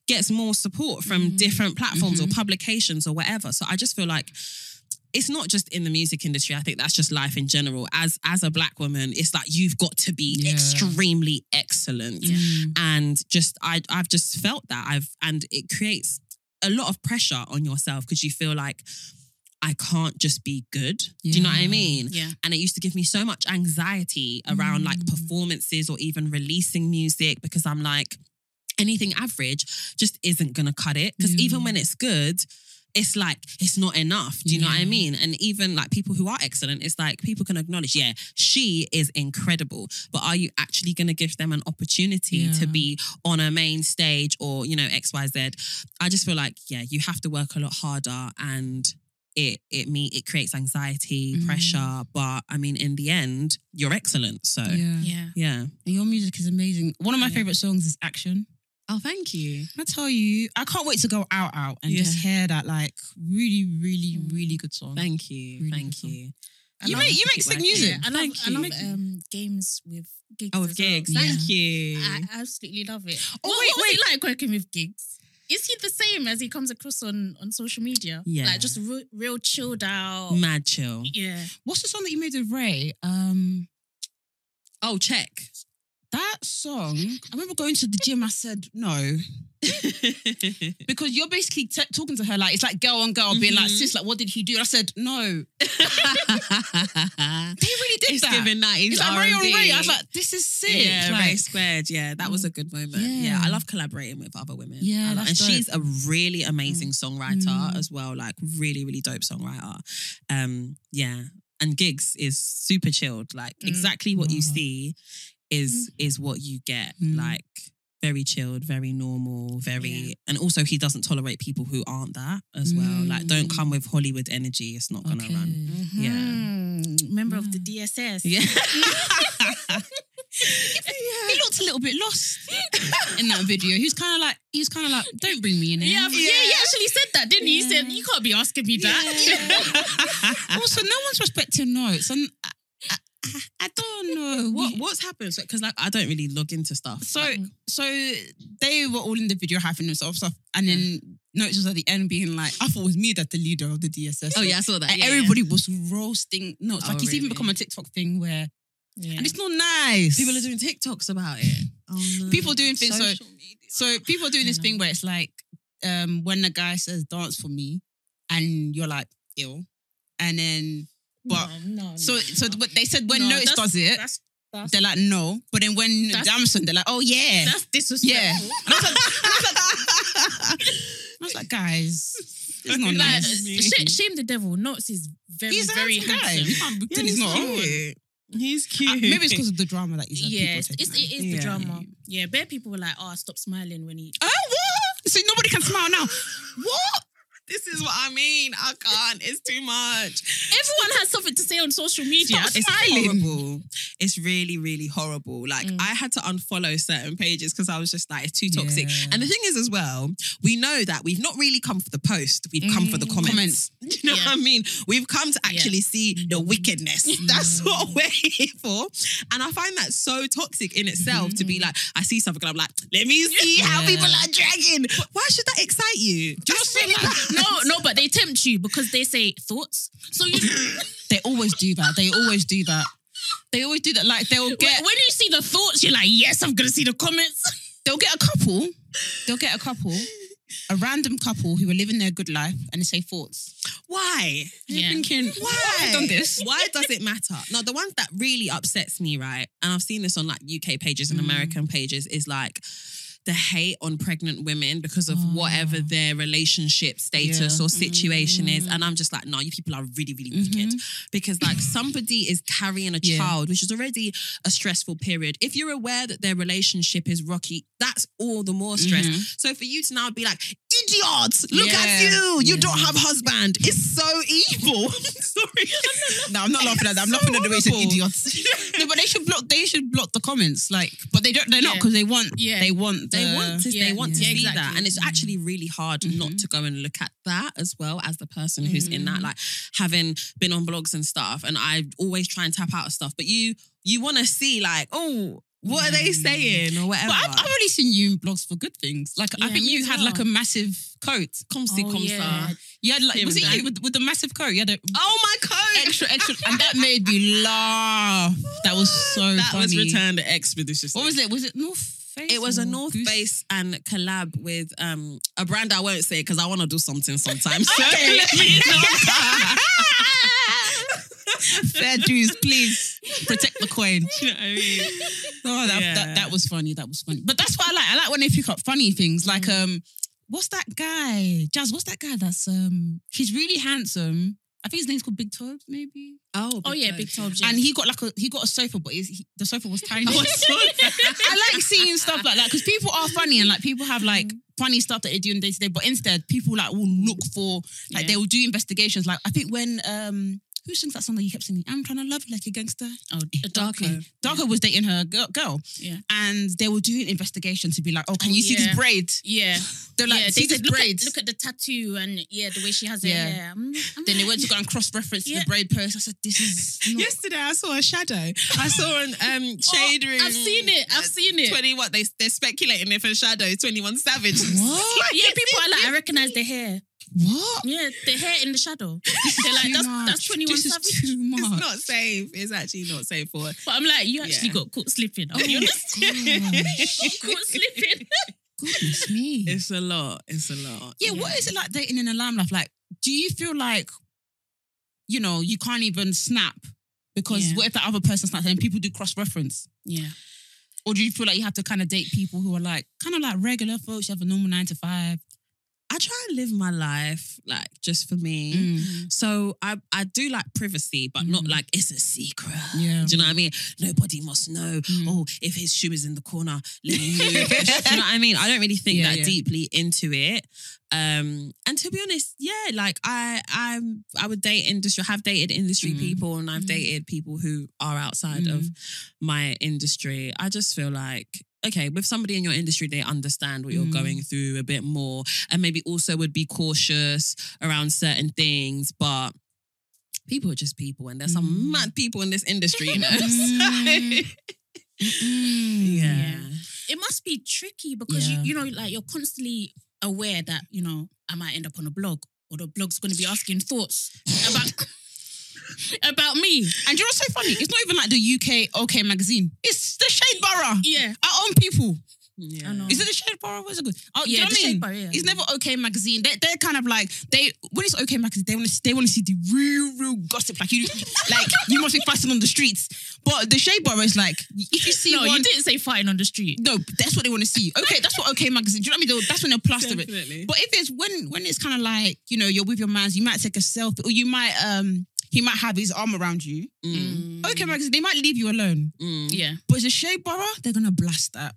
Speaker 3: gets more support from
Speaker 2: Mm.
Speaker 3: different platforms
Speaker 1: Mhm.
Speaker 3: or publications or whatever. So I just feel like it's not just in the music industry. I think that's just life in general. As as a black woman, it's like you've got to be
Speaker 1: Yeah.
Speaker 3: extremely excellent and just I I've just felt that I've and it creates a lot of pressure on yourself because you feel like I can't just be good. Do you know what I
Speaker 1: Yeah.
Speaker 3: mean?
Speaker 2: Yeah.
Speaker 3: And it used to give me so much anxiety around like
Speaker 1: Mm.
Speaker 3: performances or even releasing music because I'm like anything average just isn't going to cut it because
Speaker 1: Yeah.
Speaker 3: even when it's good it's like it's not enough. Do you know what I
Speaker 1: Yeah.
Speaker 3: mean? And even like people who are excellent, it's like people can acknowledge, yeah, she is incredible, but are you actually going to give them an opportunity
Speaker 1: Yeah.
Speaker 3: to be on a main stage or you know X Y Z? I just feel like yeah, you have to work a lot harder, and it it me it creates anxiety,
Speaker 1: Mhm.
Speaker 3: pressure. But I mean, in the end, you're excellent. So yeah,
Speaker 1: Yeah.
Speaker 2: Yeah.
Speaker 1: Your music is amazing. One of my
Speaker 3: Yeah.
Speaker 1: favorite songs is Action.
Speaker 3: oh thank you.
Speaker 1: I tell you, I can't wait to go out out and
Speaker 3: Yeah.
Speaker 1: just hear that like really, really,
Speaker 2: Mm.
Speaker 1: really good song.
Speaker 3: Thank you,
Speaker 1: Really
Speaker 3: thank
Speaker 1: good
Speaker 3: you.
Speaker 1: You
Speaker 3: I love
Speaker 1: make-
Speaker 3: to
Speaker 1: you
Speaker 3: keep
Speaker 1: make sick
Speaker 3: working.
Speaker 1: music.
Speaker 2: I love,
Speaker 3: Thank
Speaker 2: I
Speaker 3: you.
Speaker 2: love um, games with gigs.
Speaker 3: Oh,
Speaker 2: as
Speaker 3: with
Speaker 2: well.
Speaker 3: gigs.
Speaker 1: Yeah.
Speaker 3: Thank you.
Speaker 2: I I absolutely love it.
Speaker 1: Oh,
Speaker 2: what,
Speaker 1: wait,
Speaker 2: what was it like working with gigs? Is he the same as he comes across on, on social media?
Speaker 3: Yeah.
Speaker 2: Like just re- real chilled out.
Speaker 3: Mad chill.
Speaker 2: Yeah.
Speaker 1: What's the song that you made with Ray? Um,
Speaker 3: Oh, check.
Speaker 1: that song. I remember going to the gym. I said no because you're basically t- talking to her like it's like girl on girl, being like
Speaker 3: Mhm.
Speaker 1: sis, like what did he do? And I said no. They really did
Speaker 3: it's
Speaker 1: that.
Speaker 3: giving that.
Speaker 1: it's like Ray on Ray. I was like, this is sick.
Speaker 3: Yeah,
Speaker 1: Like, Mm,
Speaker 3: Ray Squared. Yeah, that was a good moment. Yeah.
Speaker 1: Yeah.
Speaker 3: I love collaborating with other women.
Speaker 1: Yeah,
Speaker 3: I love- and
Speaker 1: that's dope.
Speaker 3: she's a really amazing songwriter
Speaker 1: Mm.
Speaker 3: as well. Like really, really dope songwriter. Um, yeah, and gigs is super chilled. Like
Speaker 2: Mm.
Speaker 3: exactly what you
Speaker 1: Wow.
Speaker 3: see is is what you get.
Speaker 1: mm-hmm. Mm.
Speaker 3: Like very chilled, very normal, very,
Speaker 2: Yeah.
Speaker 3: and also he doesn't tolerate people who aren't that as well. Like don't
Speaker 1: Mm.
Speaker 3: come with Hollywood energy. It's not gonna
Speaker 1: okay.
Speaker 3: run. Yeah.
Speaker 2: Mhm. Member of the DSS.
Speaker 3: Yeah.
Speaker 1: He looked a little bit lost in that video. He was kind of like, he was kind of like, don't bring me in here.
Speaker 2: Yeah, yeah,
Speaker 3: Yeah.
Speaker 2: he actually said that, didn't he? He said,
Speaker 1: Yeah.
Speaker 2: You can't be asking me that.
Speaker 1: also, no one's respecting notes, and I, I, I- I don't know
Speaker 3: what
Speaker 1: what.
Speaker 3: what's happened? Because like I don't really log into stuff.
Speaker 1: So,
Speaker 2: Mm-hmm.
Speaker 1: so they were all in the video hyping themselves up, and then notes was at the end being like, "I thought it was me that the leader of the DSS."
Speaker 2: Oh,
Speaker 3: oh, I saw that.
Speaker 1: Like, everybody was roasting notes.
Speaker 3: Oh,
Speaker 1: like it's even
Speaker 3: really?
Speaker 1: become a TikTok thing where,
Speaker 2: Yeah.
Speaker 1: and it's not nice.
Speaker 3: people are doing TikToks about it. Oh, no.
Speaker 1: People doing things, so-
Speaker 3: Social media.
Speaker 1: So people are doing this
Speaker 2: I
Speaker 1: thing
Speaker 2: know.
Speaker 1: where it's like um, when the guy says dance for me, and you're like ill, and then but-
Speaker 2: no, no,
Speaker 1: so so
Speaker 2: no.
Speaker 1: what they said when
Speaker 2: No,
Speaker 1: Notice
Speaker 2: that's-
Speaker 1: does it,
Speaker 2: that's, that's,
Speaker 1: they're like no, but then when
Speaker 2: That's-
Speaker 1: Damson, they're like oh yeah,
Speaker 2: that's
Speaker 1: yeah.
Speaker 2: disrespectful.
Speaker 1: And I was like, and I was like- I was like, guys, it's not
Speaker 3: Like,
Speaker 2: Like,
Speaker 1: nice.
Speaker 3: me.
Speaker 2: sh- shame the devil. Knox is very,
Speaker 1: He's a
Speaker 2: very
Speaker 1: handsome guy.
Speaker 2: handsome.
Speaker 1: You can't pretend he's not.
Speaker 3: He's
Speaker 1: Uh,
Speaker 3: cute.
Speaker 1: maybe it's because of the drama that he's had
Speaker 2: Yeah,
Speaker 1: people
Speaker 2: it's, it's,
Speaker 1: taking
Speaker 2: it
Speaker 1: out.
Speaker 2: is the
Speaker 3: Yeah.
Speaker 2: drama. Yeah, bare people were like, "Oh, stop smiling when he."
Speaker 1: Oh what? So nobody can smile now.
Speaker 3: what? This is what I mean. I can't. It's too much.
Speaker 2: Everyone has something to say on social media.
Speaker 1: Stop
Speaker 3: it's
Speaker 1: smiling.
Speaker 3: horrible. It's really, really horrible. Like
Speaker 2: Mm.
Speaker 3: I had to unfollow certain pages because I was just like, it's too toxic.
Speaker 1: Yeah.
Speaker 3: And the thing is, as well, we know that we've not really come for the post. We've come for the
Speaker 2: Mm.
Speaker 3: comments.
Speaker 1: Comments.
Speaker 3: Do you know
Speaker 2: Yeah.
Speaker 3: what I mean? We've come to actually see the wickedness. That's what we're here for. And I find that so toxic in itself to be like, I see something and I'm like, let me see how
Speaker 1: Yeah.
Speaker 3: people are dragging. Why should that excite
Speaker 1: Do
Speaker 3: you?
Speaker 1: you
Speaker 3: That's
Speaker 1: know what I'm
Speaker 3: really
Speaker 1: saying?
Speaker 2: no,
Speaker 3: bad.
Speaker 2: no, but they tempt you because they say thoughts. So you,
Speaker 1: They always do that. They always do that. They always do that. Like they'll
Speaker 2: when,
Speaker 1: get
Speaker 2: when you see the thoughts, you're like, "Yes, I'm gonna see the comments."
Speaker 1: they'll get a couple. They'll get a couple, a random couple who are living their good life, and they say thoughts.
Speaker 3: Why?
Speaker 1: And You're
Speaker 2: Yeah.
Speaker 1: thinking, why have I
Speaker 3: Why?
Speaker 1: done this?
Speaker 3: Why does it matter? No, the ones that really upsets me, right? And I've seen this on like UK pages and
Speaker 1: Mm.
Speaker 3: American pages is like the hate on pregnant women because of
Speaker 2: Oh.
Speaker 3: whatever their relationship status
Speaker 1: Mm.
Speaker 3: or situation is. And I'm just like, no, you people are really, really wicked. Because like somebody is carrying a
Speaker 1: Mm-hmm. Yeah.
Speaker 3: child, which is already a stressful period. If you're aware that their relationship is rocky, that's all the more stress.
Speaker 1: Mhm.
Speaker 3: So for you to now be like, idiot, look at
Speaker 1: Yeah.
Speaker 3: you. You
Speaker 1: Yeah.
Speaker 3: don't have husband. It's so evil. Sorry.
Speaker 1: Uh, No, I'm not laughing at that. I'm
Speaker 3: So
Speaker 1: laughing at the way you said
Speaker 3: horrible.
Speaker 1: idiots. no, but they should block. They should block the comments. Like, but they don't. They're not
Speaker 2: Yeah.
Speaker 1: because they want.
Speaker 2: Yeah.
Speaker 1: They want.
Speaker 3: They
Speaker 1: the-
Speaker 3: want to.
Speaker 2: yeah,
Speaker 3: they want
Speaker 1: yeah,
Speaker 3: to see that,
Speaker 2: exactly.
Speaker 3: and it's actually really hard not
Speaker 1: Mhm.
Speaker 3: to go and look at that as well as the person who's in that.
Speaker 2: Mm.
Speaker 3: Like having been on blogs and stuff, and I always try and tap out of stuff, but you you want to see like, oh, what are they
Speaker 1: Mm.
Speaker 3: saying or whatever.
Speaker 1: But I've, I've only seen you in blogs for good things. Like, I
Speaker 2: Yeah,
Speaker 1: think
Speaker 2: me
Speaker 1: you
Speaker 2: as
Speaker 1: had
Speaker 2: well.
Speaker 1: like a massive coat. Come see,
Speaker 2: Oh,
Speaker 1: come
Speaker 2: yeah.
Speaker 1: see. You had like
Speaker 3: Here
Speaker 1: was
Speaker 3: and
Speaker 1: it you
Speaker 3: there.
Speaker 1: with, with the massive coat? You had a
Speaker 3: Oh my coat!
Speaker 1: extra extra, and that made me laugh. That was so.
Speaker 3: that
Speaker 1: funny.
Speaker 3: was returned expeditiously.
Speaker 1: What was it? Was it North Face?
Speaker 3: It was
Speaker 1: or
Speaker 3: a North
Speaker 1: Goose?
Speaker 3: Face and collab with um a brand I won't say because I want to do something sometime. So
Speaker 1: Okay.
Speaker 3: let me know.
Speaker 1: Fair dues, please protect the coin.
Speaker 3: You know what I mean?
Speaker 1: Oh, that,
Speaker 3: Yeah.
Speaker 1: that that was funny. That was funny. But that's what I like. I like when they pick up funny things. Like,
Speaker 2: Mm.
Speaker 1: um, what's that guy? Jazz, what's that guy that's um he's really handsome. I think his name's called Big Tobes, maybe.
Speaker 3: Oh,
Speaker 2: Oh yeah, big toe.
Speaker 1: And he got like a he got a sofa, but his, he, the sofa was tiny.
Speaker 2: Oh,
Speaker 3: I saw that.
Speaker 1: I like seeing stuff like that because people are funny and like people have like
Speaker 2: Mm.
Speaker 1: funny stuff that they do in day to day. But instead, people like will look for like
Speaker 2: Yeah.
Speaker 1: they will do investigations. Like I think when um who sings that song that you kept singing? I'm trying to love you like a gangster.
Speaker 2: oh,
Speaker 1: Darko. Darko was dating her girl, girl,
Speaker 2: Yeah.
Speaker 1: and they will do an investigation to be like, oh, can
Speaker 2: Oh,
Speaker 1: you see
Speaker 2: yeah.
Speaker 1: this braid?
Speaker 2: Yeah.
Speaker 1: They're like,
Speaker 2: yeah,
Speaker 1: see this
Speaker 2: said, look,
Speaker 1: braid.
Speaker 2: at, look at the tattoo and yeah, the way she has
Speaker 1: Yeah.
Speaker 2: it. Yeah. I'm- I'm
Speaker 1: then they
Speaker 2: like-
Speaker 1: went to go and cross reference
Speaker 2: Yeah.
Speaker 1: the braid person. I said, this is not.
Speaker 3: Yesterday I saw a shadow. I saw an um
Speaker 2: Oh,
Speaker 3: shade room.
Speaker 2: I've seen it. I've seen it.
Speaker 3: Twenty what they they're speculating if a shadow is twenty one savage.
Speaker 1: What?
Speaker 3: Like,
Speaker 2: Yeah, people are like, I recognize the hair.
Speaker 1: What?
Speaker 2: Yeah, the hair in the shadow. They're like,
Speaker 1: Too
Speaker 2: that's,
Speaker 1: much.
Speaker 2: that's 21
Speaker 1: This is
Speaker 2: Savage.
Speaker 1: too much.
Speaker 3: It's not safe. It's actually not safe for.
Speaker 2: But I'm like, you actually
Speaker 3: Yeah.
Speaker 2: got caught slipping.
Speaker 3: Oh
Speaker 2: I'll be honest. You got caught slipping.
Speaker 1: Goodness me.
Speaker 3: It's a lot. It's a lot.
Speaker 1: yeah, what is it like dating in a limelight? Like, do you feel like, you know, you can't even snap because
Speaker 2: Yeah.
Speaker 1: what if the other person snaps and people do cross reference?
Speaker 2: Yeah.
Speaker 1: Or do you feel like you have to kind of date people who are like, kind of like regular folks, you have a normal nine to five?
Speaker 3: I try and live my life like just for me.
Speaker 2: Mm.
Speaker 3: Mm. So I I do like privacy, but not
Speaker 1: Mhm.
Speaker 3: like it's a secret.
Speaker 1: Yeah.
Speaker 3: Do you know what I mean? Nobody must know.
Speaker 1: Mhm.
Speaker 3: Oh, if his shoe is in the corner, let me move. do you know what I mean? I don't really think
Speaker 1: Yeah,
Speaker 3: that
Speaker 1: yeah.
Speaker 3: deeply into it. Um, and to be honest, yeah, like I I'm I would date industry, have dated industry
Speaker 1: Mhm.
Speaker 3: people, and I've
Speaker 2: Mhm.
Speaker 3: dated people who are outside of
Speaker 1: Mm-hmm.
Speaker 3: my industry. I just feel like, okay, with somebody in your industry, they understand what you're
Speaker 1: Mm.
Speaker 3: going through a bit more and maybe also would be cautious around certain things, but people are just people and there's
Speaker 1: Mm.
Speaker 3: some mad people in this industry, you know?
Speaker 1: Mm. Mm-mm.
Speaker 3: yeah.
Speaker 2: It must be tricky because
Speaker 1: Yeah.
Speaker 2: you, you know, like you're constantly aware that, you know, I might end up on a blog or the blog's going to be asking thoughts about about me.
Speaker 1: And you know what's so funny? It's not even like the UK OK magazine. It's the Shade Borough.
Speaker 2: Yeah.
Speaker 1: Our own people.
Speaker 3: yeah.
Speaker 2: I know.
Speaker 1: Is it the Shade Borough? Where's it good? Oh, do you
Speaker 2: Yeah,
Speaker 1: know what
Speaker 2: the
Speaker 1: I mean?
Speaker 2: shape bar, yeah.
Speaker 1: It's never OK magazine. They, they're kind of like they when it's OK magazine, they want to they want to see the real, real gossip. Like you, like you must be fighting on the streets. But the Shade Borough is like if you see
Speaker 2: No,
Speaker 1: one,
Speaker 2: you didn't say fighting on the street.
Speaker 1: no, that's what they want to see. Okay, that's what OK magazine. Do you know what I mean? They'll- That's when they'll plaster it.
Speaker 3: Definitely.
Speaker 1: But if it's when when it's kind of like you know you're with your man's, you might take a selfie or you might um he might have his arm around you.
Speaker 3: Mm,
Speaker 1: OK magazine, they might leave you alone.
Speaker 3: mm.
Speaker 2: Yeah.
Speaker 1: But it's a shade borough, they're gonna blast that.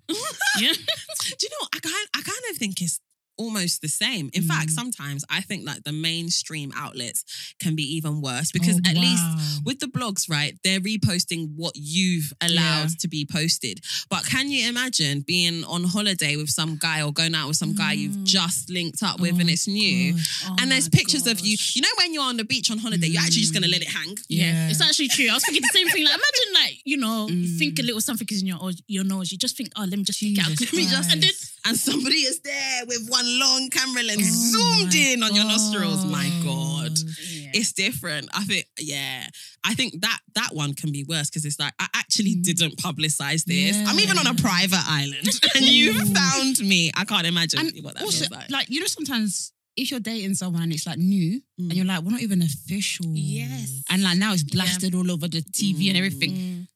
Speaker 2: Yeah.
Speaker 3: Do you know? I kind I kind of think it's almost the same. In fact,
Speaker 1: Mm.
Speaker 3: sometimes I think like the mainstream outlets can be even worse because
Speaker 2: Oh,
Speaker 1: Oh,
Speaker 3: at least with the blogs, right, they're reposting what you've allowed
Speaker 1: Yeah.
Speaker 3: to be posted. But can you imagine being on holiday with some guy or going out with some guy you've
Speaker 2: Mm.
Speaker 3: just linked up with and it's new?
Speaker 2: Oh
Speaker 3: And there's
Speaker 2: my
Speaker 3: pictures of you.
Speaker 2: gosh.
Speaker 3: You know when you're on the beach on holiday, you're actually just gonna let it
Speaker 1: Mm.
Speaker 3: hang.
Speaker 2: Yeah.
Speaker 1: Yeah.
Speaker 2: it's actually true. I was thinking the same thing. Like, imagine, like you know, you
Speaker 1: Mm.
Speaker 2: think a little something is in your your nose. You just think, oh, let me just take it out.
Speaker 1: Jesus
Speaker 2: Let me just, and then
Speaker 3: And somebody is there with one long camera
Speaker 1: Oh
Speaker 3: lens zoomed
Speaker 1: my
Speaker 3: in on your nostrils. My God.
Speaker 2: it's
Speaker 3: It's different. I think, yeah. I think that that one can be worse because it's like I actually
Speaker 1: Mm.
Speaker 3: didn't publicize this. I'm even on a
Speaker 1: Yeah.
Speaker 3: private island, and you
Speaker 1: Ooh.
Speaker 3: found me. I can't imagine
Speaker 1: And
Speaker 3: what that
Speaker 1: also,
Speaker 3: feels like.
Speaker 1: like you know, sometimes if you're dating someone and it's like new, and you're like, we're not even official.
Speaker 2: Mm. Yes.
Speaker 1: And like now it's blasted all over the TV and everything.
Speaker 2: Mm.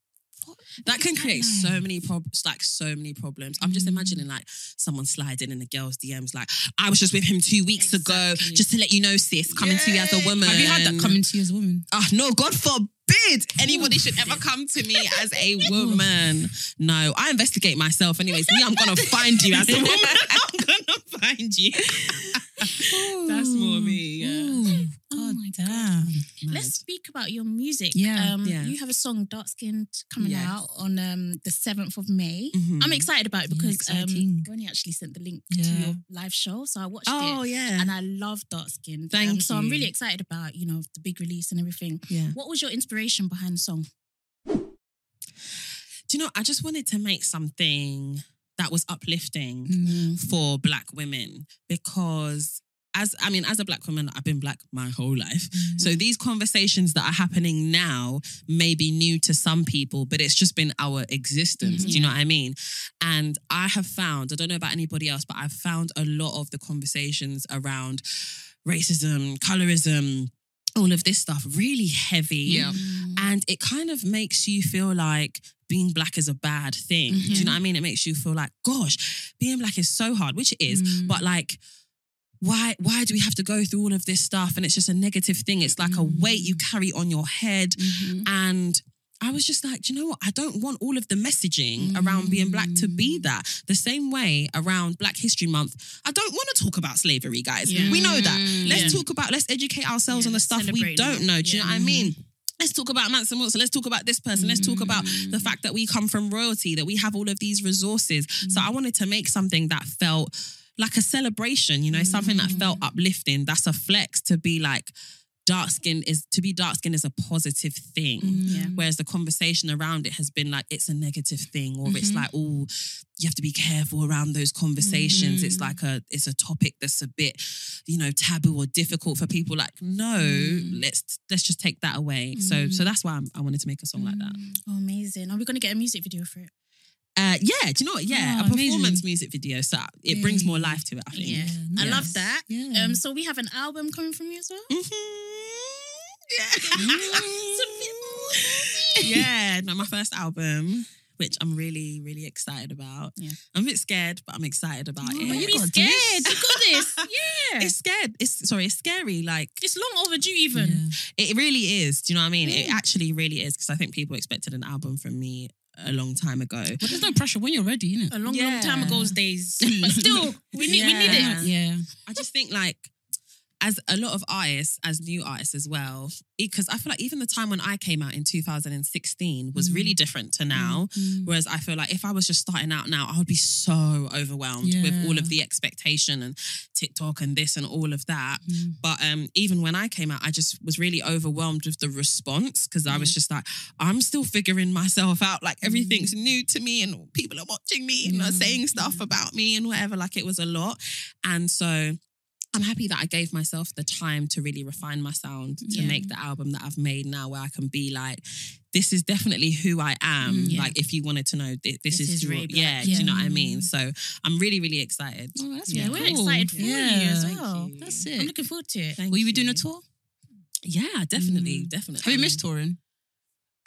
Speaker 1: What
Speaker 3: That can
Speaker 2: is that
Speaker 3: create so
Speaker 1: Mm.
Speaker 2: like?
Speaker 3: many problems, like so many problems. I'm just imagining like someone sliding in the girl's DMs, like I was just with him two weeks ago,
Speaker 2: Exactly.
Speaker 3: just to let you know, sis, coming to you as a woman.
Speaker 1: Have you
Speaker 2: Mm.
Speaker 1: had that coming to you as a woman?
Speaker 3: Ah, no, God forbid anybody should ever come to me as a woman. No, I investigate myself. Anyways, me, I'm gonna find you as a woman. I'm gonna find you. That's more me. Yeah.
Speaker 1: Ooh,
Speaker 2: Oh
Speaker 1: God
Speaker 2: my God.
Speaker 1: damn.
Speaker 2: Let's speak about your music.
Speaker 1: Yeah,
Speaker 2: um,
Speaker 3: yeah.
Speaker 2: You have a song, Dark Skinned, coming
Speaker 3: Yes.
Speaker 2: out on um, the 7th of May.
Speaker 3: Mhm.
Speaker 2: I'm excited about it
Speaker 1: Mm-hmm. Yeah,
Speaker 2: because um,
Speaker 1: exciting.
Speaker 2: Granny actually sent the link to
Speaker 1: Yeah.
Speaker 2: your live show. So I watched
Speaker 3: Oh
Speaker 2: it
Speaker 3: yeah.
Speaker 2: and I love Dark Skinned.
Speaker 3: Thank
Speaker 2: um, So I'm
Speaker 3: you.
Speaker 2: really excited about, you know, the big release and everything.
Speaker 3: yeah.
Speaker 2: What was your inspiration behind the song?
Speaker 3: Do you know? I just wanted to make something that was uplifting.
Speaker 1: Mm-hmm.
Speaker 3: for black women because as I mean, as a black woman, I've been black my whole life.
Speaker 1: Mm-hmm.
Speaker 3: So these conversations that are happening now may be new to some people, but it's just been our existence. Do you know what I mean? And I have found, I don't know about anybody else, but I've found a lot of the conversations around racism, colorism, all of this stuff really heavy.
Speaker 1: Yeah.
Speaker 3: And it kind of makes you feel like being black is a bad thing. Do you know what I mean? It makes you feel like, gosh, being black is so hard, which it is,
Speaker 2: Mm.
Speaker 3: but like, why, why do we have to go through all of this stuff? And it's just a negative thing. It's like a weight you carry on your head.
Speaker 2: Mm-hmm.
Speaker 3: And I was just like, do you know what? I don't want all of the messaging around being black to be that. The same way around Black History Month, I don't want to talk about slavery, guys.
Speaker 2: Yeah.
Speaker 3: We know that. Let's
Speaker 2: Yeah.
Speaker 3: talk about, let's educate ourselves
Speaker 2: Yeah,
Speaker 3: on the
Speaker 2: let's
Speaker 3: stuff we
Speaker 2: celebrate
Speaker 3: don't
Speaker 2: that.
Speaker 3: know. Do you know
Speaker 2: Yeah.
Speaker 3: what I mean? Let's talk about Manson Wilson. Let's talk about this person. Let's talk about
Speaker 2: Mm-hmm.
Speaker 3: the fact that we come from royalty, that we have all of these resources.
Speaker 2: Mm-hmm.
Speaker 3: So I wanted to make something that felt like a celebration, you know, something that felt
Speaker 2: Mm-hmm.
Speaker 3: uplifting. That's a flex to be like, dark skin is to be dark skin is a positive thing.
Speaker 2: Yeah.
Speaker 3: Whereas the conversation around it has been like it's a negative thing, or it's
Speaker 2: Mhm.
Speaker 3: like, oh, you have to be careful around those conversations. It's like a it's a topic that's a bit, you know, taboo or difficult for people. Like, no,
Speaker 2: Mm.
Speaker 3: let's let's just take that away. So so that's why I'm, I wanted to make a song like that.
Speaker 2: Oh, amazing. Are we going to get a music video for it?
Speaker 3: Uh, yeah, do you know what? Yeah,
Speaker 1: Oh,
Speaker 3: a performance
Speaker 1: amazing.
Speaker 3: music video. So it brings more life to it. I think. Mm.
Speaker 2: Yeah. I
Speaker 1: nice.
Speaker 2: love that.
Speaker 1: Yeah.
Speaker 2: Um, so we have an album coming from you as well?
Speaker 3: Oh, Mm-hmm. Yeah. yeah, no, my first album, which I'm really, really excited about.
Speaker 2: Yeah. Mm,
Speaker 3: I'm a bit scared, but I'm excited about
Speaker 1: Oh,
Speaker 3: it.
Speaker 1: but you
Speaker 2: Be
Speaker 1: got
Speaker 2: scared.
Speaker 1: this.
Speaker 2: You got this. Yeah.
Speaker 3: It's scared. It's sorry, it's scary. Like
Speaker 2: It's long overdue, even.
Speaker 3: it really is. Do you know what I mean? It
Speaker 2: Mm.
Speaker 3: actually really is because I think people expected an album from me a long time ago.
Speaker 1: But there's no pressure when you're ready, innit?
Speaker 2: A long, long
Speaker 3: Yeah.
Speaker 2: time ago's days. But still, we need, we need
Speaker 3: Yeah.
Speaker 2: it.
Speaker 1: Yeah.
Speaker 3: I just think like as a lot of artists, as new artists as well, because I feel like even the time when I came out in 2016 was
Speaker 1: Mm.
Speaker 3: really different to
Speaker 2: Mm.
Speaker 3: now.
Speaker 2: Mm-hmm.
Speaker 3: Whereas I feel like if I was just starting out now, I would be so overwhelmed with all
Speaker 1: Yeah.
Speaker 3: of the expectation and TikTok and this and all of that. But um, even when I came out, I just was really overwhelmed with the response because I was
Speaker 2: Mm.
Speaker 3: just like, I'm still figuring myself out. Like everything's
Speaker 2: Mm.
Speaker 3: new to me, and people are watching me and are
Speaker 1: Yeah,
Speaker 3: saying stuff about me and whatever. Like it was a lot, and so. I'm happy that I gave myself the time to really refine my sound to
Speaker 2: Yeah.
Speaker 3: make the album that I've made now, where I can be like, this is definitely who I am.
Speaker 2: Mm, yeah.
Speaker 3: Like, if you wanted to know, thi- this,
Speaker 2: This
Speaker 3: is,
Speaker 2: is
Speaker 3: who,
Speaker 2: Ray Black.
Speaker 3: yeah, do you know what I
Speaker 1: Yeah.
Speaker 3: mean? So I'm really, really excited.
Speaker 1: Oh, that's
Speaker 3: Yeah.
Speaker 2: Yeah,
Speaker 1: really
Speaker 2: we're
Speaker 1: cool.
Speaker 2: excited for you as well.
Speaker 3: you.
Speaker 1: That's
Speaker 2: I'm
Speaker 1: it.
Speaker 2: looking forward to it.
Speaker 3: Thank
Speaker 1: Will you be doing
Speaker 3: you.
Speaker 1: a tour?
Speaker 3: Yeah, definitely,
Speaker 2: Mm.
Speaker 3: definitely.
Speaker 1: Have you
Speaker 3: Um,
Speaker 1: missed touring?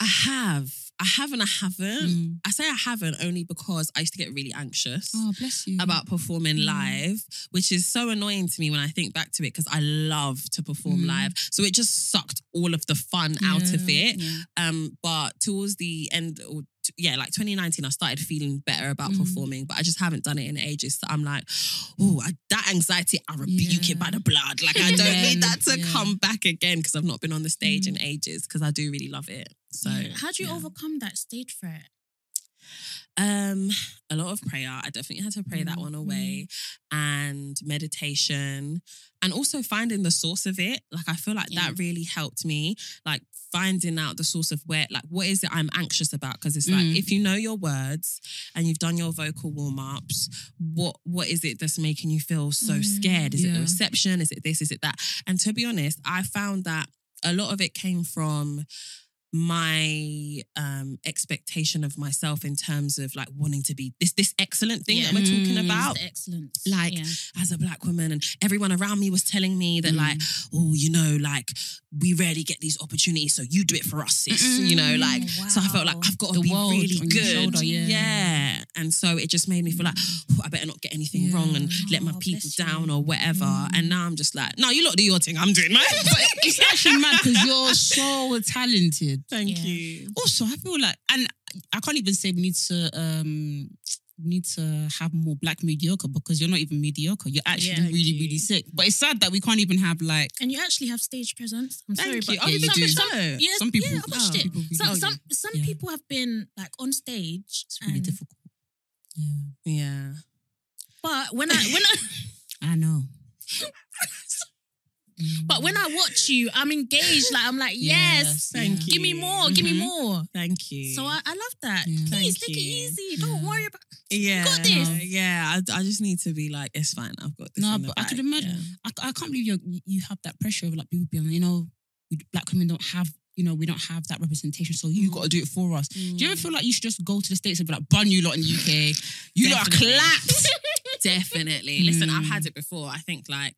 Speaker 3: I have. I have and I
Speaker 1: Mm.
Speaker 3: haven't.
Speaker 2: Mm.
Speaker 3: I say I haven't only because I used to get really anxious
Speaker 1: Oh, bless you.
Speaker 3: about performing
Speaker 1: Mm.
Speaker 3: live, which is so annoying to me when I think back to it because I love to perform
Speaker 1: Mm.
Speaker 3: live. So it just sucked all of the fun out of
Speaker 1: Yeah.
Speaker 3: it.
Speaker 2: Yeah.
Speaker 3: Um, but towards the end, or t- yeah, like 2019, I started feeling better about
Speaker 1: Mm.
Speaker 3: performing, but I just haven't done it in ages. So I'm like, oh, that anxiety, I rebuke it by
Speaker 1: Yeah.
Speaker 3: the blood. Like I don't need
Speaker 1: Again,
Speaker 3: that to
Speaker 1: yeah.
Speaker 3: come back again because I've not been on the stage
Speaker 1: Mm.
Speaker 3: in ages because I do really love it. So
Speaker 2: How do you
Speaker 3: yeah.
Speaker 2: overcome that stage fright?
Speaker 3: Um, a lot of prayer. I definitely had to pray that
Speaker 1: Mm.
Speaker 3: one away, and meditation, and also finding the source of it. Like I feel like
Speaker 2: Yeah.
Speaker 3: that really helped me. Like finding out the source of where, like, what is it I'm anxious about? Because it's like
Speaker 1: Mm.
Speaker 3: if you know your words and you've done your vocal warm ups, what what is it that's making you feel so
Speaker 2: Mm.
Speaker 3: scared? Is it the
Speaker 1: Yeah.
Speaker 3: reception? Is it this? Is it that? And to be honest, I found that a lot of it came from my um expectation of myself in terms of like wanting to be this this excellent thing
Speaker 2: Yeah.
Speaker 3: that we're talking
Speaker 1: Mm.
Speaker 3: about
Speaker 2: excellence.
Speaker 3: Like,
Speaker 2: yeah.
Speaker 3: as a black woman and everyone around me was telling me that
Speaker 1: Mm.
Speaker 3: like oh you know like we rarely get these opportunities so you do it for us sis you know
Speaker 2: Mm,
Speaker 3: like so I felt like
Speaker 2: wow.
Speaker 3: I've got to
Speaker 1: The
Speaker 3: be
Speaker 1: world
Speaker 3: really
Speaker 1: on your
Speaker 3: good
Speaker 1: shoulder, yeah.
Speaker 3: yeah and so it just made me feel like "Oh, I better not get anything
Speaker 1: Yeah.
Speaker 3: wrong and let my
Speaker 2: Oh,
Speaker 3: people
Speaker 2: bless you.
Speaker 3: down or whatever
Speaker 2: Mm.
Speaker 3: and now I'm just like no you lot do your thing I'm doing mine
Speaker 1: But it's actually mad because you're so talented.
Speaker 3: thank
Speaker 2: Yeah.
Speaker 3: you
Speaker 1: Also, I feel like, and I can't even say we need to um we need to have more black mediocre because you're not even mediocre. You're actually
Speaker 2: Yeah,
Speaker 1: really,
Speaker 3: you.
Speaker 1: really sick. But it's sad that we can't even have like.
Speaker 2: and you actually have stage presence. I'm
Speaker 3: Thank
Speaker 2: sorry,
Speaker 3: you.
Speaker 2: but
Speaker 1: Oh, you
Speaker 2: some,
Speaker 1: do.
Speaker 2: some, yeah,
Speaker 1: Some people-
Speaker 2: yeah, I watched
Speaker 1: oh.
Speaker 2: it.
Speaker 1: people really-
Speaker 2: Some
Speaker 1: oh, yeah.
Speaker 2: some, some
Speaker 1: Yeah.
Speaker 2: people have been like on stage.
Speaker 1: It's really
Speaker 2: and-
Speaker 1: difficult. Yeah,
Speaker 3: yeah
Speaker 2: But when I when I
Speaker 1: I know. Mm.
Speaker 2: but when I watch you, I'm engaged. Like I'm like, yes,
Speaker 1: Yes, thank
Speaker 2: give me
Speaker 3: you.
Speaker 2: more, give me
Speaker 1: Mhm.
Speaker 2: more.
Speaker 3: Mm-hmm. thank you
Speaker 2: So I, I love that.
Speaker 1: Yeah.
Speaker 2: Please
Speaker 3: Thank
Speaker 2: take it
Speaker 3: you.
Speaker 2: easy. Don't
Speaker 1: Yeah.
Speaker 2: worry about
Speaker 3: yeah
Speaker 2: got this.
Speaker 3: yeah I, I just need to be like it's fine I've got this
Speaker 1: No,
Speaker 3: in the
Speaker 1: but I could
Speaker 3: bag.
Speaker 1: imagine.
Speaker 3: Yeah.
Speaker 1: I, I can't believe you you have that pressure of like people being like, you know, we, black women don't have, you know, we don't have that representation, so you
Speaker 3: Mm.
Speaker 1: got to do it for us. Do you ever
Speaker 3: Mm.
Speaker 1: feel like you should just go to the states and be like, bun you lot in the UK, you lot are
Speaker 3: Definitely.
Speaker 1: collapsed.
Speaker 3: Definitely. Listen, I've
Speaker 1: Mm.
Speaker 3: had it before. I think like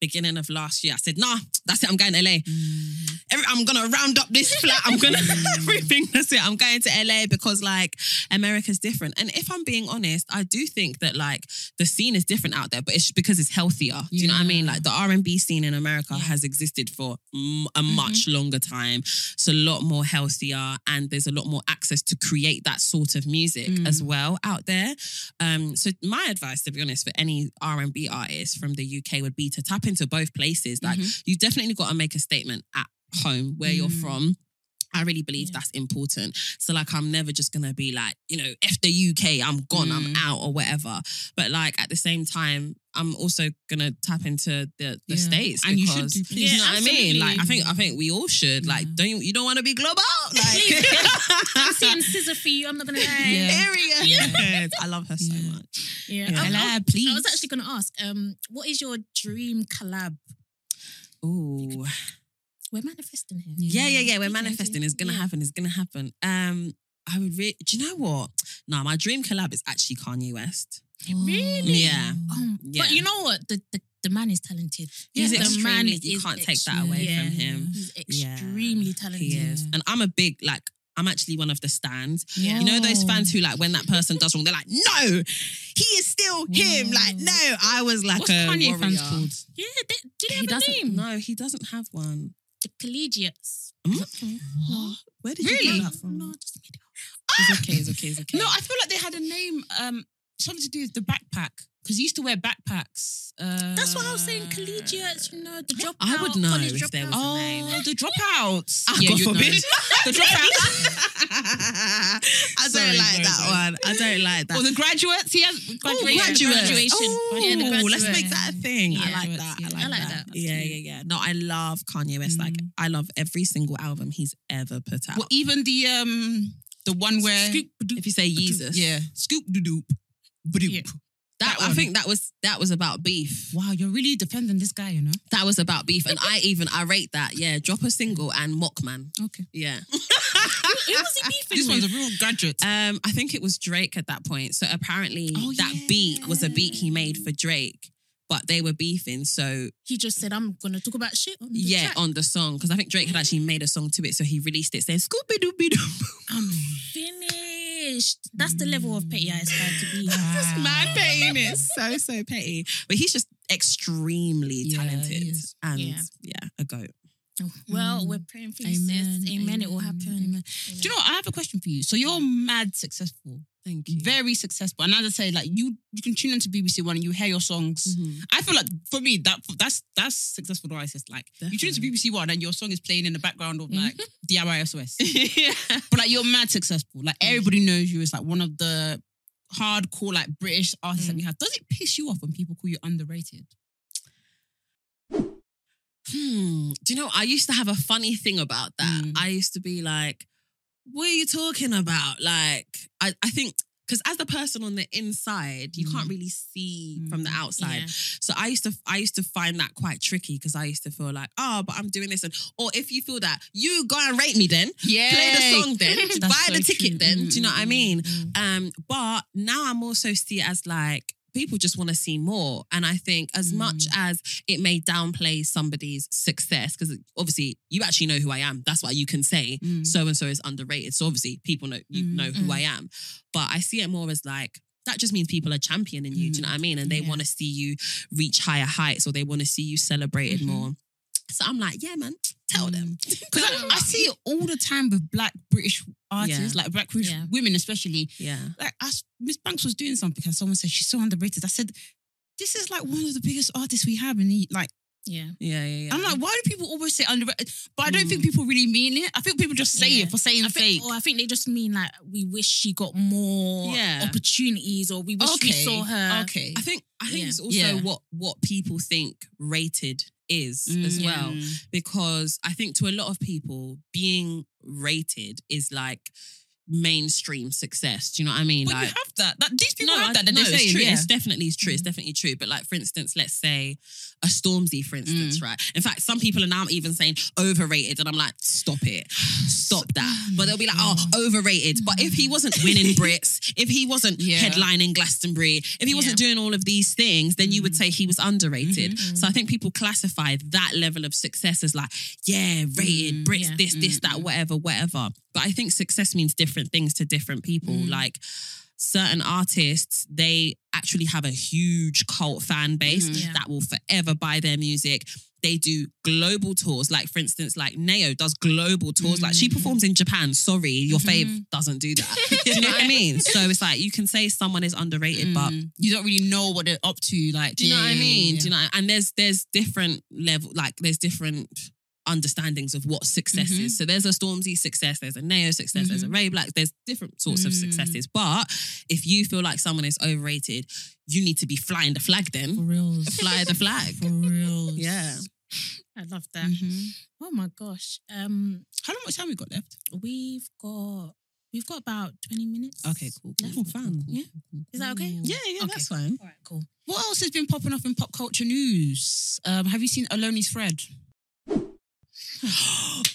Speaker 3: beginning of last year, I said, nah, that's it. I'm going to LA. Every, I'm going to round up this flat. I'm going to everything. That's it. I'm going to LA because like America's different. And if I'm being honest, I do think that like the scene is different out there, but it's because it's healthier. Do you know what I mean?
Speaker 1: Yeah.
Speaker 3: Like the R&B scene in America
Speaker 2: Yeah.
Speaker 3: has existed for m- a
Speaker 1: Mm-hmm.
Speaker 3: much longer time. It's a lot more healthier and there's a lot more access to create that sort of music
Speaker 1: Mm.
Speaker 3: as well out there. Um, so my advice, to be honest, for any R&B artist from the UK would be to tap into both places. Like
Speaker 1: Mhm.
Speaker 3: you definitely got to make a statement at home where you're
Speaker 1: Mm.
Speaker 3: from. I really believe
Speaker 2: Yeah.
Speaker 3: that's important. So like I'm never just gonna be like, you know, F the UK, I'm gone, I'm
Speaker 1: Mm.
Speaker 3: out or whatever. But like at the same time, I'm also gonna tap into the, the
Speaker 1: Yeah.
Speaker 3: States.
Speaker 1: And you should
Speaker 3: because,
Speaker 1: do, please.
Speaker 3: you know what I mean?
Speaker 1: Absolutely.
Speaker 3: Like I think I think we all should. Like,
Speaker 1: Yeah.
Speaker 3: don't you you don't wanna be global?
Speaker 2: Please. I'm
Speaker 3: Like
Speaker 2: seeing scissor for you. I'm not gonna lie.
Speaker 1: Yeah.
Speaker 3: Period.
Speaker 1: Yeah.
Speaker 3: I love her so
Speaker 1: Yeah.
Speaker 3: much.
Speaker 2: Yeah.
Speaker 3: Yeah.
Speaker 2: I- I,
Speaker 1: Hello, please.
Speaker 2: I was actually gonna ask, um, what is your dream collab?
Speaker 3: Ooh.
Speaker 2: We're manifesting here.
Speaker 1: Yeah.
Speaker 3: Yeah, yeah, yeah. We're
Speaker 2: Okay,
Speaker 3: manifesting.
Speaker 2: okay.
Speaker 3: It's gonna
Speaker 2: Yeah.
Speaker 3: happen. It's gonna happen. Um, I would. Re- Do you know what? No, my dream collab is actually Kanye West.
Speaker 2: Really?
Speaker 3: Yeah.
Speaker 2: Oh,
Speaker 3: Yeah.
Speaker 2: But you know what? The the, the man is talented.
Speaker 3: He's
Speaker 2: the
Speaker 3: extremely-
Speaker 2: man
Speaker 3: you
Speaker 2: is
Speaker 3: can't take that
Speaker 1: away
Speaker 2: extreme-
Speaker 1: from him.
Speaker 2: He's
Speaker 3: Yeah.
Speaker 2: extremely talented.
Speaker 3: He is, and I'm a big like. I'm actually one of the stands.
Speaker 2: Yeah.
Speaker 3: You know those
Speaker 1: Oh.
Speaker 3: fans who like when that person does wrong, they're like, "No, he is still him."
Speaker 1: Wow.
Speaker 3: Like, no, I was like
Speaker 1: What's
Speaker 3: a
Speaker 1: Kanye
Speaker 3: warrior.
Speaker 1: fans called?
Speaker 2: Yeah, they, do they
Speaker 3: He
Speaker 2: have a
Speaker 3: doesn't.
Speaker 2: name?
Speaker 3: No, he doesn't have one.
Speaker 2: The collegiates.
Speaker 3: Hmm? Where did you
Speaker 1: Really?
Speaker 3: get
Speaker 2: No,
Speaker 3: that from?
Speaker 2: no, I just made it up.
Speaker 3: It's okay. It's okay. It's okay.
Speaker 1: No, I feel like they had a name, um, something to do with the backpack because he used to wear backpacks. Uh,
Speaker 2: That's what I was saying. Collegiates, you know, the dropout.
Speaker 3: I would know
Speaker 2: college
Speaker 3: if there
Speaker 2: dropouts.
Speaker 3: was a name.
Speaker 1: Oh, the dropouts.
Speaker 3: Ah,
Speaker 1: Yeah,
Speaker 3: God
Speaker 1: you'd know.
Speaker 3: forbid.
Speaker 1: The dropouts.
Speaker 3: I don't
Speaker 1: Sorry,
Speaker 3: like
Speaker 1: sorry,
Speaker 3: that
Speaker 1: sorry.
Speaker 3: one. I don't like that.
Speaker 1: Or the graduates. He has graduation.
Speaker 2: graduates.
Speaker 1: graduation.
Speaker 3: Oh,
Speaker 2: Yeah, the
Speaker 3: let's
Speaker 2: graduate.
Speaker 3: make that a thing. I
Speaker 2: Yeah.
Speaker 3: like that. I
Speaker 1: Yeah.
Speaker 3: like,
Speaker 2: I like
Speaker 3: that.
Speaker 2: that.
Speaker 3: Yeah,
Speaker 1: That's
Speaker 3: yeah, yeah. No, I love Kanye West. Like,
Speaker 1: Mm.
Speaker 3: I love every single album he's ever put out.
Speaker 1: Well, even the um the one where
Speaker 2: Scoop,
Speaker 3: if you say Jesus,
Speaker 1: yeah, scoop doo doop.
Speaker 2: Yeah.
Speaker 3: that,
Speaker 1: that
Speaker 3: I
Speaker 1: one.
Speaker 3: think that was that was about beef.
Speaker 1: Wow, you're really defending this guy, you know?
Speaker 3: That was about beef, and I even I rate that. Yeah, drop a single and mock man.
Speaker 1: Okay.
Speaker 3: Yeah,
Speaker 2: Who was he beefing
Speaker 1: This
Speaker 2: with?
Speaker 1: one's a real graduate.
Speaker 3: Um, I think it was Drake at that point. So apparently
Speaker 1: Oh,
Speaker 3: that
Speaker 1: yeah.
Speaker 3: beat was a beat he made for Drake, but they were beefing. So
Speaker 2: he just said, "I'm gonna talk about shit." On the
Speaker 3: yeah,
Speaker 2: track.
Speaker 3: on the song because I think Drake had actually made a song to it, so he released it saying Scooby Dooby Doo.
Speaker 2: I'm finished. That's the level of petty I aspire to be.
Speaker 1: Wow.
Speaker 3: Man, petty, innit? so so petty. But he's just extremely
Speaker 1: Yeah, he
Speaker 3: talented
Speaker 1: is.
Speaker 3: and yeah.
Speaker 2: Yeah.
Speaker 3: a goat.
Speaker 2: Well, we're praying for you,
Speaker 1: Amen,
Speaker 2: sis. Amen. It will
Speaker 1: amen,
Speaker 2: happen.
Speaker 1: amen.
Speaker 2: Amen.
Speaker 1: Do you know what? I have a question for you. So you're mad successful,
Speaker 3: Thank
Speaker 1: very successful. And as I say, like you you can tune into BBC One and you hear your songs.
Speaker 3: Mhm.
Speaker 1: I feel like for me, that that's that's successful though. I said like you tune into
Speaker 3: Definitely. Mm-hmm.
Speaker 1: BBC One and your song is playing in the background of like DIY SOS.
Speaker 3: yeah.
Speaker 1: But like you're mad successful. Like everybody knows you as like one of the hardcore like British artists
Speaker 3: Mm.
Speaker 1: that we have. Does it piss you off when people call you underrated?
Speaker 3: Hmm. Do you know? I used to have a funny thing about that.
Speaker 1: Mm.
Speaker 3: I used to be like, "What are you talking about?" Like, I, I think because as the person on the inside, you can't really see
Speaker 1: Mm.
Speaker 3: from the outside.
Speaker 2: Yeah.
Speaker 3: So I used to I used to find that quite tricky because I used to feel like, oh, but I'm doing this, and or if you feel that, you go and rate me then,
Speaker 1: Yeah.
Speaker 3: play the song then,
Speaker 1: That's
Speaker 3: buy
Speaker 1: so
Speaker 3: the ticket
Speaker 1: true.
Speaker 3: then.
Speaker 1: Mm,
Speaker 3: Do you know what I
Speaker 1: mm,
Speaker 3: mean?
Speaker 1: mm.
Speaker 3: Um, but now I'm also see it as like people just want to see more, and I think as
Speaker 1: Mm.
Speaker 3: much as it may downplay somebody's success, because obviously you actually know who I am. That's why you can say
Speaker 1: Mm.
Speaker 3: so and so is underrated. So obviously people know you
Speaker 1: Mm,
Speaker 3: know who
Speaker 2: mm.
Speaker 3: I am, but I see it more as like. That just means people are championing you. Do you know what I mean? And they
Speaker 2: Yeah.
Speaker 3: want to see you reach higher heights, or they want to see you celebrated
Speaker 1: Mhm.
Speaker 3: more. So I'm like, yeah, man, tell them.
Speaker 1: Because I, I see it all the time with black British artists, like black British
Speaker 2: Yeah.
Speaker 1: women especially.
Speaker 3: Yeah,
Speaker 1: Like I s Miss Banks was doing something and someone said she's so underrated. I said, this is like one of the biggest artists we have. And he, like,
Speaker 2: Yeah.
Speaker 3: yeah, yeah. yeah.
Speaker 1: I'm like, why do people always say underrated? But I don't
Speaker 3: Mm.
Speaker 1: think people really mean it. I think people just say
Speaker 2: Yeah.
Speaker 1: it for saying
Speaker 2: I
Speaker 1: sake.
Speaker 2: think, or I think they just mean like we wish she got more
Speaker 3: Yeah.
Speaker 2: opportunities, or we wish we saw her.
Speaker 1: Okay.
Speaker 3: oh, I think I think
Speaker 2: Yeah.
Speaker 3: it's also
Speaker 1: Yeah.
Speaker 3: what what people think rated is as
Speaker 1: Mm.
Speaker 3: well because I think to a lot of people being rated is like mainstream success. Do you know what I mean?
Speaker 1: But you
Speaker 3: like
Speaker 1: have that. that these people have
Speaker 3: I-
Speaker 1: that. that
Speaker 3: no,
Speaker 1: they're saying,
Speaker 3: it's true.
Speaker 1: yeah.
Speaker 3: It's definitely it's true. It's definitely true. But like for instance, let's say a Stormzy, for
Speaker 1: Mm.
Speaker 3: instance, right? In fact, some people are now even saying overrated, and I'm like, stop it, stop that.
Speaker 2: Mm-hmm.
Speaker 3: But they'll be like, oh, overrated. But if he wasn't winning Brits, if he wasn't
Speaker 1: Yeah.
Speaker 3: headlining Glastonbury, if he wasn't doing all of these things, then you would
Speaker 1: Mm.
Speaker 3: say he was underrated.
Speaker 2: Mm-hmm.
Speaker 3: So I think people classify that level of success as like, yeah, rated
Speaker 1: Mm,
Speaker 3: Brits,
Speaker 2: yeah.
Speaker 3: this, this,
Speaker 1: Mm,
Speaker 3: that,
Speaker 1: mm.
Speaker 3: whatever, whatever. But I think success means different things to different people.
Speaker 1: Mm.
Speaker 3: Like certain artists, they actually have a huge cult fan base
Speaker 1: Mhm.
Speaker 2: Yeah.
Speaker 3: that will forever buy their music. They do global tours. Like, for instance, like Neo does global tours. Like, she
Speaker 1: Mhm.
Speaker 3: performs in Japan. Sorry, your fave
Speaker 2: Mhm.
Speaker 1: Mm-hmm.
Speaker 3: doesn't do that. do you know what I mean? So it's like you can say someone is underrated, but
Speaker 1: Mm. you don't really know what they're up to. Like,
Speaker 3: do you know what I mean?
Speaker 1: Yeah.
Speaker 3: Do you know? And there's there's different level, like there's different understandings of what success
Speaker 1: Mhm.
Speaker 3: is. So there's a Stormzy success, there's a Neo success, there's a Ray Black. There's different sorts of
Speaker 1: Mm.
Speaker 3: successes. But if you feel like someone is overrated, you need to be flying the flag.
Speaker 1: For
Speaker 3: Then
Speaker 1: real.
Speaker 3: fly the flag.
Speaker 1: For real.
Speaker 3: Yeah. Mm-hmm.
Speaker 2: I love that.
Speaker 1: Mhm.
Speaker 2: Oh my gosh. Um,
Speaker 1: How long much time we got left?
Speaker 2: we've got we've got about twenty minutes. left.
Speaker 3: Oh, fun.
Speaker 2: Yeah. Is that okay?
Speaker 3: Yeah, yeah,
Speaker 2: Okay.
Speaker 3: that's fine.
Speaker 2: All right. Cool.
Speaker 1: What else has been popping up in pop culture news? Um, have you seen Aloni's thread?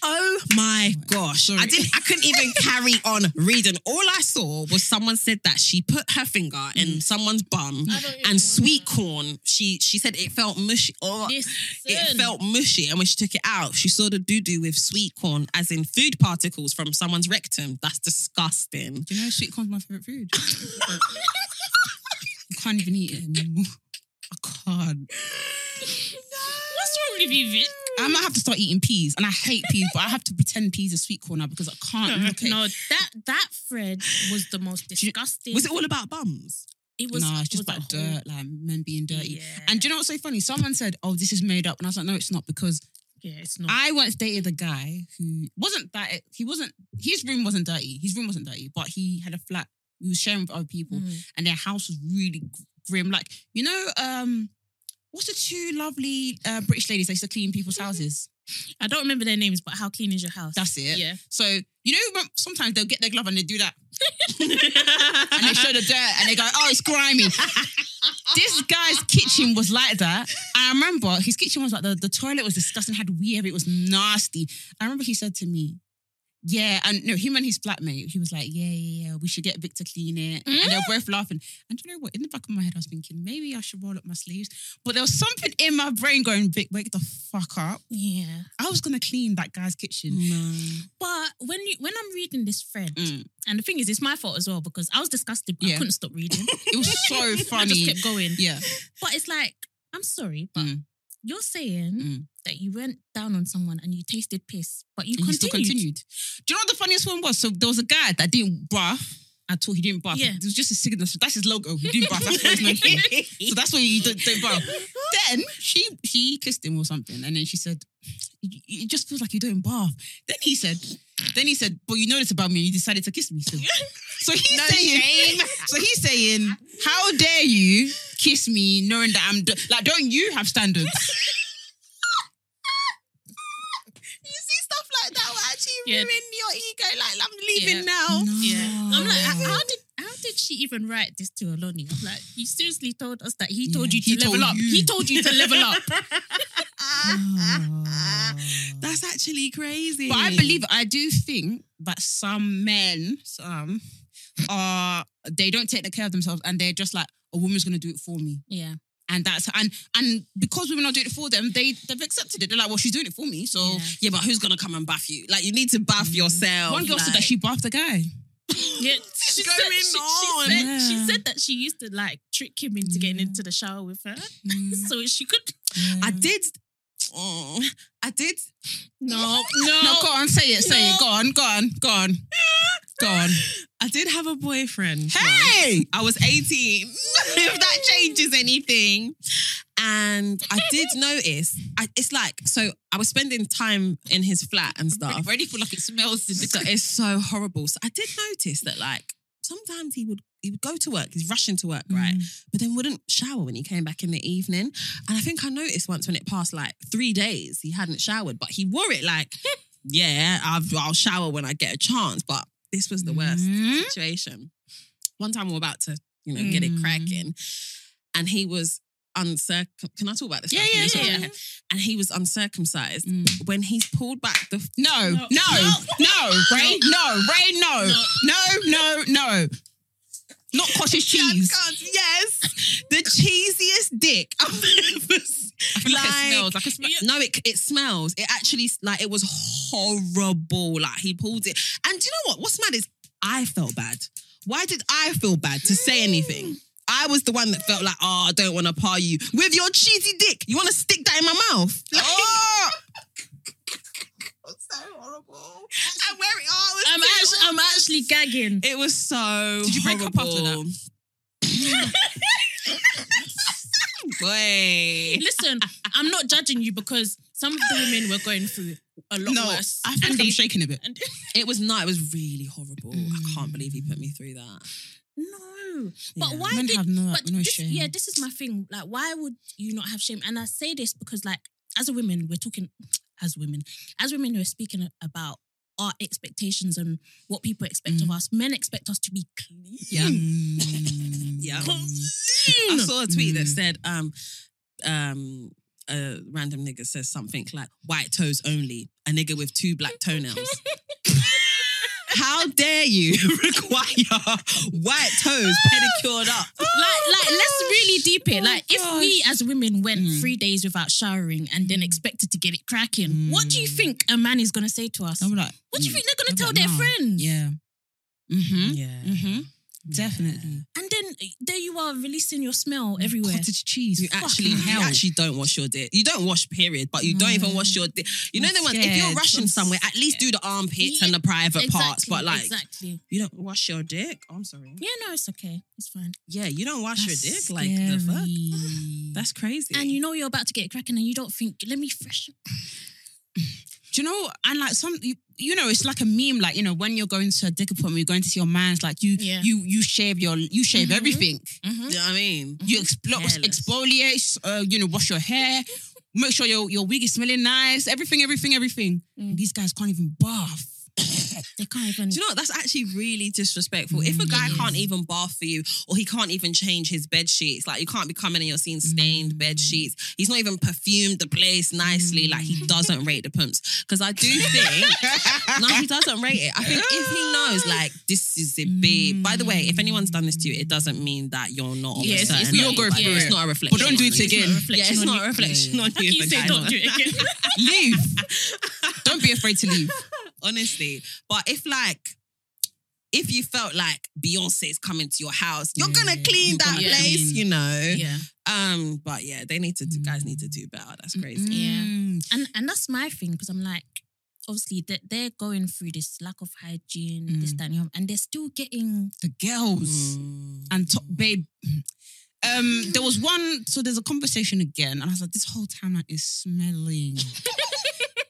Speaker 3: Oh my gosh. I
Speaker 1: Sorry.
Speaker 3: didn't I couldn't even carry on reading. All I saw was someone said that she put her finger in someone's bum
Speaker 2: I don't even
Speaker 3: and sweet
Speaker 2: wanna-
Speaker 3: corn, she she said it felt mushy. Oh, it
Speaker 2: Listen.
Speaker 3: felt mushy. And when she took it out, she saw the doo-doo with sweet corn, as in food particles from someone's rectum. That's disgusting.
Speaker 1: Do you know sweet corn's my favorite food? I can't even eat it anymore. I can't.
Speaker 2: What's wrong with you, Vin?
Speaker 1: I might have to start eating peas, and I hate peas, but I have to pretend peas are sweet corn now because I can't look at.
Speaker 2: No, that that thread was the most disgusting.
Speaker 3: Was it all about bums?
Speaker 2: It was.
Speaker 1: nah, it's
Speaker 2: it
Speaker 1: just
Speaker 2: was
Speaker 1: about
Speaker 2: a whole-
Speaker 1: dirt, like men being dirty.
Speaker 2: Yeah.
Speaker 1: And do you know what's so funny? Someone said, "Oh, this is made up," and I was like, "No, it's not," because
Speaker 2: yeah, it's not.
Speaker 1: I once dated a guy who wasn't that. He wasn't. His room wasn't dirty. His room wasn't dirty, but he had a flat. He was sharing with other people,
Speaker 2: Mm.
Speaker 1: and their house was really grim. Like you know, um, what's the two lovely uh, British ladies that used to clean people's houses?
Speaker 2: I don't remember their names, but how clean is your house?
Speaker 1: That's it.
Speaker 2: Yeah.
Speaker 1: So you know, when- sometimes they'll get their glove and they do that, and they show the dirt, and they go, "Oh, it's grimy." this guy's kitchen was like that. I remember his kitchen was like the, the toilet was disgusting, had wee everywhere, it was nasty. I remember he said to me, yeah, and no, him and his flatmate, he was like, yeah, yeah, yeah, we should get Vic to clean it. And
Speaker 2: Mm.
Speaker 1: they were both laughing. And do you know what? In the back of my head, I was thinking, maybe I should roll up my sleeves. But there was something in my brain going, Vic, wake the fuck up.
Speaker 2: Yeah.
Speaker 1: I was going to clean that guy's kitchen.
Speaker 2: But when you when I'm reading this thread,
Speaker 1: Mm.
Speaker 2: and the thing is, it's my fault as well because I was disgusted. But
Speaker 1: Yeah.
Speaker 2: I couldn't stop reading.
Speaker 1: It was so
Speaker 2: I just
Speaker 1: funny.
Speaker 2: kept going.
Speaker 1: Yeah.
Speaker 2: But it's like, I'm sorry, but
Speaker 1: Mm.
Speaker 2: you're saying
Speaker 1: Mm.
Speaker 2: that you went down on someone and you tasted piss, but you
Speaker 1: And he
Speaker 2: continued.
Speaker 1: still continued. Do you know what the funniest one was? So there was a guy that didn't bath at all. He didn't bath.
Speaker 2: Yeah.
Speaker 1: It was just his signature. That's his logo. He didn't bath. That's what his name for. So that's why you don't, don't bath. Then she she kissed him or something, and then she said, "It it just feels like you don't bath." Then he said, "Then he said, but you know this about me, and you decided to kiss me." So, so he's saying, so he's saying, "How dare you kiss me, knowing that I'm d- like, don't you have standards?"
Speaker 3: You see stuff like that will actually
Speaker 2: Yeah.
Speaker 3: ruin your ego. Like I'm
Speaker 2: leaving
Speaker 3: now.
Speaker 2: Yeah. I'm like, how
Speaker 1: No.
Speaker 2: how did how did she even write this to Aloni? I'm like, he seriously told us that he
Speaker 1: Yeah,
Speaker 2: told you to
Speaker 1: he
Speaker 2: level
Speaker 1: told
Speaker 2: up.
Speaker 1: you.
Speaker 2: He told you to level up.
Speaker 3: That's actually crazy.
Speaker 1: But I believe I do think that some men, some are they don't take the care of themselves and they're just like a woman's gonna do it for me.
Speaker 2: yeah.
Speaker 1: And that's and and because women are doing it for them, they they've accepted it. They're like, well, she's doing it for me. So
Speaker 2: Yeah.
Speaker 3: Yeah, Mm. but who's gonna come and bath you? Like you need to bath yourself.
Speaker 1: one girl said
Speaker 3: like-
Speaker 1: that she bathed a guy.
Speaker 2: Yeah, she
Speaker 3: going
Speaker 2: said, she-
Speaker 3: on?
Speaker 2: She, said, she
Speaker 1: Yeah.
Speaker 2: said that she used to like trick him into getting
Speaker 1: Yeah.
Speaker 2: into the shower with her,
Speaker 1: Mm.
Speaker 2: so she could.
Speaker 3: I did. Oh, I did.
Speaker 2: No,
Speaker 1: No, go on, say it, say it. Go on, go on, go on, go on.
Speaker 3: I did have a boyfriend.
Speaker 1: Hey,
Speaker 3: I was 18. if that changes anything. And I did notice, I, it's like, so I was spending time in his flat and stuff.
Speaker 1: ready for like it smells. in
Speaker 3: So
Speaker 1: the-
Speaker 3: it's so horrible. So I did notice that like sometimes he would he would go to work, he's rushing to
Speaker 1: Mm.
Speaker 3: work,
Speaker 2: Mm-hmm.
Speaker 3: right? But then wouldn't shower when he came back in the evening. And I think I noticed once when it passed like three days, he hadn't showered, but he wore it like, yeah, I've, I'll shower when I get a chance. But this was the worst
Speaker 1: Mhm.
Speaker 3: situation. One time we were about to, you know, get it
Speaker 1: Mm.
Speaker 3: cracking, and he was uncircum. Can I talk about this?
Speaker 1: Yeah,
Speaker 3: stuff?
Speaker 1: yeah,
Speaker 3: Can you talk
Speaker 1: yeah.
Speaker 3: about it? And he was uncircumcised.
Speaker 1: Mm.
Speaker 3: When he's pulled back the
Speaker 1: No, no,
Speaker 2: No.
Speaker 1: no, Ray, no, Ray, no,
Speaker 2: No.
Speaker 1: no, no, no. Not cottage cheese.
Speaker 3: yes, the cheesiest dick I've ever seen. like-
Speaker 1: Like it
Speaker 2: Yeah.
Speaker 3: No, it it smells. It actually like it was horrible. Like he pulled it, and do you know what? What's mad is I felt bad. Why did I feel bad to say anything? I was the one that felt like, oh, I don't want to par you with your cheesy dick. You want to stick that in my mouth? Like,
Speaker 1: Oh!
Speaker 3: so horrible. And where it oh, it was
Speaker 2: I'm actually, I'm actually gagging.
Speaker 3: It was so.
Speaker 1: Did you break up after that?
Speaker 3: horrible. Boy.
Speaker 2: Listen, I'm not judging you because some of the women were going through a lot
Speaker 1: No,
Speaker 2: worse.
Speaker 1: I think
Speaker 2: And
Speaker 1: I'm
Speaker 2: they-
Speaker 1: shaking a bit.
Speaker 2: and-
Speaker 3: It was not. It was really horrible. I
Speaker 1: Mm.
Speaker 3: can't believe he put me through that.
Speaker 2: no, but
Speaker 3: Yeah.
Speaker 2: why
Speaker 1: Men
Speaker 2: did?
Speaker 1: have no,
Speaker 2: but
Speaker 1: no
Speaker 2: this,
Speaker 1: Mm, shame.
Speaker 2: yeah, this is my thing. Like, why would you not have shame? And I say this because, like, as a woman, we're talking as women, as women, we're speaking about our expectations and what people expect of us. Men expect us to be clean.
Speaker 3: Yeah.
Speaker 1: Mm.
Speaker 3: Yeah. I
Speaker 2: Clean.
Speaker 3: saw a tweet that
Speaker 1: Mm.
Speaker 3: said, um, um, a random nigga says something like white toes only, a nigga with two black toenails. How dare you require white toes pedicured up?
Speaker 2: like, like, let's really deep it.
Speaker 3: Oh,
Speaker 2: Like, if
Speaker 3: gosh.
Speaker 2: we as women went
Speaker 1: Mm.
Speaker 2: three days without showering and then expected to get it cracking, what do you
Speaker 1: Mm.
Speaker 2: think a man is going to say to us?
Speaker 1: I'm
Speaker 3: Oh,
Speaker 1: like,
Speaker 2: What do you think they're
Speaker 1: I'm
Speaker 2: going to tell
Speaker 1: like,
Speaker 2: their
Speaker 1: nah.
Speaker 2: friends?
Speaker 1: Yeah. Mm-hmm.
Speaker 3: Yeah,
Speaker 1: Mm-hmm. Definitely.
Speaker 2: And then uh, there you are releasing your smell everywhere.
Speaker 1: Mm. Cottage cheese.
Speaker 3: You actually,
Speaker 1: Fucking
Speaker 3: you
Speaker 1: hell.
Speaker 3: actually don't wash your dick. You don't wash, period. But you don't even
Speaker 1: No.
Speaker 3: wash your dick. You know
Speaker 1: I'm
Speaker 3: the ones. If you're
Speaker 1: scared.
Speaker 3: rushing
Speaker 1: I'm
Speaker 3: somewhere, at least do the armpits and
Speaker 2: Yeah,
Speaker 3: the private parts. But like,
Speaker 2: exactly.
Speaker 3: you don't wash your dick. I'm sorry.
Speaker 2: Yeah, no, it's okay. It's fine.
Speaker 3: Yeah, you don't wash
Speaker 1: That's
Speaker 3: your dick. Like the fuck.
Speaker 1: scary.
Speaker 3: That's crazy.
Speaker 2: And you know you're about to get it cracking, and you don't think, "Let me freshen."
Speaker 1: Do you know? And like some, you, you know, it's like a meme. Like you know, when you're going to a dick appointment, you're going to see your man's. Like you,
Speaker 2: Yeah.
Speaker 1: you, you shave your, you shave
Speaker 2: Mhm.
Speaker 1: everything.
Speaker 3: know what I mean?
Speaker 2: Mm-hmm.
Speaker 1: You explo-
Speaker 3: Hairless.
Speaker 1: exfoliate. Uh, you know, wash your hair. Make sure your your wig is smelling nice. Everything, everything, everything.
Speaker 2: Mm.
Speaker 1: These guys can't even bath.
Speaker 2: They can't even.
Speaker 3: Do you know what? That's actually really disrespectful. If a guy
Speaker 2: Mm.
Speaker 3: can't even bath for you, or he can't even change his bed sheets, like you can't be coming and you're seeing
Speaker 2: Mm-hmm.
Speaker 3: stained bed sheets. He's not even perfumed the place nicely. Like
Speaker 2: Mm-hmm.
Speaker 3: he doesn't rate the pumps. Because I do think, no, he doesn't rate it. I think if he knows, like this is it, babe. By the way, if anyone's done this to you, it doesn't mean that you're not. on
Speaker 2: Yeah,
Speaker 3: a
Speaker 2: it's-
Speaker 3: certain
Speaker 2: it's not-
Speaker 3: level.
Speaker 2: you're going
Speaker 3: Like,
Speaker 2: through
Speaker 3: It's
Speaker 1: it.
Speaker 3: not a reflection.
Speaker 1: But don't do
Speaker 3: on
Speaker 1: it
Speaker 3: you.
Speaker 1: again.
Speaker 3: Yeah, it's not a reflection on you.
Speaker 2: Like you
Speaker 3: if a
Speaker 2: say,
Speaker 3: guy's
Speaker 2: don't
Speaker 3: not-
Speaker 2: do it again.
Speaker 1: leave. Don't be afraid to leave.
Speaker 3: honestly. But if like, if you felt like Beyonce is coming to your house, you're
Speaker 1: Yeah,
Speaker 3: gonna clean
Speaker 1: you're
Speaker 3: that
Speaker 2: gonna
Speaker 3: place,
Speaker 1: clean.
Speaker 3: you know.
Speaker 2: yeah,
Speaker 3: Um, but yeah, they need to. do- Guys need to do better. That's crazy.
Speaker 1: Mm.
Speaker 2: and and that's my thing because I'm like, obviously that they're going through this lack of hygiene, this
Speaker 1: Mm.
Speaker 2: that, and the other, and they're still getting.
Speaker 1: The girls.
Speaker 3: Mm.
Speaker 1: Mm-hmm. and top babe. Um, there was one, so there's a conversation again, and I was like, this whole timeline is smelling.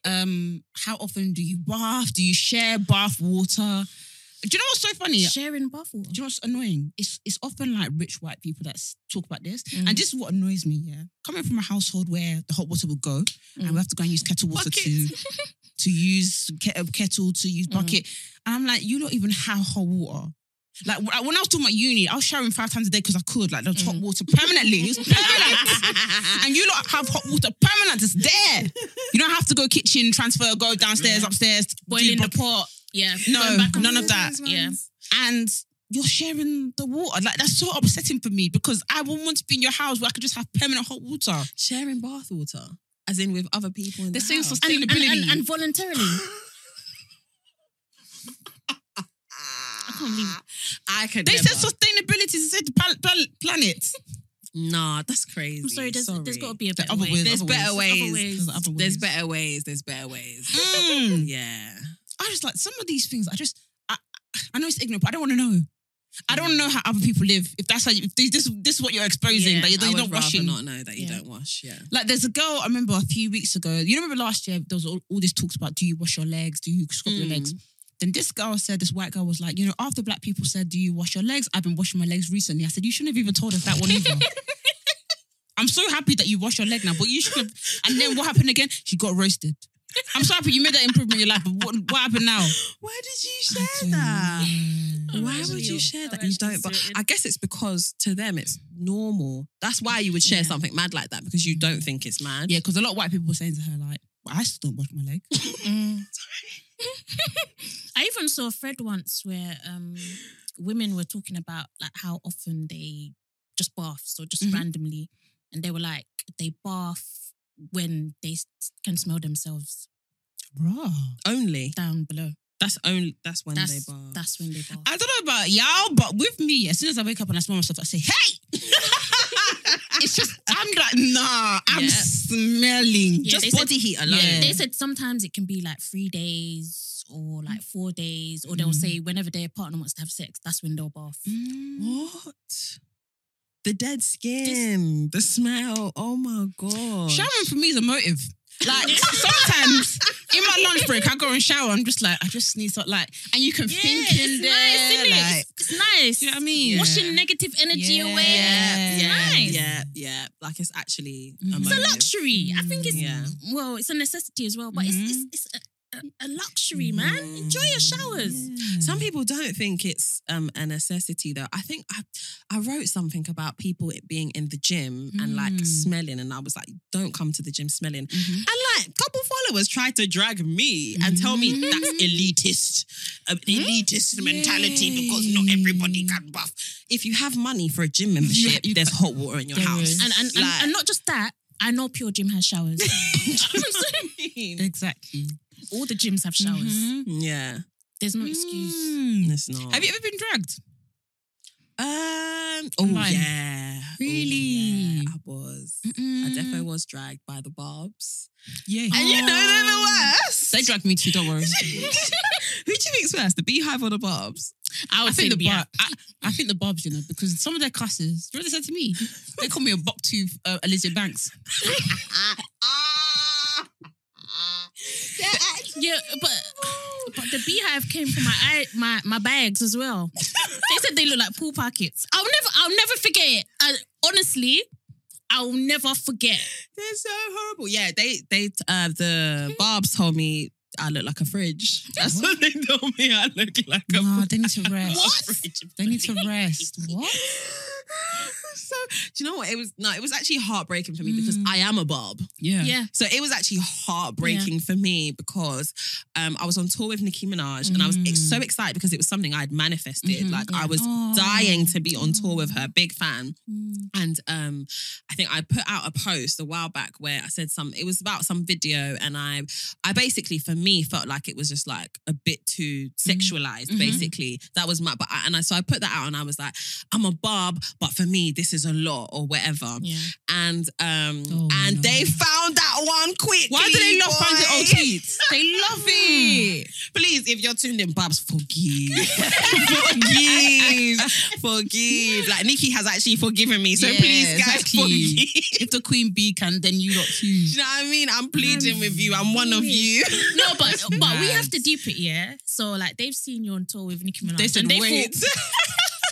Speaker 1: um, how often do you bath? Do you share bath water? Do you know what's so funny?
Speaker 2: Sharing bathwater.
Speaker 1: Do you know what's annoying? It's it's often like rich white people that s- talk about this,
Speaker 2: Mm.
Speaker 1: and this is what annoys me. Yeah, coming from a household where the hot water would go, and
Speaker 2: Mm.
Speaker 1: we have to go and use kettle water to uh,
Speaker 2: Mm.
Speaker 1: to use ke- kettle to use bucket, and I'm like, you don't even have hot water. Like when I was talking about uni, I was showering five times a day because I could. Like there was
Speaker 2: Mm.
Speaker 1: hot water permanently. It was permanent. and you lot have hot water permanent. It's there. You don't have to go kitchen, transfer, go downstairs, upstairs, do
Speaker 2: Boiling the
Speaker 1: broth-
Speaker 2: pot. Yeah.
Speaker 1: No,
Speaker 2: Going back and
Speaker 1: none
Speaker 2: forth.
Speaker 1: of that.
Speaker 2: Yeah.
Speaker 1: And you're sharing the water. Like that's so upsetting for me because I wouldn't want to be in your house where I could just have permanent hot water.
Speaker 3: Sharing bathwater, as in with other people in the,
Speaker 1: The same
Speaker 3: house.
Speaker 1: sus-
Speaker 2: And, and, and,
Speaker 1: Sustainability.
Speaker 2: and voluntarily.
Speaker 3: I can't believe Ah, I could.
Speaker 1: They
Speaker 3: never.
Speaker 1: said sustainability. They said pal- pal- planet.
Speaker 3: Nah, that's crazy.
Speaker 2: I'm sorry, there's, there's got to be a better
Speaker 1: other
Speaker 2: way.
Speaker 1: ways,
Speaker 3: There's
Speaker 1: other
Speaker 3: better
Speaker 2: ways.
Speaker 3: ways.
Speaker 2: There's
Speaker 1: other ways.
Speaker 3: There's better ways. There's better ways.
Speaker 1: Mm.
Speaker 3: yeah.
Speaker 1: I just like some of these things. I just, I, I know it's ignorant, but I don't want to know. I don't know how other people live. If that's how, you, if this, this, this is what you're exposing,
Speaker 2: Yeah,
Speaker 1: that you're,
Speaker 3: I
Speaker 1: you're
Speaker 3: would
Speaker 1: not
Speaker 3: rather
Speaker 1: washing.
Speaker 3: not know that you
Speaker 2: Yeah.
Speaker 3: don't wash. Yeah.
Speaker 1: Like there's a girl I remember a few weeks ago. You remember last year there was all, all this talks about do you wash your legs? Do you scrub your
Speaker 3: Mm.
Speaker 1: legs? Then this girl said, this white girl was like, you know, after black people said, do you wash your legs? I've been washing my legs recently. I said, you shouldn't have even told us that one either. I'm so happy that you wash your leg now, but you should. have And then what happened again? She got roasted. I'm so happy you made that improvement in your life, but what, what happened now?
Speaker 3: Why did you
Speaker 1: I
Speaker 3: share
Speaker 1: don't
Speaker 3: that?
Speaker 1: know.
Speaker 2: I'm
Speaker 3: Why
Speaker 2: actually-
Speaker 3: would you share
Speaker 2: I'm
Speaker 3: that? You
Speaker 2: actually
Speaker 3: don't. But
Speaker 2: suited.
Speaker 3: I guess it's because to them it's normal. That's why you would share
Speaker 2: Yeah.
Speaker 3: something mad like that because you don't think it's mad.
Speaker 1: Yeah, because a lot of white people were saying to her, like, well, I still don't wash my leg.
Speaker 2: Mm. I even saw a thread once where um, women were talking about like how often they just baths or just
Speaker 1: Mhm.
Speaker 2: randomly, and they were like they bath when they s- can smell themselves
Speaker 1: Bruh.
Speaker 3: Only.
Speaker 2: down below.
Speaker 3: That's only. That's when
Speaker 2: that's
Speaker 3: they bar.
Speaker 2: that's when they bath.
Speaker 1: I don't know about y'all, but with me, as soon as I wake up and I smell myself, I say, hey! it's just, I'm like, nah, I'm
Speaker 3: Yeah.
Speaker 1: smelling.
Speaker 2: Yeah,
Speaker 1: just
Speaker 2: they said-
Speaker 1: body heat alone.
Speaker 2: Yeah, They said sometimes it can be like three days or like four days, or they'll
Speaker 1: Mm.
Speaker 2: say whenever their partner wants to have sex, that's when they'll bath.
Speaker 1: Mm.
Speaker 3: What? The dead skin, the smell. Oh my god.
Speaker 1: Showering for me is a motive. Like sometimes in my lunch break, I go and shower. I'm just like, I just need something like, and you can think in there.
Speaker 2: nice,
Speaker 1: like,
Speaker 2: It's nice.
Speaker 1: you know what I mean?
Speaker 2: Washing
Speaker 3: Yeah.
Speaker 2: negative energy
Speaker 1: Yeah.
Speaker 2: away.
Speaker 1: Yeah.
Speaker 2: It's nice.
Speaker 3: Yeah, yeah. Like it's actually
Speaker 1: Mhm.
Speaker 3: a
Speaker 1: It's
Speaker 2: It's a
Speaker 3: motive.
Speaker 2: luxury.
Speaker 1: mm,
Speaker 2: I think it's
Speaker 3: Yeah.
Speaker 2: well, it's a necessity as well, but it's
Speaker 1: Mhm.
Speaker 2: it's, it's a, a, a luxury,
Speaker 1: Mm-hmm.
Speaker 2: man.
Speaker 1: Mm.
Speaker 2: Enjoy your showers.
Speaker 3: Some people don't think it's um, a necessity, though. I think I, I wrote something about people it being in the gym and like
Speaker 1: Mm.
Speaker 3: smelling, and I was like, "Don't come to the gym smelling."
Speaker 1: Mhm.
Speaker 3: And like, couple followers tried to drag me and tell me that's
Speaker 1: Mm.
Speaker 3: elitist, um, elitist mentality because not everybody can buff. If you have money for a gym membership,
Speaker 1: you-
Speaker 3: there's hot water in your
Speaker 1: There
Speaker 3: house,
Speaker 1: is.
Speaker 2: And and, and, and not just that, I know Pure Gym has showers.
Speaker 3: not.
Speaker 1: Exactly.
Speaker 2: All the gyms have showers.
Speaker 1: Mhm.
Speaker 3: yeah,
Speaker 2: There's no excuse.
Speaker 1: Mm.
Speaker 3: it's not.
Speaker 1: Have you ever been dragged?
Speaker 3: Um. Oh
Speaker 1: Online.
Speaker 3: yeah.
Speaker 1: Really?
Speaker 3: Oh, yeah. I was. I definitely
Speaker 1: Mm.
Speaker 3: was dragged by the barbs.
Speaker 1: Yeah.
Speaker 3: And Mm-hmm. Uh,
Speaker 2: Oh.
Speaker 3: you know they're the worst.
Speaker 1: They dragged me too, don't worry.
Speaker 3: Who do you think's worse, the beehive or the barbs?
Speaker 1: I,
Speaker 2: say
Speaker 1: think the
Speaker 2: the
Speaker 1: bar, I, I think the barbs, you know, because some of their classes, you know what they said to me? They call me a buck tooth uh, Elizabeth Banks.
Speaker 2: Yeah, but but the beehive came from my eye, my my bags as well. they said they look like pool pockets. I'll never I'll never forget it. I, honestly, I'll never forget.
Speaker 3: They're so horrible. Yeah, they they uh the barbs told me I look like a fridge. That's what they told me I look like a
Speaker 1: No, they need to rest.
Speaker 3: What? fridge.
Speaker 1: They need to rest. What?
Speaker 3: so do you know what? It was no, it was actually heartbreaking for me because
Speaker 1: Mm.
Speaker 3: I am a barb.
Speaker 1: Yeah.
Speaker 2: Yeah.
Speaker 3: So it was actually heartbreaking for me because um, I was on tour with Nicki Minaj and I was ex-
Speaker 1: Mhm.
Speaker 3: so excited because it was something I had manifested.
Speaker 1: Mhm,
Speaker 3: like
Speaker 1: yeah.
Speaker 3: I was
Speaker 1: Oh.
Speaker 3: dying to be on tour with her, big fan.
Speaker 1: Mm,
Speaker 3: And um, I think I put out a post a while back where I said some. It was about some video, and I, I basically for me felt like it was just like a bit too sexualized.
Speaker 1: Mhm.
Speaker 3: Basically, that was my. But I, and I so I put that out, and I was like, I'm a barb, but for me this is a lot or whatever
Speaker 2: Yeah.
Speaker 3: and um
Speaker 1: Oh,
Speaker 3: and
Speaker 1: no.
Speaker 3: they found that one quick.
Speaker 1: Why do they love finding old tweets? They love it.
Speaker 3: Please, if you're tuned in, Babs, forgive, forgive, forgive. Like Nikki has actually forgiven me, so
Speaker 1: Yeah,
Speaker 3: please, guys,
Speaker 1: exactly.
Speaker 3: forgive.
Speaker 1: If the Queen Bee can, then you lot
Speaker 3: Do
Speaker 1: too.
Speaker 3: you know what I mean? I'm pleading with you. I'm one of you.
Speaker 2: No, but but we
Speaker 1: mad.
Speaker 2: have to deep it, yeah. So like they've seen you on tour with Nicki Minaj.
Speaker 1: They said,
Speaker 2: and they
Speaker 1: wait.
Speaker 2: Thought,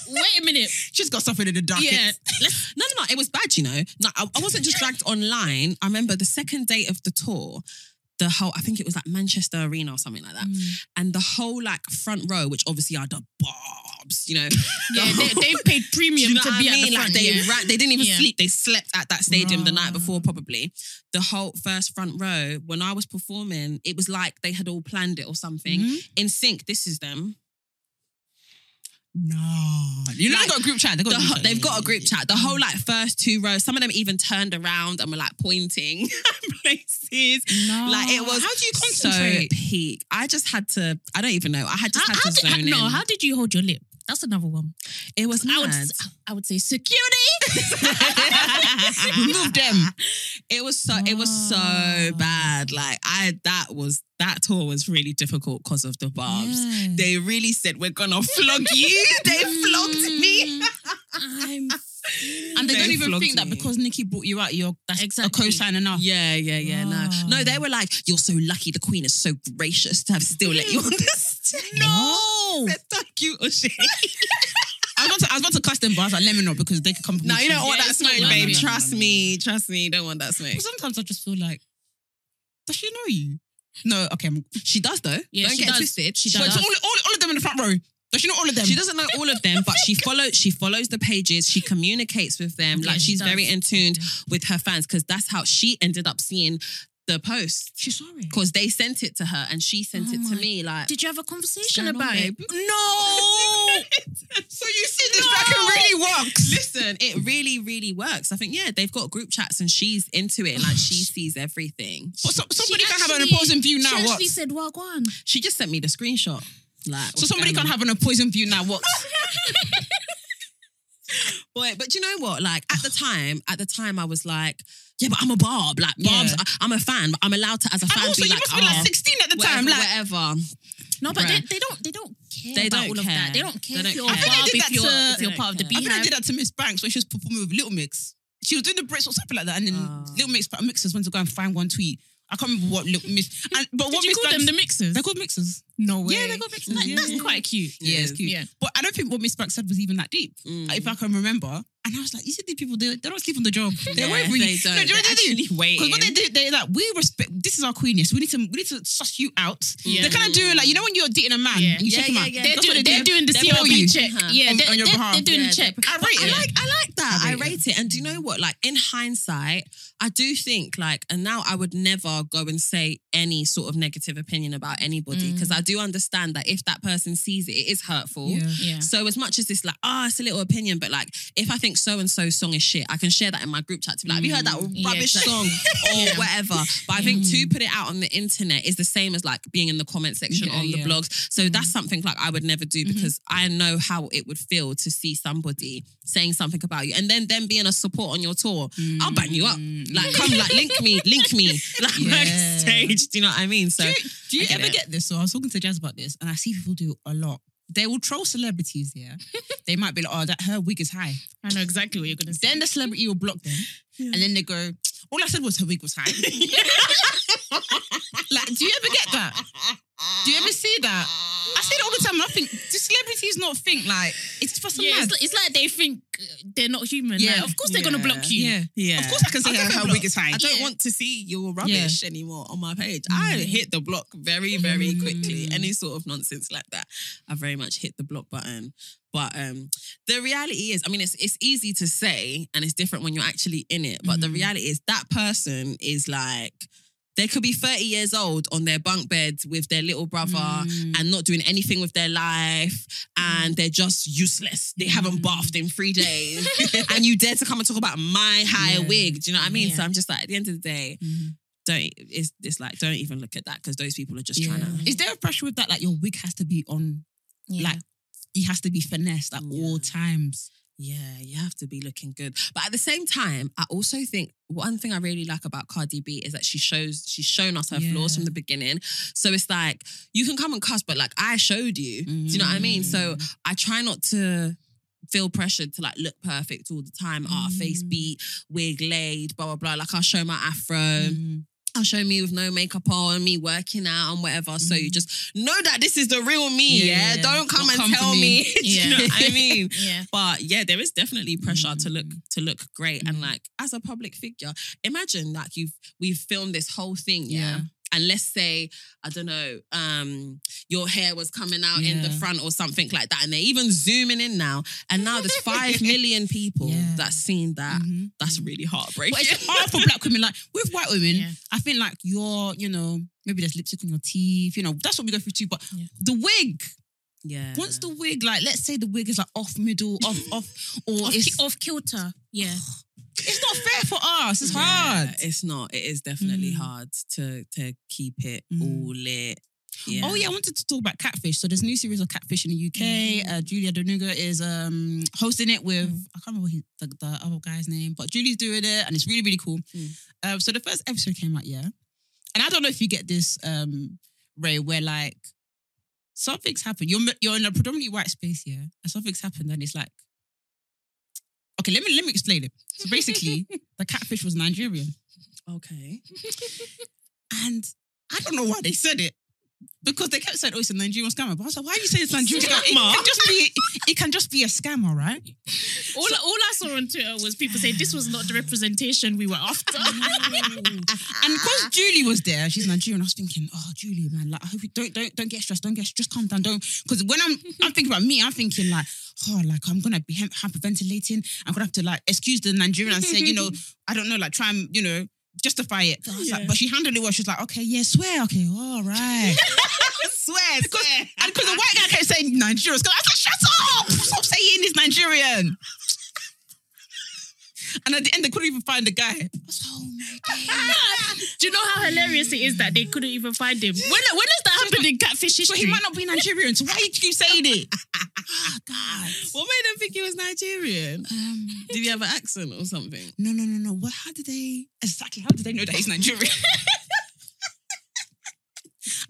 Speaker 2: wait a minute.
Speaker 1: She's got something in the docket.
Speaker 2: Yeah.
Speaker 3: No, no, no. It was bad, you know. No, I, I wasn't just dragged online. I remember the second day of the tour, the whole, I think
Speaker 2: Mm.
Speaker 1: Mm.
Speaker 3: it was like Manchester Arena or something like that. And the whole like front row, which obviously are the barbs, jobs, you know.
Speaker 2: Yeah, they, they paid
Speaker 3: Do
Speaker 2: premium
Speaker 3: you know
Speaker 2: to
Speaker 3: what
Speaker 2: be
Speaker 3: I mean?
Speaker 2: at the front.
Speaker 3: like they
Speaker 2: yeah.
Speaker 3: ran, they didn't even
Speaker 2: Yeah.
Speaker 3: sleep. They slept at that stadium the night before,
Speaker 2: Right.
Speaker 3: probably. The whole first front row, when I was performing, it was like they had all planned it or
Speaker 2: Mm-hmm.
Speaker 3: something. In sync, this is them.
Speaker 1: No, you know
Speaker 3: Like,
Speaker 1: they got a group chat. They got
Speaker 3: The
Speaker 1: a group
Speaker 3: whole,
Speaker 1: chat.
Speaker 3: they've got a group chat. The whole like first two rows, some of them even turned around and were like pointing places.
Speaker 2: Mm-hmm. No.
Speaker 3: Like it was
Speaker 1: How do you
Speaker 3: so
Speaker 1: concentrate?
Speaker 3: peak. I just had to. I don't even know. I had just
Speaker 2: how,
Speaker 3: had
Speaker 2: how
Speaker 3: to
Speaker 2: did,
Speaker 3: zone
Speaker 2: how- no,
Speaker 3: in.
Speaker 2: how did you hold your lip? That's another one.
Speaker 3: it was
Speaker 2: I would,
Speaker 3: mad.
Speaker 2: s- I would say security.
Speaker 1: Remove them.
Speaker 3: It was so it was so
Speaker 2: Wow.
Speaker 3: bad. Like I that was that tour was really difficult because of the barbs.
Speaker 2: Yeah.
Speaker 3: They really said we're gonna flog you. they flogged me.
Speaker 2: Mm, I'm
Speaker 1: And they,
Speaker 3: They
Speaker 1: don't even
Speaker 3: flogged
Speaker 1: think that
Speaker 3: me.
Speaker 1: because Nikki brought you out, you're that's
Speaker 2: Exactly.
Speaker 1: a cosign enough.
Speaker 3: Yeah, yeah, yeah.
Speaker 2: Wow.
Speaker 3: No, no, they were like, "You're so lucky. The Queen is so gracious to have still let you on the stage."
Speaker 2: no.
Speaker 3: Said, thank you, Usher.
Speaker 1: I was about to, I was about to cuss them, but I was like, let me know because they could come.
Speaker 3: No, you don't want
Speaker 2: Yeah,
Speaker 3: that
Speaker 2: it's not
Speaker 3: smoke,
Speaker 2: worth
Speaker 3: babe.
Speaker 2: it.
Speaker 3: Trust me, trust me. You don't want that smoke.
Speaker 1: But sometimes I just feel like, does she know you? No, okay. I'm,
Speaker 3: She does though.
Speaker 2: Yeah,
Speaker 3: don't
Speaker 2: she
Speaker 3: get
Speaker 2: does.
Speaker 3: twisted.
Speaker 2: She
Speaker 1: but it's
Speaker 2: does.
Speaker 1: all, all, all of them in the front row. Does she know all of them?
Speaker 3: She doesn't know all of them, but she follows. She follows the pages. She communicates with them.
Speaker 2: Yeah,
Speaker 3: like
Speaker 2: she
Speaker 3: she's
Speaker 2: does.
Speaker 3: very in tune with her fans because that's how she ended up seeing the post
Speaker 1: She's sorry.
Speaker 3: because they sent it to her and she sent
Speaker 2: Oh
Speaker 3: it to
Speaker 2: my-
Speaker 3: me. Like
Speaker 2: Did you have a conversation
Speaker 3: going on,
Speaker 2: about it?
Speaker 3: babe?
Speaker 2: No.
Speaker 1: So you see this
Speaker 3: No.
Speaker 1: bracket really works.
Speaker 3: listen, it really, really works. I think yeah, they've got group chats and she's into it and like
Speaker 2: Oh,
Speaker 3: she sees everything.
Speaker 1: But so, somebody
Speaker 2: She
Speaker 1: can have an
Speaker 2: actually-
Speaker 1: opposing view now.
Speaker 2: she
Speaker 1: What?
Speaker 2: actually said, well, go on.
Speaker 3: She just sent me the screenshot. Like
Speaker 1: So somebody can have an opposing view now. What?
Speaker 3: boy. But you know what? Like at the time, at the time I was like, yeah, but I'm a barb. Like
Speaker 1: Yeah.
Speaker 3: barbs, I, am a fan. But I'm allowed to as a fan
Speaker 1: And also,
Speaker 3: be
Speaker 1: you
Speaker 3: like,
Speaker 1: must be
Speaker 3: "Oh,
Speaker 1: like "Ah." 16 at the
Speaker 3: whatever,
Speaker 1: time. Like,
Speaker 3: whatever.
Speaker 2: No, but
Speaker 3: Bruh.
Speaker 2: they, they don't. They don't care
Speaker 3: They
Speaker 2: about
Speaker 3: don't
Speaker 2: all of that.
Speaker 3: care.
Speaker 2: They don't care
Speaker 3: They
Speaker 2: if
Speaker 3: don't
Speaker 2: you're
Speaker 3: care. I think
Speaker 1: they
Speaker 2: Barb,
Speaker 1: did
Speaker 2: if
Speaker 1: that
Speaker 2: you're,
Speaker 1: to-
Speaker 2: if you're part of the
Speaker 3: I
Speaker 1: I think I
Speaker 2: beehive.
Speaker 1: did that to Miss Banks when she was performing with Little Mix. She was doing the Brits or something like that, and then
Speaker 3: Oh.
Speaker 1: Little Mix, but Mixers went to go and find one tweet. I can't remember what Little Mix. And, but what
Speaker 2: Did you
Speaker 1: Miss
Speaker 2: call
Speaker 1: Banks,
Speaker 2: them the mixers?
Speaker 1: They're called Mixers.
Speaker 2: No way.
Speaker 1: Yeah, they're called mixers.
Speaker 2: Like,
Speaker 1: yeah.
Speaker 2: That's quite cute.
Speaker 1: Yeah, it's
Speaker 3: Yeah.
Speaker 1: cute.
Speaker 2: Yeah.
Speaker 1: But I don't think what Miss Banks said was even that deep,
Speaker 3: Mm.
Speaker 1: if
Speaker 2: Mm.
Speaker 1: I can remember. And I was like, you see, these people, they, they don't sleep on the job. They
Speaker 3: Yeah,
Speaker 1: won't really.
Speaker 3: They don't.
Speaker 1: No, do you know
Speaker 3: They're
Speaker 1: what they do?
Speaker 3: actually waiting.
Speaker 1: Because what they do, they're like, we respect. This is our queenness. We need to, we need to suss you out.
Speaker 2: Yeah.
Speaker 1: They're kind of doing like, you know, when you're dating a man,
Speaker 2: Yeah.
Speaker 1: and you check
Speaker 3: Yeah,
Speaker 1: him
Speaker 3: yeah,
Speaker 1: out.
Speaker 3: yeah.
Speaker 2: They're,
Speaker 1: That's
Speaker 2: do,
Speaker 1: what
Speaker 2: they're,
Speaker 1: they do.
Speaker 2: doing the
Speaker 3: They're probably-
Speaker 2: CRB check.
Speaker 3: Huh.
Speaker 2: Yeah,
Speaker 1: On-
Speaker 2: they're,
Speaker 1: on your
Speaker 2: they're,
Speaker 1: behalf.
Speaker 2: they're doing
Speaker 3: Yeah,
Speaker 2: the check.
Speaker 3: they're-
Speaker 1: I rate
Speaker 3: I
Speaker 1: it.
Speaker 3: like, I like that.
Speaker 1: I
Speaker 3: I
Speaker 1: rate
Speaker 3: rate it. And do you know what? Like in hindsight, I do think like, and now I would never go and say any sort of negative opinion about anybody
Speaker 1: Mm.
Speaker 3: because I do understand that if that person sees it, it is hurtful.
Speaker 2: Yeah.
Speaker 3: So as much as it's like, oh, it's a little opinion, but like if I think so and so song is shit, I can share that in my group chat to be like, have you heard that
Speaker 1: Mm,
Speaker 3: rubbish
Speaker 2: Yeah, exactly.
Speaker 3: song or
Speaker 2: Yeah.
Speaker 3: whatever? But I think to put it out on the internet is the same as like being in the comment section
Speaker 1: Yeah,
Speaker 3: on the
Speaker 1: yeah. Mm. Mm-hmm.
Speaker 3: blogs. So that's something like I would never do because I know how it would feel to see somebody saying something about you and then them being a support on your tour. I'll bang you up. Like come, like link me, link me, like
Speaker 1: Mm. Yeah.
Speaker 3: backstage. Do you know what I mean? So
Speaker 1: Do you, do you
Speaker 3: I get
Speaker 1: ever
Speaker 3: it.
Speaker 1: get this? So I was talking to Jazz about this, and I see people do it a lot. They will troll celebrities. Yeah, they might be like, "Oh, that her wig is high."
Speaker 2: I know exactly what you're gonna say.
Speaker 1: Then the celebrity will block them, and then they go, "All I said was her wig was high." like, do you ever get that? Do you ever see that? I see it all the time. and I think do celebrities not think like it's just for some
Speaker 2: Yeah,
Speaker 1: mad?
Speaker 2: it's, like, it's like they think uh, they're not human. Yeah,
Speaker 1: Yeah.
Speaker 2: of course they're gonna block you.
Speaker 1: yeah.
Speaker 3: yeah,
Speaker 1: Of course, I can say
Speaker 3: I'll give
Speaker 1: her,
Speaker 3: her
Speaker 1: her
Speaker 3: block.
Speaker 1: wig is high.
Speaker 3: I don't
Speaker 2: Yeah.
Speaker 3: want to see your rubbish anymore on my page. I hit the block very, very quickly. Any sort of nonsense like that, I very much hit the block button. But um, the reality is, I mean, it's it's easy to say, and it's different when you're actually in it. But the
Speaker 1: Mhm.
Speaker 3: reality is, that person is like they could be 30 years old on their bunk bed with their little brother
Speaker 2: Mm-hmm.
Speaker 1: Mm.
Speaker 3: and not doing anything with their life and they're just useless. They
Speaker 1: Mm.
Speaker 3: haven't bathed in three days. and you dare to come and talk about my high
Speaker 1: Yeah.
Speaker 3: wig. Do you know what I mean?
Speaker 2: Yeah.
Speaker 3: So I'm just like, at the end of the day,
Speaker 1: Mm.
Speaker 3: don't it's it's like don't even look at that because those people are just trying to
Speaker 1: Is there a pressure with that? Like your wig has to be on,
Speaker 2: Yeah.
Speaker 1: like it has to be finessed at
Speaker 3: Yeah.
Speaker 1: all times.
Speaker 3: Yeah, you have to be looking good. But at the same time, I also think one thing I really like about Cardi B is that she shows she's shown us her flaws
Speaker 1: Yeah.
Speaker 3: from the beginning. So it's like you can come and cuss, but like I showed you. Do you
Speaker 2: Mm.
Speaker 3: know what I mean? So I try not to feel pressured to like look perfect all the time. Ah, face
Speaker 1: Mm.
Speaker 3: beat, wig laid, blah blah blah. Like I'll show my afro.
Speaker 1: Mm.
Speaker 3: I'll show me with no makeup on, me working out and whatever. So you just know that this is the real me.
Speaker 1: Yeah, Mm.
Speaker 3: Yeah,
Speaker 1: yeah, yeah.
Speaker 3: don't come
Speaker 1: Don't
Speaker 3: and
Speaker 1: come for
Speaker 3: tell me.
Speaker 1: me.
Speaker 3: Do you know what I mean?
Speaker 2: yeah.
Speaker 3: But yeah, there is definitely pressure to look
Speaker 1: Mm.
Speaker 3: to look great and
Speaker 1: Mm.
Speaker 3: like as a public figure. Imagine like you've we've filmed this whole thing, yeah.
Speaker 1: Yeah.
Speaker 3: and let's say I don't know, um, your hair was coming out in the
Speaker 1: Yeah.
Speaker 3: front or something like that, and they're even zooming in now, and now there's five million people
Speaker 1: Yeah.
Speaker 3: that's seen that.
Speaker 1: Mhm.
Speaker 3: That's really heartbreaking.
Speaker 1: But it's hard for black women. Like with white women,
Speaker 2: Yeah.
Speaker 1: I think like your, you know, maybe there's lipstick on your teeth. You know, that's what we go through too. But
Speaker 2: Yeah.
Speaker 1: the wig,
Speaker 3: yeah.
Speaker 1: once the wig, like let's say the wig is like off middle, off off, or
Speaker 2: Off,
Speaker 1: it's
Speaker 2: ki- off kilter. Yeah.
Speaker 1: it's not fair for us. It's
Speaker 3: Yeah,
Speaker 1: hard.
Speaker 3: It's not. It is definitely
Speaker 1: Mm.
Speaker 3: hard to to keep it
Speaker 1: Mm.
Speaker 3: all lit. Yeah.
Speaker 1: Oh yeah, I wanted to talk about catfish. So there's a new series of catfish in the UK. Uh, Julia Donuga is um, hosting it with I can't remember his, the, the other guy's name, but Julie's doing it, and it's really really cool.
Speaker 3: Mm.
Speaker 1: Um, so the first episode came out, yeah, and I don't know if you get this, um, Ray, where like something's happened. You're you're in a predominantly white space, yeah, and something's happened, and it's like, okay, let me let me explain it. So basically, the catfish was Nigerian.
Speaker 3: Okay.
Speaker 1: And I don't know why they said it. Because they kept saying, oh, it's a Nigerian scammer. But I was like, why are you saying it's a Nigerian scammer? It
Speaker 3: Scammer?
Speaker 1: can just be, it can just be a scammer, right?
Speaker 2: All, all I saw on Twitter was people saying this was not the representation we were after.
Speaker 1: And because Julie was there, she's Nigerian. I was thinking, oh, Julie, man, like I hope you don't don't don't get stressed, don't get stressed, calm down, don't. Because when I'm I'm thinking about me, I'm thinking like, oh, like I'm gonna be hy- hyperventilating. I'm gonna have to like excuse the Nigerian and say, you know, I don't know, like try and you know justify it. But, I was like-
Speaker 2: Yeah.
Speaker 1: but she handled it well. She was like, okay, yeah, swear, okay, all right.
Speaker 3: swear,
Speaker 1: Because and because the white guy kept saying Nigerian scammer. I said, shut up! Stop saying it's Nigerian. And at the end, they couldn't even find the guy. I was like, oh my days.
Speaker 2: Do you know how hilarious it is that they couldn't even find him? When, when does that happen in catfish
Speaker 1: So
Speaker 2: history?
Speaker 1: he might not be Nigerian. So why you keep saying it? Ah, God.
Speaker 3: What made them think he was Nigerian?
Speaker 1: Um,
Speaker 3: Did he have an accent or something?
Speaker 1: no, no, no, no. What? How did they exactly? How did they know that he's Nigerian?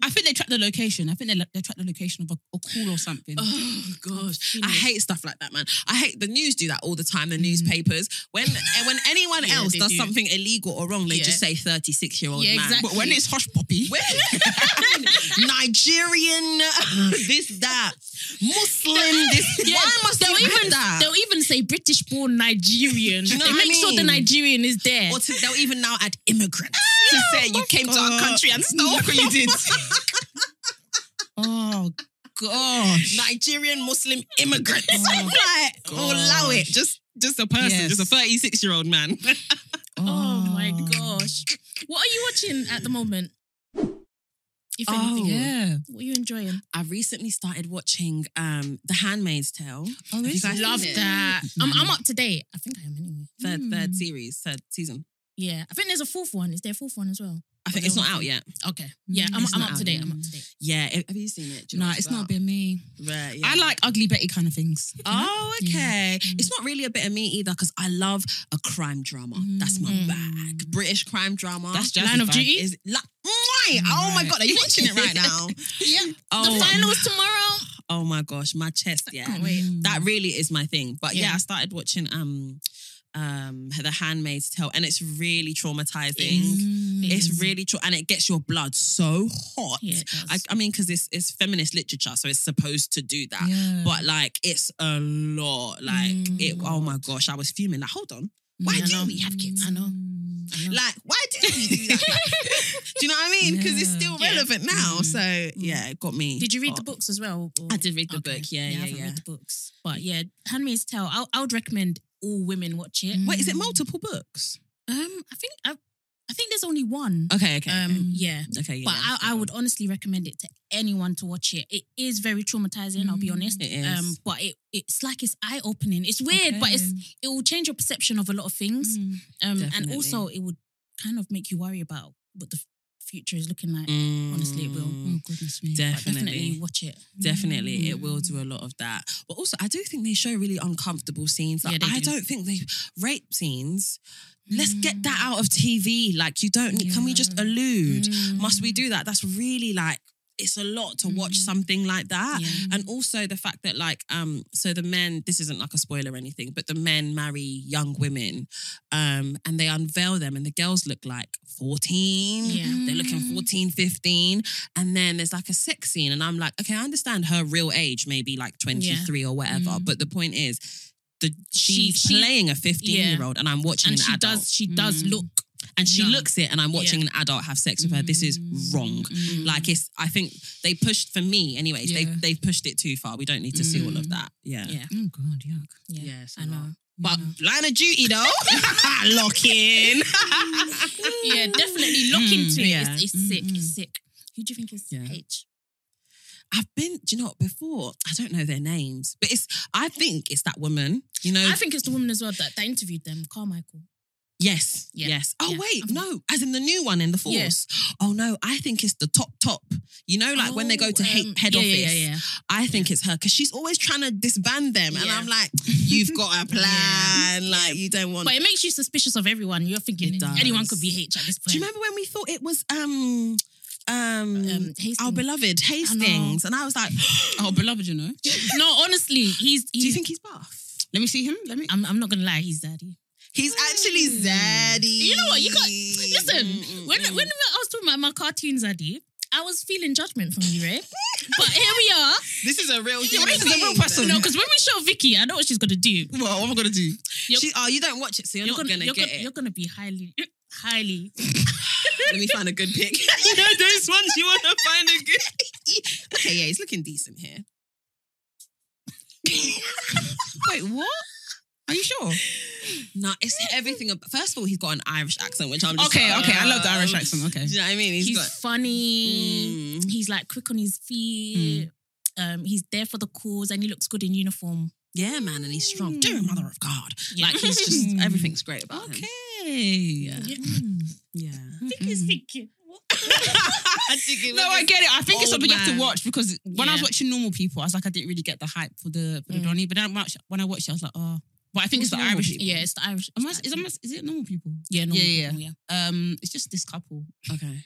Speaker 1: I think they tracked the location. I think they, they tracked the location of a, a call or something.
Speaker 3: Oh gosh,
Speaker 2: I'm
Speaker 3: I
Speaker 2: finished.
Speaker 3: hate stuff like that, man. I hate the news do that all the time. The newspapers when and when anyone
Speaker 2: Mm. Yeah,
Speaker 3: else
Speaker 2: they
Speaker 3: does
Speaker 2: do.
Speaker 3: something illegal or wrong, they
Speaker 2: Yeah.
Speaker 3: just say thirty six year old
Speaker 2: Yeah,
Speaker 3: man.
Speaker 2: exactly.
Speaker 1: but when it's hush poppy,
Speaker 3: When- Nigerian, this that Muslim, this
Speaker 2: Yeah,
Speaker 3: why must
Speaker 2: they'll
Speaker 3: they
Speaker 2: even
Speaker 3: even that?
Speaker 2: they'll even say British born Nigerian.
Speaker 3: Do you know
Speaker 2: they
Speaker 3: what I
Speaker 2: make sure the
Speaker 3: mean?
Speaker 2: Nigerian is there.
Speaker 3: or to, they'll even now add immigrants to
Speaker 2: Oh
Speaker 3: say you came to our
Speaker 1: God.
Speaker 3: country and stole.
Speaker 1: Look what you did. oh gosh.
Speaker 3: Nigerian Muslim immigrants.
Speaker 1: Oh,
Speaker 3: I'm like, oh, allow it.
Speaker 1: gosh.
Speaker 3: Just, just a person,
Speaker 1: Yes.
Speaker 3: just a 36 year old man.
Speaker 2: oh my gosh. What are you watching at the moment? If anything,
Speaker 3: Oh.
Speaker 1: Yeah.
Speaker 2: what are you enjoying?
Speaker 3: I recently started watching um, The Handmaid's Tale,
Speaker 1: Oh,
Speaker 3: Have you guys
Speaker 2: Love
Speaker 3: seen it?
Speaker 2: that. I'm, I'm up to date. I think I am anyway. Mm.
Speaker 3: third,
Speaker 1: Hmm.
Speaker 3: third series, third season.
Speaker 2: Yeah, I think there's a fourth one. Is there a fourth one as well?
Speaker 3: I think it's not out yet.
Speaker 1: Oh.
Speaker 2: Okay. Yeah, I'm,
Speaker 3: It's
Speaker 2: I'm
Speaker 3: not
Speaker 2: up to
Speaker 3: out
Speaker 2: date.
Speaker 3: yet.
Speaker 2: I'm up to date.
Speaker 3: Yeah, have have you seen it? Do you know
Speaker 1: No,
Speaker 3: what
Speaker 1: it's not a
Speaker 3: about?
Speaker 1: bit of me.
Speaker 3: Right, yeah.
Speaker 1: I like ugly Betty kind of things.
Speaker 3: Oh,
Speaker 1: Yeah.
Speaker 3: okay.
Speaker 1: Mm.
Speaker 3: It's not really a bit of me either because I love a crime drama. That's my
Speaker 2: Mm.
Speaker 3: bag. British crime drama.
Speaker 1: That's
Speaker 2: Line of
Speaker 1: justified.
Speaker 2: Duty?
Speaker 3: is like, oh my
Speaker 1: Right.
Speaker 3: god, are you watching it right now?
Speaker 2: Yeah.
Speaker 3: Oh,
Speaker 2: the finals tomorrow.
Speaker 3: Oh my gosh, my chest. Yeah,
Speaker 2: Can't wait.
Speaker 1: Mm.
Speaker 3: that really is my thing. But yeah,
Speaker 2: Yeah.
Speaker 3: I started watching um, um, The Handmaid's Tale, and it's really traumatizing.
Speaker 1: Mm.
Speaker 3: It's really true, and it gets your blood so hot.
Speaker 2: Yeah, it does.
Speaker 3: I, I mean, because it's it's feminist literature, so it's supposed to do
Speaker 2: uh,
Speaker 3: that.
Speaker 1: Yeah.
Speaker 3: But like, it's a lot. Like, it. Oh my gosh, I was fuming. Like, hold on, why
Speaker 2: Mm, I
Speaker 3: do
Speaker 2: know.
Speaker 3: we have kids?
Speaker 2: I know. I know.
Speaker 3: Like, why do we do that? Like, do you know what I mean? Because it's
Speaker 1: Yeah.
Speaker 3: still
Speaker 2: Yeah. Mm-hmm.
Speaker 3: relevant now.
Speaker 1: Mm.
Speaker 3: So yeah, it got me.
Speaker 2: Did you read
Speaker 3: hot.
Speaker 2: the books as well? or-
Speaker 3: I did read the
Speaker 2: Okay.
Speaker 3: book. Yeah, yeah,
Speaker 2: I
Speaker 3: yeah.
Speaker 2: haven't read the books, but yeah, Handmaid's Tale. I, I would recommend all women watch it.
Speaker 1: Mm.
Speaker 3: Wait, is it multiple books?
Speaker 2: Um, I think I, I think there's only one.
Speaker 3: Okay, Mm. okay.
Speaker 2: Um,
Speaker 1: okay.
Speaker 2: yeah.
Speaker 3: okay, yeah.
Speaker 2: But I, I would honestly recommend it to anyone to watch it. It is very traumatizing, I'll be
Speaker 1: Mm.
Speaker 2: honest.
Speaker 3: It is.
Speaker 2: Um, but it it's like it's eye opening. It's weird, but it's it will change your perception of a lot of things.
Speaker 1: Mm.
Speaker 2: Um, and
Speaker 3: Definitely.
Speaker 2: also it would kind of make you worry about what the f- future is looking like. honestly, it will.
Speaker 3: Mm.
Speaker 1: Oh goodness me.
Speaker 2: But
Speaker 3: Definitely.
Speaker 2: definitely watch it.
Speaker 3: Definitely,
Speaker 2: Mm.
Speaker 3: it will do a lot of that. But also, I do think they show really uncomfortable scenes. Like,
Speaker 2: Yeah, they
Speaker 3: I
Speaker 2: do.
Speaker 3: don't think they rape scenes. Let's get that out of TV. Like, you don't need. Can we just
Speaker 1: Yeah.
Speaker 3: allude?
Speaker 2: Mm.
Speaker 3: Must we do that? That's really like it's a lot to watch
Speaker 2: Mm.
Speaker 3: something like that.
Speaker 2: Yeah.
Speaker 3: And also the fact that like um so the men this isn't like a spoiler or anything but the men marry young women um and they unveil them and the girls look like 14
Speaker 2: Yeah.
Speaker 3: they're looking 14 15 and then there's like a sex scene and I'm like okay I understand her real age maybe like 23 or whatever
Speaker 2: Mm.
Speaker 3: but the point is the she's
Speaker 2: She- she-
Speaker 3: playing a 15 year old and I'm watching
Speaker 2: and
Speaker 3: an
Speaker 2: she
Speaker 3: adult
Speaker 2: does she does
Speaker 1: Mm.
Speaker 2: look
Speaker 3: and she
Speaker 2: No.
Speaker 3: looks it, and I'm watching an adult have sex with her. This is
Speaker 2: Mm.
Speaker 3: wrong. Like it's, I think they pushed for me. Anyways,
Speaker 1: Yeah.
Speaker 3: they they've pushed it too far. We don't need to see all of that. Yeah.
Speaker 2: Mm. Yeah.
Speaker 1: Oh god, yuck.
Speaker 2: Yeah.
Speaker 3: Yes,
Speaker 2: I know.
Speaker 3: But line of duty though, lock in.
Speaker 2: Yeah, Mm-hmm. definitely look
Speaker 1: Mm,
Speaker 2: into
Speaker 3: yeah.
Speaker 2: it. It's, it's
Speaker 1: Mm,
Speaker 2: sick.
Speaker 1: mm.
Speaker 2: It's sick. Who do you think is
Speaker 3: Yeah.
Speaker 2: H?
Speaker 3: I've been, do you know what? Before I don't know their names, but it's. I think it's that woman. You know.
Speaker 2: I think it's the woman as well that, that interviewed them, Carmichael.
Speaker 3: yes.
Speaker 2: Yeah.
Speaker 3: Yes. Oh
Speaker 2: Yeah.
Speaker 3: wait, no. As in the new one in the force.
Speaker 2: Yeah.
Speaker 3: Oh no, I think it's the top top. You know, like when they go to
Speaker 2: Oh,
Speaker 3: he-
Speaker 2: um,
Speaker 3: head
Speaker 2: yeah,
Speaker 3: office.
Speaker 2: Yeah, yeah, yeah.
Speaker 3: I think it's her because she's always trying to disband them, and
Speaker 2: Yeah.
Speaker 3: I'm like, you've got a plan. Like you don't want.
Speaker 2: But it makes you suspicious of everyone. You're thinking
Speaker 3: It does.
Speaker 2: anyone could be H at this point.
Speaker 3: Do you remember when we thought it was um um,
Speaker 2: Um, Hastings.
Speaker 3: our beloved Hastings, and I was like,
Speaker 1: Oh, beloved, you know.
Speaker 2: No, honestly, he's.
Speaker 3: do you
Speaker 2: he's-
Speaker 3: think he's buff?
Speaker 1: Let me see him. Let me.
Speaker 2: I'm, I'm not gonna lie, he's daddy.
Speaker 3: He's actually zaddy.
Speaker 2: You know what? You got listen.
Speaker 3: Mm, mm,
Speaker 2: When
Speaker 3: mm.
Speaker 2: when I was talking about my cartoon zaddy, I was feeling judgment from you, right? but here we are.
Speaker 3: this is a real
Speaker 1: this is a real person.
Speaker 2: No, because when we show Vicky, I know what she's gonna do.
Speaker 1: Well, what am I gonna do?
Speaker 2: You're-
Speaker 3: She, oh, you don't watch it, so you're,
Speaker 2: You're,
Speaker 3: not
Speaker 2: gonna,
Speaker 3: gonna,
Speaker 2: you're,
Speaker 3: get
Speaker 2: gonna,
Speaker 3: it.
Speaker 2: you're gonna be highly, highly.
Speaker 3: Let me find a good pic. you know those ones you want to find a good. okay, yeah, he's looking decent here.
Speaker 1: Wait, what? Are you sure?
Speaker 3: No, it's everything. ab- First of all, he's got an Irish accent, which I'm just
Speaker 1: Okay,
Speaker 3: like,
Speaker 1: okay. I love the
Speaker 3: um,
Speaker 1: Irish accent. Okay.
Speaker 3: Do you know what I mean?
Speaker 2: He's,
Speaker 3: got.
Speaker 2: funny.
Speaker 3: Mm.
Speaker 2: He's like quick on his feet. Um, he's there for the cause, and he looks good in uniform.
Speaker 3: Yeah, man, and he's strong. Dear
Speaker 1: Mm.
Speaker 3: mother of God.
Speaker 2: Yeah.
Speaker 3: Like, he's just,
Speaker 1: Mm.
Speaker 3: everything's great about him.
Speaker 1: Yeah.
Speaker 2: Yeah. Mm-hmm.
Speaker 3: Yeah.
Speaker 2: Vicky's thinking. what?
Speaker 1: No, I get it. I think it's
Speaker 3: Old
Speaker 1: something you have
Speaker 3: man.
Speaker 1: to watch because when I was
Speaker 2: Yeah.
Speaker 1: watching normal people, I was like, I didn't really get the hype for the for the
Speaker 2: Mm.
Speaker 1: Donny. But then watch, when I watched it, I was like, oh. But I think it's the
Speaker 3: Normal
Speaker 1: Irish.
Speaker 3: People.
Speaker 2: Yeah, it's the Irish.
Speaker 1: Am I, is, am I, is it normal people?
Speaker 2: yeah, no,
Speaker 1: Yeah,
Speaker 2: yeah,
Speaker 1: yeah.
Speaker 2: yeah.
Speaker 1: Um, it's just this couple.
Speaker 3: Okay.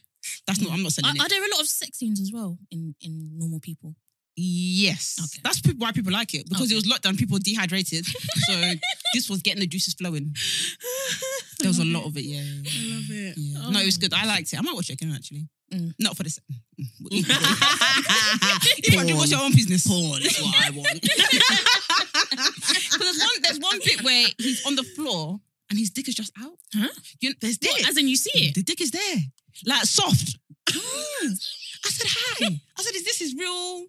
Speaker 1: That's not. I'm not selling
Speaker 2: Are,
Speaker 1: it.
Speaker 2: are there a lot of sex scenes as well in in normal people?
Speaker 1: Yes.
Speaker 2: Okay.
Speaker 1: That's pe- why people like it because it was lockdown, people dehydrated. so this was getting the juices flowing. There was a lot of it, yeah. yeah, yeah.
Speaker 3: love it.
Speaker 1: Yeah.
Speaker 2: Oh.
Speaker 1: No, it was good. I liked it. I might watch it again, actually.
Speaker 2: Mm.
Speaker 1: Not for this.
Speaker 3: Mm.
Speaker 1: if I do, what's your own business? Porn
Speaker 3: That's what I want.
Speaker 1: there's one, there's one bit where he's on the floor and his dick is just out.
Speaker 2: Huh?
Speaker 1: You know, there's dick.
Speaker 2: As in, you see it.
Speaker 1: The dick is there, like soft. I said hi. I said, is this his real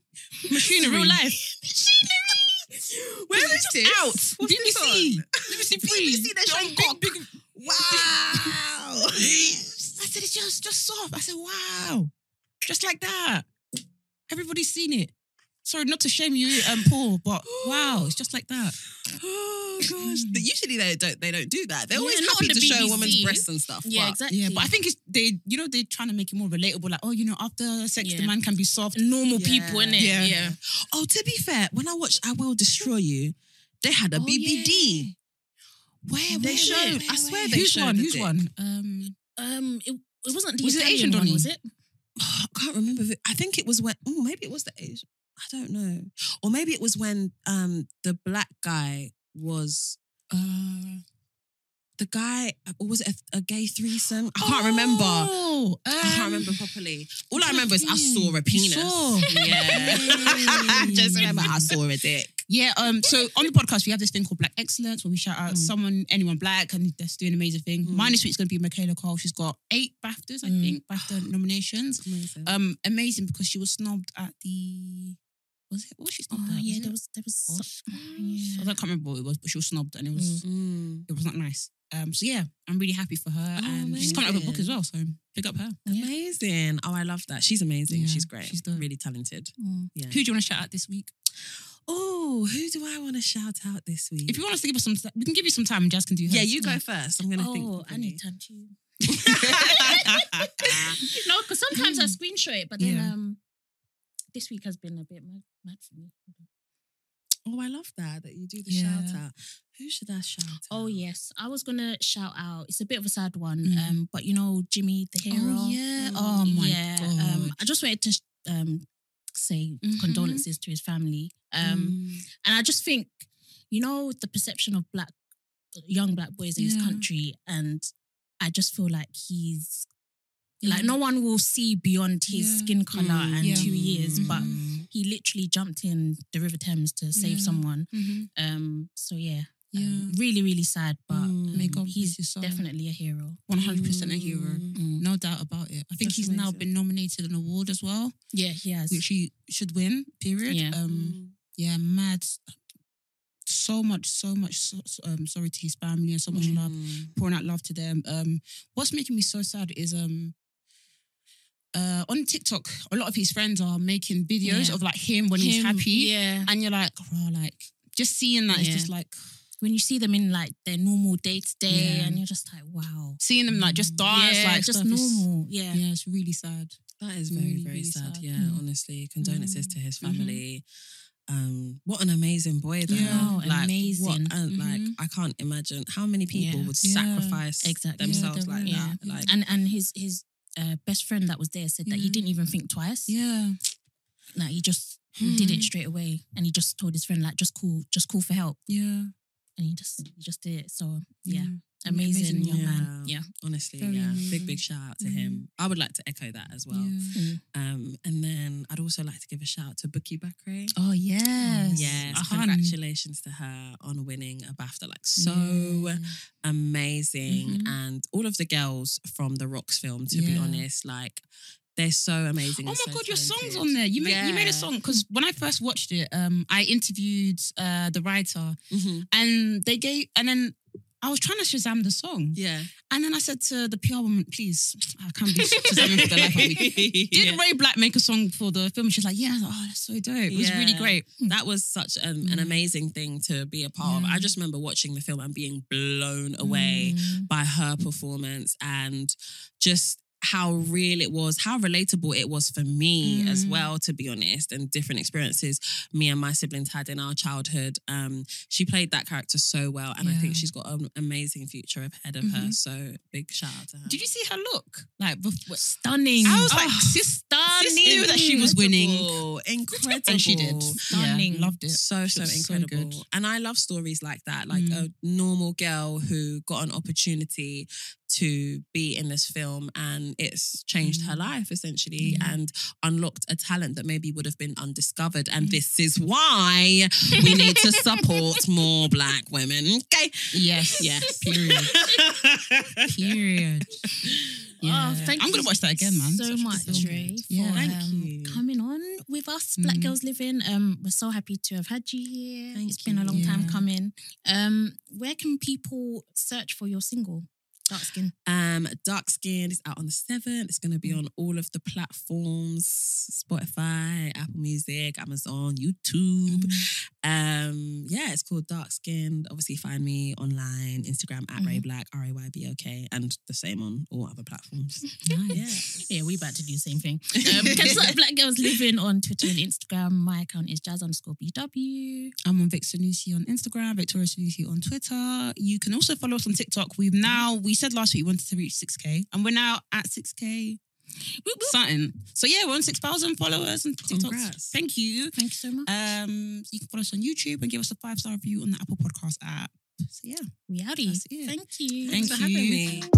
Speaker 1: machinery?
Speaker 2: Real
Speaker 1: life.
Speaker 3: Where is this?
Speaker 1: Out.
Speaker 3: What's
Speaker 1: BBC.
Speaker 3: this on?
Speaker 1: BBC Free.
Speaker 3: BBC, they're showing cock.
Speaker 1: big, big,
Speaker 3: Wow.
Speaker 1: I said it's just just soft. I said, wow. Just like that. Everybody's seen it. Sorry, not to shame you and Paul, but wow, it's just like that.
Speaker 3: oh, gosh. But usually they don't, they don't do that. They're
Speaker 2: Yeah,
Speaker 3: always
Speaker 2: not
Speaker 3: happy
Speaker 2: on
Speaker 3: to
Speaker 2: the
Speaker 3: show a
Speaker 2: BBC.
Speaker 3: woman's breasts and stuff.
Speaker 2: Yeah,
Speaker 3: but-
Speaker 2: exactly.
Speaker 1: Yeah, but I think it's they, you know, they're trying to make it more relatable. Like, oh, you know, after sex,
Speaker 2: Yeah.
Speaker 1: the man can be soft.
Speaker 2: normal
Speaker 3: Yeah.
Speaker 2: people, innit?
Speaker 1: Yeah.
Speaker 2: yeah.
Speaker 3: Oh, to be fair, when I watched I Will Destroy You, they had a
Speaker 1: Oh,
Speaker 3: BBD.
Speaker 1: yeah. Where,
Speaker 3: They
Speaker 1: where,
Speaker 3: showed-
Speaker 1: where,
Speaker 3: I
Speaker 1: where,
Speaker 3: swear
Speaker 1: where?
Speaker 3: they
Speaker 1: Who's
Speaker 3: showed
Speaker 1: one?
Speaker 3: the
Speaker 1: Who's
Speaker 3: dick.
Speaker 1: one? Um,
Speaker 2: Um, it, it wasn't the
Speaker 1: Was it
Speaker 2: Italian
Speaker 1: Asian
Speaker 2: one,
Speaker 1: Donny?
Speaker 2: was it?
Speaker 3: Oh, I can't remember. If it, I think it was when. Oh, maybe it was the Asian. I don't know. Or maybe it was when um the black guy was
Speaker 1: uh,
Speaker 3: the guy. uh, Or was it a, a gay threesome? I can't remember.
Speaker 1: Oh,
Speaker 3: I can't
Speaker 1: um,
Speaker 3: remember properly. All I remember is I saw
Speaker 1: You
Speaker 3: a penis.
Speaker 1: saw.
Speaker 3: Yeah.
Speaker 1: Hey.
Speaker 3: Just remember I saw a dick.
Speaker 1: Yeah, um, so on the podcast we have this thing called Black Excellence where we shout out
Speaker 3: Mm.
Speaker 1: someone, anyone black, and that's doing an amazing thing.
Speaker 3: Mm.
Speaker 1: Mine this week's gonna be Michaela Cole. She's got eight BAFTAs, I
Speaker 2: Mm.
Speaker 1: think, BAFTA nominations.
Speaker 3: Um,
Speaker 1: Um, amazing because she was snobbed at the was it what was she
Speaker 2: Oh,
Speaker 1: snobbed at? Was
Speaker 2: yeah, there
Speaker 1: it
Speaker 2: was there was so-
Speaker 1: Oscars?
Speaker 2: yeah. Mm.
Speaker 1: I don't- can't remember what it was, but she was snobbed and it was it was not nice. Um, so yeah, I'm really happy for her,
Speaker 3: Oh,
Speaker 1: and she's coming out with a book
Speaker 3: amazing.
Speaker 1: as well. So pick up her.
Speaker 2: Yeah.
Speaker 3: Amazing. Oh, I love that. She's amazing.
Speaker 1: Yeah,
Speaker 3: she's great.
Speaker 1: she's
Speaker 3: She's
Speaker 1: dope.
Speaker 3: really talented.
Speaker 2: Mm.
Speaker 3: Yeah.
Speaker 1: Who do you want to shout out this week?
Speaker 3: oh, who do I want to shout out this week?
Speaker 1: If you want us to give us some, we can give you some time, and Jazz can do hers.
Speaker 3: yeah, you go first. I'm gonna think.
Speaker 2: Oh, I
Speaker 3: quickly.
Speaker 2: need time to. No, because sometimes I screenshot it, but then
Speaker 1: Yeah.
Speaker 2: um, this week has been a bit mad, mad for me.
Speaker 3: oh, I love that that you do the
Speaker 1: Yeah.
Speaker 3: shout out. Who should I shout out?
Speaker 2: Oh yes, I was gonna shout out. It's a bit of a sad one,
Speaker 1: Mm.
Speaker 2: um, but you know Jimmy the hero.
Speaker 1: Oh yeah. Oh my
Speaker 2: yeah.
Speaker 1: god.
Speaker 2: Um, I just wanted to sh- um say
Speaker 1: Mhm.
Speaker 2: condolences to his family. Um, And I just think, you know, the perception of black young black boys in this
Speaker 1: Yeah.
Speaker 2: country, and I just feel like he's
Speaker 1: Yeah.
Speaker 2: like no one will see beyond his
Speaker 1: Yeah.
Speaker 2: skin color
Speaker 3: Mm,
Speaker 2: and
Speaker 1: yeah.
Speaker 2: who he is, but um,
Speaker 1: Mhm.
Speaker 2: he literally jumped in the River Thames to save
Speaker 1: Yeah.
Speaker 2: someone.
Speaker 1: Mhm.
Speaker 2: Um, so yeah, Um, really, really sad, but
Speaker 3: Mm.
Speaker 2: um,
Speaker 1: May God
Speaker 2: he's
Speaker 1: bless his soul.
Speaker 2: definitely a hero. Mm,
Speaker 1: 100% a hero. No doubt about it. I think
Speaker 2: That's
Speaker 1: he's now
Speaker 2: amazing.
Speaker 1: been nominated an award as well,
Speaker 2: Yeah, he has.
Speaker 1: which he should win, period.
Speaker 2: Yeah. Mm.
Speaker 1: Um,
Speaker 3: Mm.
Speaker 1: yeah, mad. So much, so much, so, so- um, sorry to his family and so much
Speaker 2: Mm.
Speaker 1: love,
Speaker 3: Mm.
Speaker 1: pouring out love to them. Um, what's making me so sad is um, uh, on TikTok, a lot of his friends are making videos
Speaker 2: Yeah.
Speaker 1: of like him when he's
Speaker 2: Him,
Speaker 1: happy.
Speaker 2: Yeah.
Speaker 1: And you're like, oh, like, just seeing that is
Speaker 2: Yeah.
Speaker 1: just like,
Speaker 2: When you see them in like their normal day to day,
Speaker 1: Yeah.
Speaker 2: and you're just like, wow.
Speaker 1: seeing them like just
Speaker 2: Mm.
Speaker 1: dance,
Speaker 2: Yeah,
Speaker 1: like
Speaker 2: just
Speaker 1: stuff is-
Speaker 2: normal. yeah.
Speaker 1: yeah, it's really sad.
Speaker 3: That is very,
Speaker 1: Really,
Speaker 3: very
Speaker 1: really
Speaker 3: sad.
Speaker 1: sad.
Speaker 3: Yeah,
Speaker 2: Mm.
Speaker 3: honestly. Condolences
Speaker 2: Mm.
Speaker 3: to his
Speaker 1: Mhm.
Speaker 3: family. Um, what an amazing boy though.
Speaker 1: Yeah.
Speaker 2: Wow,
Speaker 3: like, What,
Speaker 2: amazing.
Speaker 3: and, Like
Speaker 1: Mhm.
Speaker 3: I can't imagine how many people
Speaker 2: Yeah.
Speaker 3: would
Speaker 1: Yeah.
Speaker 3: sacrifice
Speaker 2: Exactly.
Speaker 3: themselves
Speaker 1: Yeah,
Speaker 3: like
Speaker 2: yeah.
Speaker 3: that. Like
Speaker 2: and and his his uh, best friend that was there said that he
Speaker 1: Yeah.
Speaker 2: didn't even think twice.
Speaker 1: Mm. Yeah.
Speaker 2: Like he just did it
Speaker 1: Mhm.
Speaker 2: straight away, and he just told his friend like just call, just call for help,
Speaker 1: Yeah.
Speaker 2: and he just he just did it. So yeah,
Speaker 1: Yeah.
Speaker 2: amazing,
Speaker 1: Mm. amazing
Speaker 2: young
Speaker 1: young
Speaker 2: man.
Speaker 3: man.
Speaker 2: Yeah.
Speaker 3: honestly,
Speaker 1: Very
Speaker 3: yeah. Big,
Speaker 1: amazing.
Speaker 3: big shout out to him. I would like to echo that as well.
Speaker 1: Yeah.
Speaker 2: Mm.
Speaker 3: Um, and then I'd also like to give a shout out to Bookie Bakre.
Speaker 2: Oh yes,
Speaker 3: Yes,
Speaker 1: Uh-huh.
Speaker 3: congratulations to her on winning a BAFTA. Like so
Speaker 1: Yeah.
Speaker 3: amazing,
Speaker 1: Mhm.
Speaker 3: and all of the girls from the Rocks film. To be
Speaker 1: Yeah.
Speaker 3: honest, like they're so amazing.
Speaker 1: Oh
Speaker 3: and so
Speaker 1: my god, your song's
Speaker 3: talented.
Speaker 1: on there. You made you made
Speaker 3: Yeah.
Speaker 1: a song because when I first watched it, um, I interviewed uh the writer
Speaker 3: Mhm.
Speaker 1: and they gave and then I was trying to Shazam the song.
Speaker 3: Yeah,
Speaker 1: And then I said to the PR woman, please, I can't be Shazamming for the life of me. Did
Speaker 3: Yeah.
Speaker 1: Ray Black make a song for the film? She's like, yeah. I was like, oh, that's so dope. It was really
Speaker 3: Yeah.
Speaker 1: great.
Speaker 3: that was such an, an
Speaker 1: Mm.
Speaker 3: amazing thing to be a part of.
Speaker 1: Yeah.
Speaker 3: I just remember watching the film and being blown away by her performance and just how real it was, how relatable it was for me as
Speaker 1: Mm.
Speaker 3: well, to be honest, and different experiences me and my siblings had in our childhood. Um, she played that character so well, and I think
Speaker 1: Yeah.
Speaker 3: she's got an amazing future ahead of her.
Speaker 1: Mhm.
Speaker 3: So big shout out to her.
Speaker 1: Did you see her look? Like, bef-
Speaker 2: stunning.
Speaker 1: I was like,
Speaker 3: Oh.
Speaker 1: sis,
Speaker 2: stunning.
Speaker 1: sis knew that she was winning.
Speaker 3: Incredible, Incredible.
Speaker 1: And she did.
Speaker 2: Stunning.
Speaker 1: Yeah, loved it.
Speaker 3: So so
Speaker 1: was so
Speaker 3: incredible,
Speaker 1: good.
Speaker 3: and I love stories like that. Like
Speaker 1: Mm.
Speaker 3: a normal girl who got an opportunity to be in this film, and it's changed her
Speaker 1: Mm.
Speaker 3: life essentially,
Speaker 1: Yeah.
Speaker 3: and unlocked a talent that maybe would have been undiscovered. And this is why we need to support more Black women. Okay,
Speaker 1: Yes.
Speaker 3: Yes.
Speaker 1: Period. Period. Yeah.
Speaker 2: Oh, thank
Speaker 1: I'm
Speaker 2: you
Speaker 1: gonna watch that again, man.
Speaker 2: So
Speaker 1: Such a
Speaker 2: much,
Speaker 1: good film.
Speaker 2: Ray.
Speaker 1: Yeah.
Speaker 2: for,
Speaker 3: Thank
Speaker 2: um,
Speaker 3: you.
Speaker 2: coming on with us, Black
Speaker 1: Mm.
Speaker 2: Girls Living. Um, we're so happy to have had you here.
Speaker 3: Thank
Speaker 2: it's been a
Speaker 3: you.
Speaker 2: long time
Speaker 1: Yeah.
Speaker 2: coming. Um, where can people search for your single, Dark Skin?
Speaker 3: Um, Dark Skin is out on the 7th. It's going to
Speaker 1: Mm.
Speaker 3: be on all of the platforms Spotify, Apple Music, Amazon, YouTube.
Speaker 1: Mm.
Speaker 3: Um, yeah, it's called Dark Skin. Obviously, find me online, Instagram at Ray Black, R A Y B O K, and the same on all other platforms. Ah,
Speaker 1: Nice.
Speaker 2: Yeah, we about to do the same thing. Um, can search Black Girls Living on Twitter and Instagram. My account is jazz underscore BW.
Speaker 1: I'm on Vic Sanusi on Instagram, Victoria Sanusi on Twitter. You can also follow us on TikTok. We've now, we said last week we wanted to reach 6K, and we're now at 6K something. So yeah, we're on 6,000 followers on TikTok.
Speaker 3: Congrats.
Speaker 1: Thank you.
Speaker 2: Thank you so much.
Speaker 1: Um, you can follow us on YouTube and give us a five star review on the Apple Podcast app. So yeah,
Speaker 2: we outie.
Speaker 1: that's it.
Speaker 2: Thank you.
Speaker 1: Thank
Speaker 3: Thanks for having
Speaker 1: you.
Speaker 3: me.